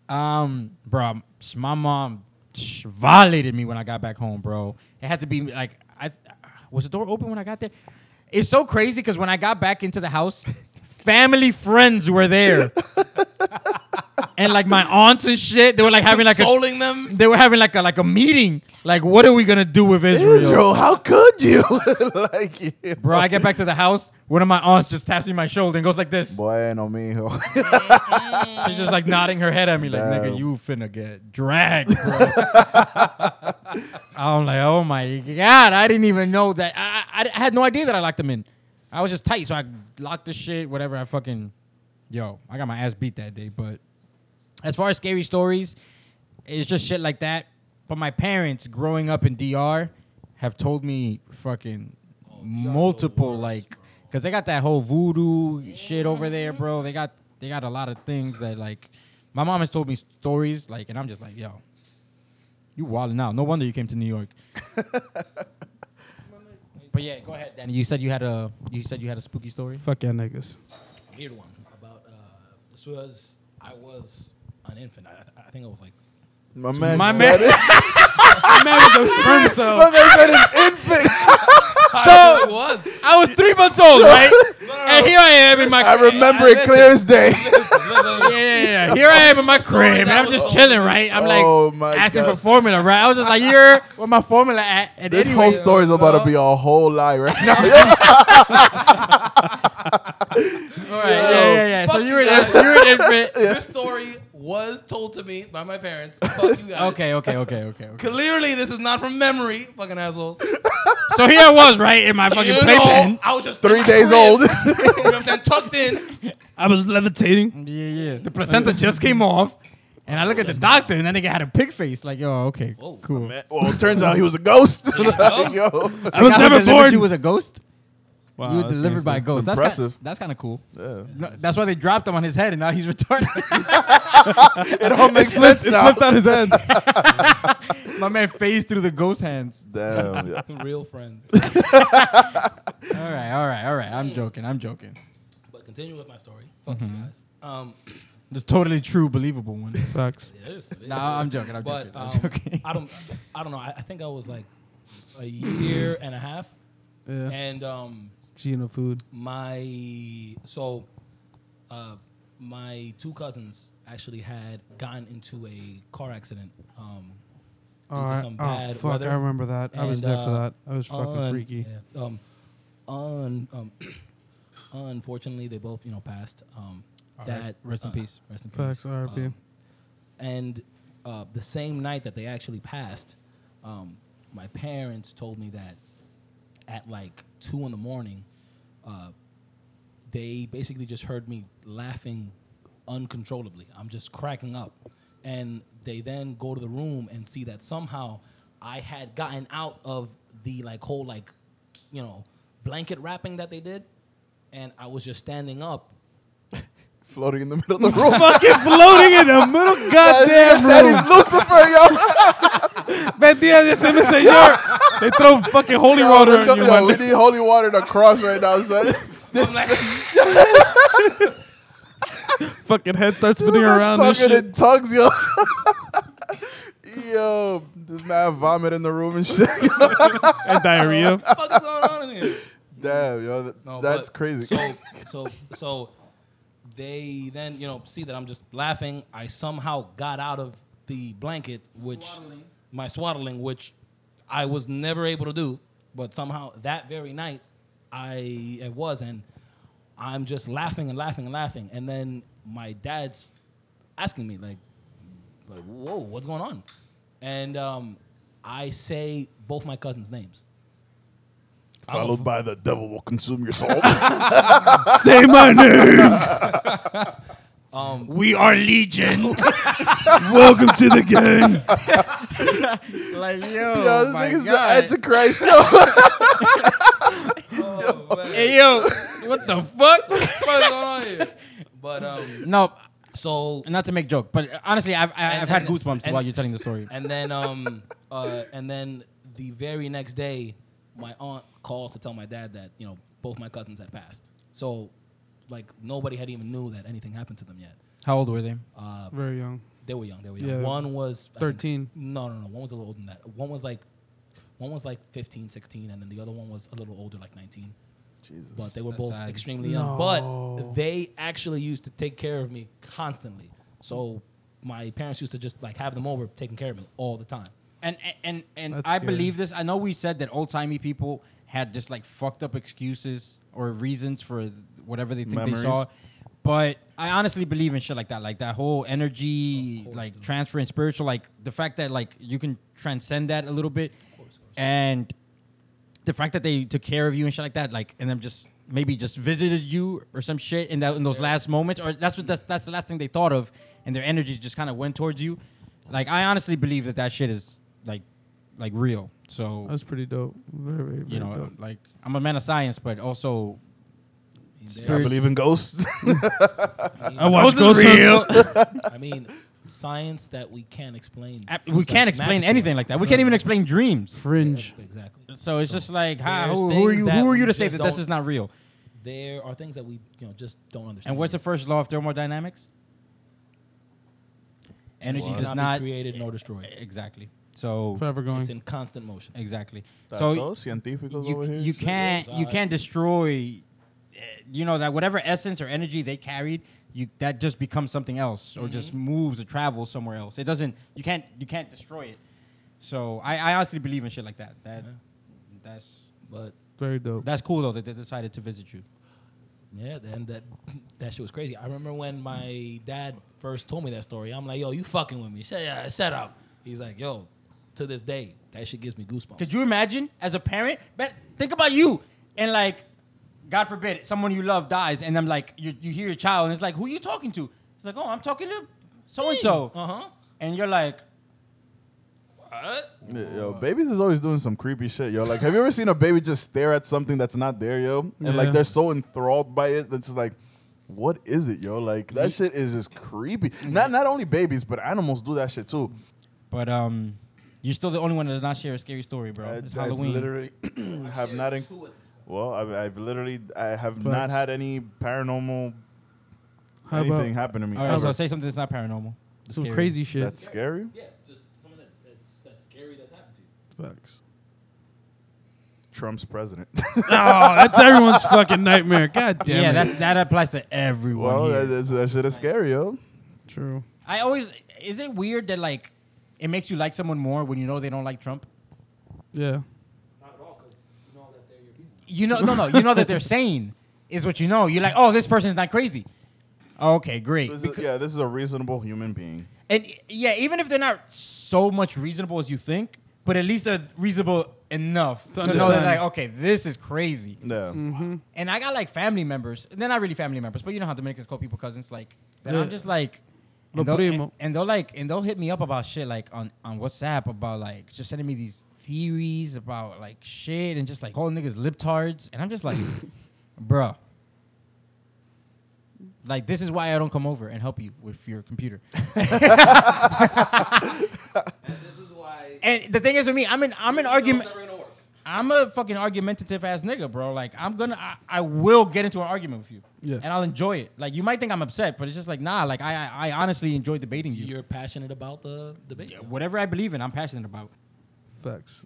Speaker 2: Um, bro, I'm- sh- my mom sh- violated me when I got back home, bro. It had to be like I was the door open when I got there. It's so crazy because when I got back into the house, family friends were there. and like my aunts and shit, they were like having like a
Speaker 3: Consoling them.
Speaker 2: they were having like a like a meeting. Like, what are we gonna do with
Speaker 4: Israel, how could you? like, yeah.
Speaker 2: Bro, I get back to the house. One of my aunts just taps me on my shoulder and goes like this.
Speaker 4: Bueno, mijo.
Speaker 2: She's just like nodding her head at me, like,
Speaker 4: Damn.
Speaker 2: nigga, you finna get dragged, bro. I'm like, oh my God, I didn't even know that. I, I, I had no idea that I locked them in. I was just tight, so I locked the shit, whatever. I fucking, yo, I got my ass beat that day. But as far as scary stories, it's just shit like that. But my parents, growing up in DR, have told me fucking multiple like, cause they got that whole voodoo shit over there, bro. They got they got a lot of things that like, my mom has told me stories like, and I'm just like, yo, you wilding out. No wonder you came to New York. but yeah, go ahead, Danny. You said you had a you said you had a spooky story.
Speaker 1: Fuck y'all niggas.
Speaker 3: Weird one about uh, this was I was an infant. I, I think I was like
Speaker 4: My man.
Speaker 2: My
Speaker 4: said
Speaker 2: man-
Speaker 4: it.
Speaker 1: sperm
Speaker 4: My man said an infant.
Speaker 3: I really was.
Speaker 2: I was three months old, right? and here I am in my.
Speaker 4: I remember
Speaker 3: I
Speaker 4: it clear as day.
Speaker 2: Yeah, yeah, yeah. Here I am in my crib, and I'm just chilling, right? I'm like
Speaker 4: Oh, my
Speaker 2: asking
Speaker 4: God.
Speaker 2: for formula, right? I was just like, "You're where my formula at?" And
Speaker 4: This
Speaker 2: anyway,
Speaker 4: whole story is about to be a whole lie right now.
Speaker 2: all right, yeah, yeah, yeah. So you're an, you're an infant.
Speaker 3: This story was told to me by my parents. Fuck you guys.
Speaker 2: Okay, okay, okay, okay, okay.
Speaker 3: Clearly, this is not from memory, fucking assholes.
Speaker 2: So here I was, right, in my
Speaker 3: You
Speaker 2: fucking
Speaker 3: know,
Speaker 2: playpen.
Speaker 3: I was just
Speaker 4: Three
Speaker 3: in my
Speaker 4: days
Speaker 3: crib,
Speaker 4: old.
Speaker 3: you know what I'm saying? Tucked in.
Speaker 1: I was levitating.
Speaker 2: Yeah, yeah. The placenta just came off, and I look at the doctor, and that nigga had a pig face. Like, yo, okay,
Speaker 3: Whoa.
Speaker 2: cool.
Speaker 4: well, it turns out he was a ghost. Like, yo.
Speaker 1: I was
Speaker 2: Got
Speaker 1: never
Speaker 2: delivered
Speaker 1: born.
Speaker 2: You was a ghost.
Speaker 1: Wow,
Speaker 2: you were
Speaker 1: that's
Speaker 2: delivered by a
Speaker 1: gangster.
Speaker 2: ghost.
Speaker 4: It's
Speaker 2: That's
Speaker 4: impressive.
Speaker 2: Kinda, that's kind of cool.
Speaker 4: Yeah.
Speaker 2: No, that's why they dropped him on his head, and now he's retarded.
Speaker 4: It all makes sense
Speaker 1: It
Speaker 4: now.
Speaker 1: slipped out his hands.
Speaker 2: My man phased through the ghost hands.
Speaker 4: Damn. yeah.
Speaker 3: Real friends.
Speaker 2: All right, all right, all right. I'm joking. I'm joking.
Speaker 3: But continuing with my story. Fuck
Speaker 2: Mm-hmm.
Speaker 3: you guys. Um,
Speaker 2: It's totally true, believable one.
Speaker 1: Facts.
Speaker 3: it is, it is,
Speaker 2: No,
Speaker 3: it
Speaker 2: I'm
Speaker 3: is.
Speaker 2: joking. I'm
Speaker 3: But
Speaker 2: joking.
Speaker 3: um,
Speaker 2: I'm joking.
Speaker 3: I don't. I don't know. I, I think I was like a year and a half,
Speaker 1: Yeah.
Speaker 3: and um,
Speaker 1: Gino food.
Speaker 3: my so uh, my two cousins actually had gotten into a car accident. Um,
Speaker 1: All right.
Speaker 3: some
Speaker 1: Oh
Speaker 3: bad
Speaker 1: fuck!
Speaker 3: weather.
Speaker 1: I remember that. I was
Speaker 3: And,
Speaker 1: there for
Speaker 3: uh,
Speaker 1: that. I was fucking
Speaker 3: on-
Speaker 1: freaky.
Speaker 3: yeah, um, un, um, unfortunately, they both you know passed. Um,
Speaker 2: All right.
Speaker 3: that
Speaker 2: Rest in
Speaker 3: uh,
Speaker 2: peace.
Speaker 3: Rest in
Speaker 1: Facts,
Speaker 3: peace.
Speaker 1: RIP.
Speaker 3: Um, and uh, the same night that they actually passed, um, my parents told me that at like two in the morning, uh, they basically just heard me laughing uncontrollably. I'm just cracking up. And they then go to the room and see that somehow I had gotten out of the like whole like, you know, blanket wrapping that they did. And I was just standing up.
Speaker 4: Floating in the middle of the room.
Speaker 1: Fucking floating in the middle goddamn
Speaker 4: that
Speaker 1: room.
Speaker 4: is Lucifer, yo.
Speaker 1: Bet the other time it's a yard. They throw fucking holy
Speaker 4: Yo,
Speaker 1: water
Speaker 4: let's
Speaker 1: on
Speaker 4: go-
Speaker 1: you.
Speaker 4: yo,
Speaker 1: my
Speaker 4: we
Speaker 1: nigga.
Speaker 4: need holy water to cross right now, son. This
Speaker 1: Fucking head starts spinning around
Speaker 4: man's
Speaker 1: and
Speaker 4: talking
Speaker 1: shit.
Speaker 4: in tongues, yo. yo, this man vomit in the room and shit.
Speaker 1: And diarrhea.
Speaker 3: What the fuck is going on in here?
Speaker 4: Damn, yo, th-
Speaker 3: No,
Speaker 4: that's
Speaker 3: Oh, but-
Speaker 4: crazy.
Speaker 3: So, so, so they then you know see that I'm just laughing. I somehow got out of the blanket, which my swaddling, which I was never able to do, but somehow that very night I it was, and I'm just laughing and laughing and laughing, and then my dad's asking me like, like whoa, what's going on? And um, I say both my cousins' names. I don't
Speaker 4: Followed by the devil will consume your soul.
Speaker 1: Say my name.
Speaker 2: We are Legion.
Speaker 1: Welcome to the gang.
Speaker 2: like, yo.
Speaker 4: yo, this
Speaker 2: Oh my
Speaker 4: nigga's
Speaker 2: God.
Speaker 4: the Antichrist, yo.
Speaker 2: hey, yo. What the fuck?
Speaker 3: What's going on here? But um,
Speaker 2: No,
Speaker 3: so
Speaker 2: not to make joke, but honestly, I've, I- I've
Speaker 3: And-
Speaker 2: had
Speaker 3: and-
Speaker 2: goosebumps
Speaker 3: and-
Speaker 2: while you're telling the story.
Speaker 3: and then um uh and then the very next day, my aunt calls to tell my dad that you know both my cousins had passed. So like nobody had even knew that anything happened to them yet.
Speaker 2: How old were they?
Speaker 3: Uh,
Speaker 1: Very young.
Speaker 3: they were young. They were young.
Speaker 1: Yeah.
Speaker 3: One was I think,
Speaker 1: 13.
Speaker 3: s- no, no, no. One was a little older than that. One was like. One was like 15, 16, and then the other one was a little older, like 19.
Speaker 4: Jesus.
Speaker 3: But they were
Speaker 2: That's
Speaker 3: both
Speaker 2: sad.
Speaker 3: extremely young.
Speaker 1: No.
Speaker 3: But they actually used to take care of me constantly. So my parents used to just like have them over, taking care of me all the time.
Speaker 2: And and and, and
Speaker 1: That's
Speaker 2: I
Speaker 1: scary.
Speaker 2: believe this. I know we said that old timey people had just like fucked up excuses or reasons for th- whatever they think
Speaker 4: Memories.
Speaker 2: they saw. But I honestly believe in shit like that, like that whole energy, like transfer and spiritual, like the fact that like you can transcend that a little bit, and the fact that they took care of you and shit like that, like and them just maybe just visited you or some shit in that in those last moments, or that's what that's that's the last thing they thought of, and their energy just kind of went towards you. Like I honestly believe that that shit is like like real. So
Speaker 1: That's pretty dope. Very, very, very
Speaker 2: you know,
Speaker 1: dope.
Speaker 2: like I'm a man of science, but also
Speaker 4: I believe in ghosts.
Speaker 1: I watch Ghost real.
Speaker 3: I mean, science that we can't explain.
Speaker 2: Uh,
Speaker 3: seems
Speaker 2: we
Speaker 3: like
Speaker 2: can't
Speaker 3: magic
Speaker 2: explain
Speaker 3: to
Speaker 2: anything
Speaker 3: us.
Speaker 2: like that. We can't even explain dreams.
Speaker 1: Fringe.
Speaker 3: Yeah, exactly.
Speaker 2: So it's just like, hi,
Speaker 3: there's
Speaker 2: who, who are
Speaker 3: things
Speaker 2: you?
Speaker 3: that
Speaker 2: Who are
Speaker 3: we
Speaker 2: you to
Speaker 3: just
Speaker 2: say that this
Speaker 3: don't-
Speaker 2: is not real?
Speaker 3: There are things that we you know just don't understand.
Speaker 2: And what's the first law of thermodynamics? Energy
Speaker 3: It
Speaker 2: does not Mm-hmm.
Speaker 3: be created nor destroyed.
Speaker 2: exactly. So
Speaker 1: Forever
Speaker 3: It's
Speaker 1: going.
Speaker 3: in constant motion.
Speaker 2: exactly.
Speaker 4: Those
Speaker 2: So
Speaker 4: científicos
Speaker 2: you,
Speaker 4: over here.
Speaker 2: you
Speaker 4: shit.
Speaker 2: can't you
Speaker 3: Uh,
Speaker 2: can't destroy, uh, you know that whatever essence or energy they carried, you that just becomes something else or just moves or travels somewhere else. It doesn't. You can't you can't destroy it. So I, I honestly believe in shit like that. That that's
Speaker 3: But
Speaker 1: Very dope.
Speaker 2: that's cool though that they decided to visit you.
Speaker 3: yeah, then that that shit was crazy. I remember when my dad first told me that story. I'm like, yo, you fucking with me? Shut yeah, shut up. He's like, yo, to this day, that shit gives me goosebumps.
Speaker 2: Could you imagine as a parent? But think about you and like, God forbid, someone you love dies, and I'm like, you, you hear your child, and it's like, who you talking to? It's like, oh, I'm talking to so and so,
Speaker 1: Uh-huh.
Speaker 3: Uh huh.
Speaker 2: and you're like,
Speaker 4: Yeah, Yo, babies is always doing some creepy shit, yo. Like, have you ever seen a baby just stare at something that's not there, yo? And
Speaker 1: Yeah.
Speaker 4: like, they're so enthralled by it that's just like, what is it, yo? Like, that shit is just creepy. Not not only babies, but animals do that shit too.
Speaker 2: but um, you're still the only one that does not share a scary story, bro.
Speaker 4: I,
Speaker 2: it's
Speaker 4: I've
Speaker 2: Halloween.
Speaker 4: literally have not. en- well, I've, I've literally I have not
Speaker 1: Facts.
Speaker 4: had any paranormal
Speaker 1: How about
Speaker 4: anything happen to me.
Speaker 2: All right,
Speaker 4: ever.
Speaker 2: so say something that's not paranormal.
Speaker 1: some
Speaker 2: Scary.
Speaker 1: crazy shit?
Speaker 4: that's scary.
Speaker 3: Yeah, just something that, that's, that's scary that's happened to you.
Speaker 1: Facts.
Speaker 4: Trump's president.
Speaker 1: Oh, that's everyone's fucking nightmare. God damn
Speaker 2: yeah,
Speaker 1: it.
Speaker 2: that's that applies to everyone.
Speaker 4: well,
Speaker 2: here.
Speaker 4: that, that's- that shit is scary, yo.
Speaker 1: true.
Speaker 2: I always is it weird that like it makes you like someone more when you know they don't like Trump?
Speaker 1: Yeah.
Speaker 3: Not at all, because you know that they're your people.
Speaker 2: you know, no, no, you know that they're sane is what you know. You're like, oh, this person's not crazy. Oh, Okay, great.
Speaker 4: This is,
Speaker 2: Becau-
Speaker 4: yeah, this is a reasonable human being.
Speaker 2: And y- yeah, even if they're not so much reasonable as you think, but at least they're reasonable enough to, know that
Speaker 1: understand.
Speaker 2: like, okay, this is crazy.
Speaker 4: Yeah.
Speaker 1: Mm-hmm.
Speaker 2: And I got like family members. They're not really family members, but you know how Dominicans call people cousins. Like, that I'm
Speaker 1: Yeah.
Speaker 2: just like,
Speaker 1: Lo
Speaker 2: and they'll, and,
Speaker 1: primo.
Speaker 2: they'll like, and they'll hit me up about shit like on on WhatsApp about like just sending me these theories about like shit and just like calling niggas libtards, and I'm just like, bruh. Like this is why I don't come over and help you with your computer.
Speaker 6: This is why.
Speaker 2: And the thing is with me, I'm an I'm an
Speaker 3: It's
Speaker 2: argument.
Speaker 3: never gonna work.
Speaker 2: I'm a fucking argumentative ass nigga, bro. Like I'm gonna, I, I will get into an argument with you,
Speaker 1: Yeah.
Speaker 2: and I'll enjoy it. Like you might think I'm upset, but it's just like nah. Like I, I, I honestly enjoy debating you.
Speaker 3: You're passionate about the debate.
Speaker 2: Yeah, Whatever I believe in, I'm passionate about.
Speaker 1: Facts.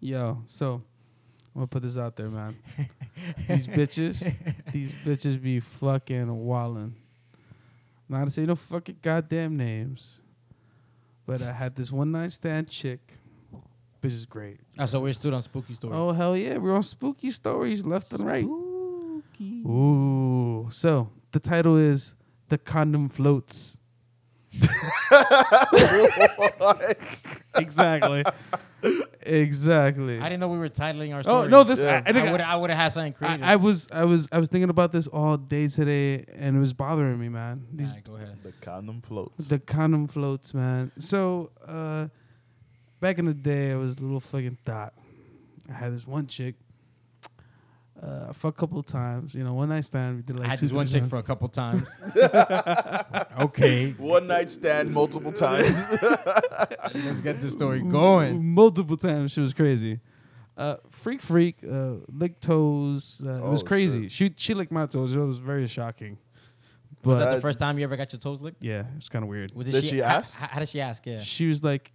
Speaker 1: Yo, so I'm gonna put this out there, man. these bitches, these bitches be fucking wallin'. Not gonna say no fucking goddamn names, but I had this one night stand chick. Bitch is great.
Speaker 2: Oh, so we're still on spooky stories.
Speaker 1: Oh hell yeah, we're on spooky stories left and right. Ooh. So the title is The Condom Floats. exactly. Exactly.
Speaker 2: I didn't know we were titling our.
Speaker 1: oh
Speaker 2: Stories.
Speaker 1: no, this
Speaker 4: Yeah.
Speaker 1: I, I, think
Speaker 2: I would I would have had something creative.
Speaker 1: I, I was I was I was thinking about this all day today and it was bothering me, man. These
Speaker 2: All right, go ahead.
Speaker 4: The condom floats.
Speaker 1: the condom floats, man. So uh back in the day I was a little fucking thought. I had this one chick. Uh I fucked a couple of times, you know, one night stand, we did like
Speaker 2: I had
Speaker 1: two
Speaker 2: this one
Speaker 1: three times.
Speaker 2: chick for a couple times. okay,
Speaker 4: One night stand multiple times.
Speaker 2: let's get this story going.
Speaker 1: multiple times. She was crazy. Uh, freak, freak, uh, lick toes. Uh, it was
Speaker 4: Oh,
Speaker 1: crazy. She she licked my toes. It was very shocking. But
Speaker 2: Was that the
Speaker 4: Uh,
Speaker 2: first time you ever got your toes licked?
Speaker 1: yeah, it's kind of weird.
Speaker 2: What
Speaker 4: Did she
Speaker 2: how-
Speaker 4: ask?
Speaker 2: How, how did she ask? Yeah.
Speaker 1: She was like,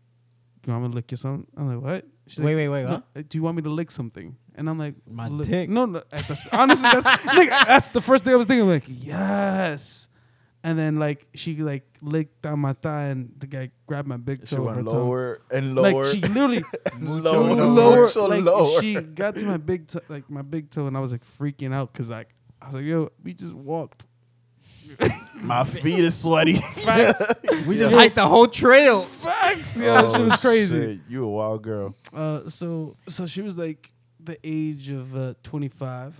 Speaker 1: "You want me to lick you something?" I'm like, "What?" She's
Speaker 2: Wait,
Speaker 1: like,
Speaker 2: wait, wait,
Speaker 1: "No,
Speaker 2: what?
Speaker 1: uh, do you want me to lick something? And I'm like,
Speaker 2: My
Speaker 1: "Lick-"
Speaker 2: dick.
Speaker 1: No, no. at the s- honestly, that's, nigga, that's the first thing I was thinking. Like, yes. And then like she like licked down my thigh, and the guy grabbed my big toe.
Speaker 4: she
Speaker 1: with
Speaker 4: went
Speaker 1: her tongue.
Speaker 4: lower and lower.
Speaker 1: Like she literally
Speaker 4: lower,
Speaker 1: so
Speaker 4: lower,
Speaker 1: lower,
Speaker 4: so
Speaker 1: like,
Speaker 4: lower.
Speaker 1: She got to my big toe, like my big toe, and I was like freaking out because like I was like, yo, we just walked.
Speaker 4: My feet is sweaty.
Speaker 2: We just hiked the whole trail.
Speaker 1: Facts, yo, that shit was crazy.
Speaker 4: Oh, shit. You a wild girl.
Speaker 1: Uh, so so she was like the age of uh, twenty five.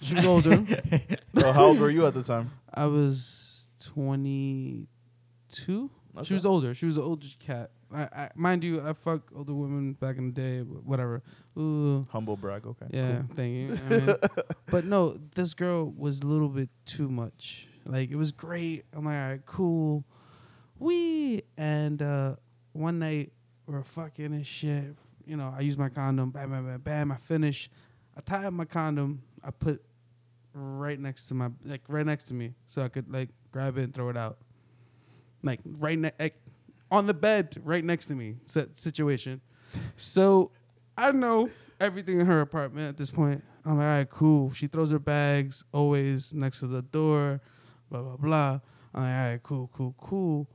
Speaker 1: She was older.
Speaker 4: So how old were you at the time?
Speaker 1: I was twenty two. She was older. She was the oldest cat. I, I mind you, I fuck older women back in the day. wh- Whatever. Ooh.
Speaker 4: Humble brag. Okay.
Speaker 1: Yeah, thank you. I mean, but no, this girl was a little bit too much. Like it was great. I'm like, all right, cool. We and uh, one night we're fucking and shit. You know, I use my condom. Bam, bam, bam, bam. I finish. I tie up my condom. I put right next to my like right next to me, so I could like grab it and throw it out. Like right ne- like, on the bed, right next to me. Set situation. So I know everything in her apartment at this point. I'm like, all right, cool. She throws her bags always next to the door, blah, blah, blah. I'm like, all right, cool, cool, cool.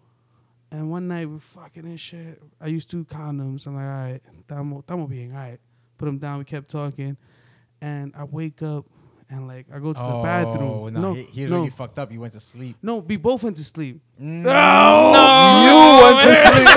Speaker 1: And one night we're fucking and shit. I used two condoms. I'm like, all right, tamo, tamo being all right. Put them down. We kept talking. And I wake up and like, I go to the bathroom.
Speaker 2: Oh, No,
Speaker 1: Oh, No,
Speaker 2: he- here's
Speaker 1: no,
Speaker 2: where you fucked up. You went to sleep.
Speaker 1: no, we both went to sleep.
Speaker 4: You went to sleep.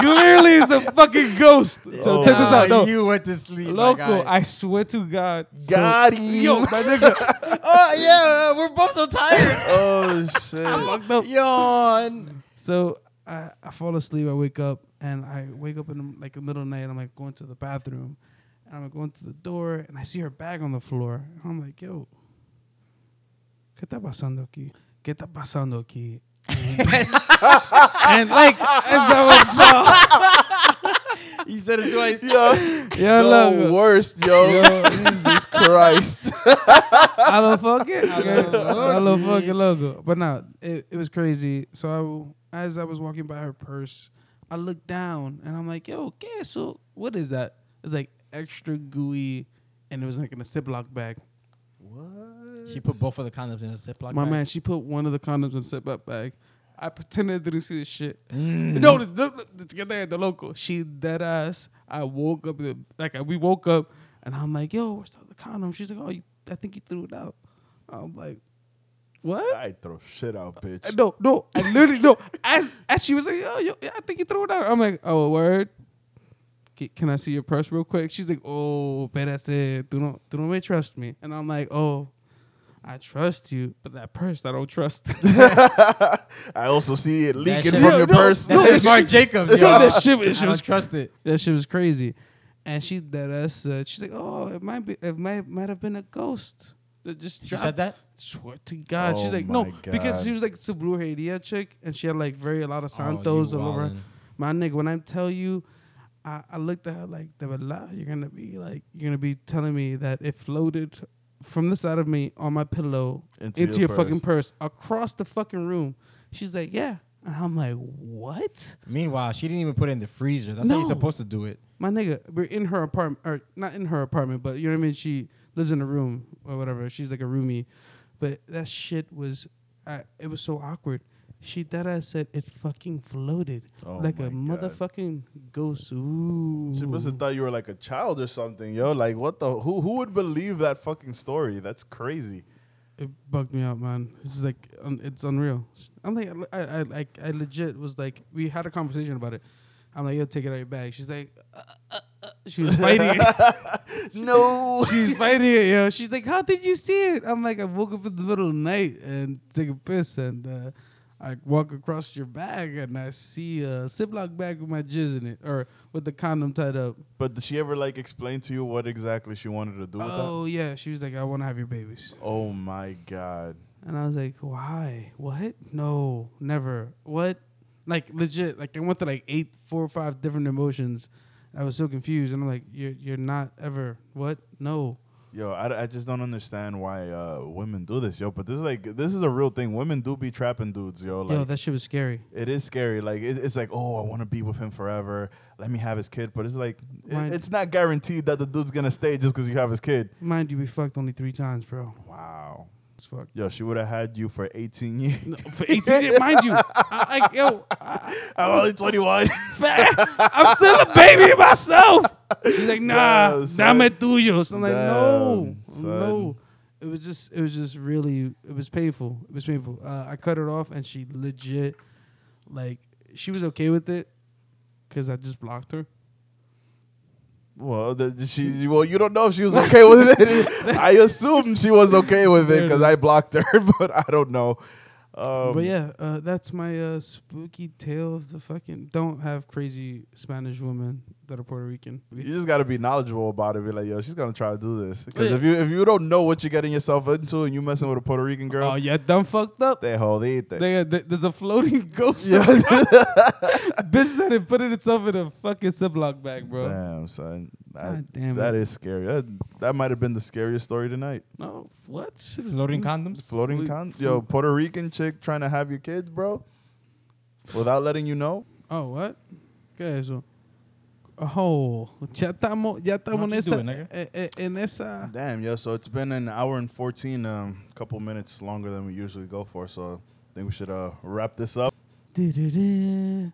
Speaker 1: Clearly, it's a fucking ghost. So check this out. No,
Speaker 2: You went to sleep.
Speaker 1: local. I swear to God. So-
Speaker 4: Got him.
Speaker 1: Yo, my nigga.
Speaker 2: oh yeah, we're both so tired.
Speaker 4: Oh shit.
Speaker 1: fucked up.
Speaker 2: Yawn.
Speaker 1: So I, I fall asleep. I wake up and I wake up in the, like the middle of the night. I'm like going to the bathroom, and I'm going to the door and I see her bag on the floor. And I'm like, yo, ¿qué está pasando aquí? ¿Qué está pasando aquí? and like, that's not what
Speaker 2: He said it twice.
Speaker 4: Yo,
Speaker 1: Yo,
Speaker 4: the
Speaker 1: loco.
Speaker 4: worst, yo.
Speaker 1: Yo.
Speaker 4: Jesus Christ.
Speaker 1: I love fucking. I love fucking logo. But no, it, it was crazy. So I, w- as I was walking by her purse, I looked down and I'm like, yo, okay, so what is that? It's like extra gooey, and it was like in a Ziploc bag.
Speaker 2: She put both of the condoms in a Ziploc
Speaker 1: My
Speaker 2: bag.
Speaker 1: man, she put one of the condoms in a Ziploc bag. I pretended I didn't see this shit. No, the, the, the, the, the local. She dead ass. I woke up, like we woke up, And I'm like, yo, where's the condom? She's like, oh, you, I think you threw it out. I'm like, what?
Speaker 4: I throw shit out,
Speaker 1: Uh,
Speaker 4: bitch.
Speaker 1: No, no, I literally no. As as she was like, oh, yo, yeah, I think you threw it out. I'm like, oh, word. Ca- Can I see your purse real quick? She's like, oh, but that's it. Do not, do not really trust me. And I'm like, oh, I trust you, but that purse, I don't trust.
Speaker 4: I also see it leaking
Speaker 2: shit-
Speaker 4: from
Speaker 1: Yeah,
Speaker 4: your
Speaker 1: no,
Speaker 4: purse.
Speaker 1: no,
Speaker 2: That's
Speaker 1: that
Speaker 2: Mark
Speaker 1: shit-
Speaker 2: Jacobs.
Speaker 1: No,
Speaker 2: yo.
Speaker 1: that shit was-
Speaker 2: I don't
Speaker 1: was-
Speaker 2: trust it.
Speaker 1: that shit was crazy. And she that us, uh, she's like, oh, it might be, it might might have been a ghost. That just
Speaker 2: She
Speaker 1: dropped-
Speaker 2: said that.
Speaker 1: Swear to God,
Speaker 4: Oh
Speaker 1: she's like, no,
Speaker 4: my
Speaker 1: because
Speaker 4: God.
Speaker 1: she was like, it's a blue hair chick, and she had like very a lot of santos
Speaker 2: Oh, you
Speaker 1: all over. her.
Speaker 2: wildin'.
Speaker 1: My nigga, when I tell you, I, I looked at her like, "De verdad, you're gonna be like, you're gonna be telling me that it floated from the side of me on my pillow into,
Speaker 4: Into your
Speaker 1: your, fucking purse across the fucking room." She's like, "Yeah," and I'm like, "What?"
Speaker 2: Meanwhile, she didn't even put it in the freezer. That's how
Speaker 1: No.
Speaker 2: you're supposed to do it.
Speaker 1: My nigga, we're in her apartment, or not in her apartment, but you know what I mean. She lives in a room or whatever. She's like a roomie, but that shit was, I, it was so awkward. She that I said it fucking floated
Speaker 4: Oh
Speaker 1: like a
Speaker 4: my God.
Speaker 1: motherfucking ghost. Ooh,
Speaker 4: She must have thought you were like a child or something, yo. Like, what the? Who who would believe that fucking story? That's crazy.
Speaker 1: it bugged me out, man. It's just like un- it's unreal. I'm like, I, I, I, I legit was like, we had a conversation about it. I'm like, yo, take it out of your bag. She's like, uh, uh, uh. she was fighting it.
Speaker 4: No.
Speaker 1: She's fighting it, yo. She's like, how did you see it? I'm like, I woke up in the middle of the night and take a piss and. Uh, I walk across your bag and I see a Ziploc bag with my jizz in it, or with the condom tied up.
Speaker 4: But did she ever like explain to you what exactly she wanted to do with
Speaker 1: Oh yeah, she was like, "I want to have your babies."
Speaker 4: that? Oh my god.
Speaker 1: And I was like, why? What? No, never. What? Like legit. Like I went through like eight, four or five different emotions. I was so confused, and I'm like, you're you're not ever what? No.
Speaker 4: Yo, I, I just don't understand why uh, women do this, yo. But this is like this is a real thing. Women do be trapping dudes, yo. Like
Speaker 1: Yo, that shit was scary.
Speaker 4: it is scary. Like it, it's like, oh, I want to be with him forever. Let me have his kid. But it's like it-
Speaker 1: Mine-
Speaker 4: it's not guaranteed that the dude's gonna stay just because you have his kid.
Speaker 1: Mind you, we fucked only three times, bro.
Speaker 4: Wow.
Speaker 1: It's fucked.
Speaker 4: Yo, she would have had you for 18 years.
Speaker 1: No, for 18 years, mind you, I, I, yo, I,
Speaker 4: I'm only 21.
Speaker 1: I'm still a baby myself. She's like, nah,
Speaker 4: Damn, son.
Speaker 1: dame tuyo. So I'm like, no,
Speaker 4: Damn, son.
Speaker 1: no. It was just, it was just really, it was painful. It was painful. Uh, I cut her off, and she legit, like, she was okay with it, cause I just blocked her.
Speaker 4: well, the, she, well, you don't know if she was okay with it. I assume she was okay with it because I blocked her, but I don't know. Um,
Speaker 1: but yeah, uh, that's my uh, spooky tale of the fucking. Don't have crazy Spanish women that are Puerto Rican.
Speaker 4: You just gotta be knowledgeable about it. Be like, yo, she's gonna try to do this because
Speaker 1: Yeah.
Speaker 4: if you if you don't know what you're getting yourself into and you messing with a Puerto Rican girl,
Speaker 1: Oh yeah, dumb fucked up.
Speaker 4: they hold they
Speaker 1: Nigga, th- there's a floating ghost.
Speaker 4: Yeah.
Speaker 1: Bitch said it put it itself in a fucking Ziploc bag, bro.
Speaker 4: Damn, son, that,
Speaker 1: God damn
Speaker 4: that
Speaker 1: it.
Speaker 4: is scary. That, that might have been the scariest story tonight.
Speaker 1: No, what? Shit is
Speaker 2: Floating condoms.
Speaker 4: Floating
Speaker 1: Fle-
Speaker 4: con, yo, Puerto Rican chick trying to have your kids, bro, without letting you know.
Speaker 1: Oh, what? ¿Qué es eso? Oh, ya estamos, ya estamos en
Speaker 2: you
Speaker 1: esa,
Speaker 2: do it, nigga?
Speaker 1: eh, eh, en esa.
Speaker 4: Damn, yo. So it's been an hour and 14, um, couple minutes longer than we usually go for. So I think we should uh, wrap this up.
Speaker 1: Du-du-du.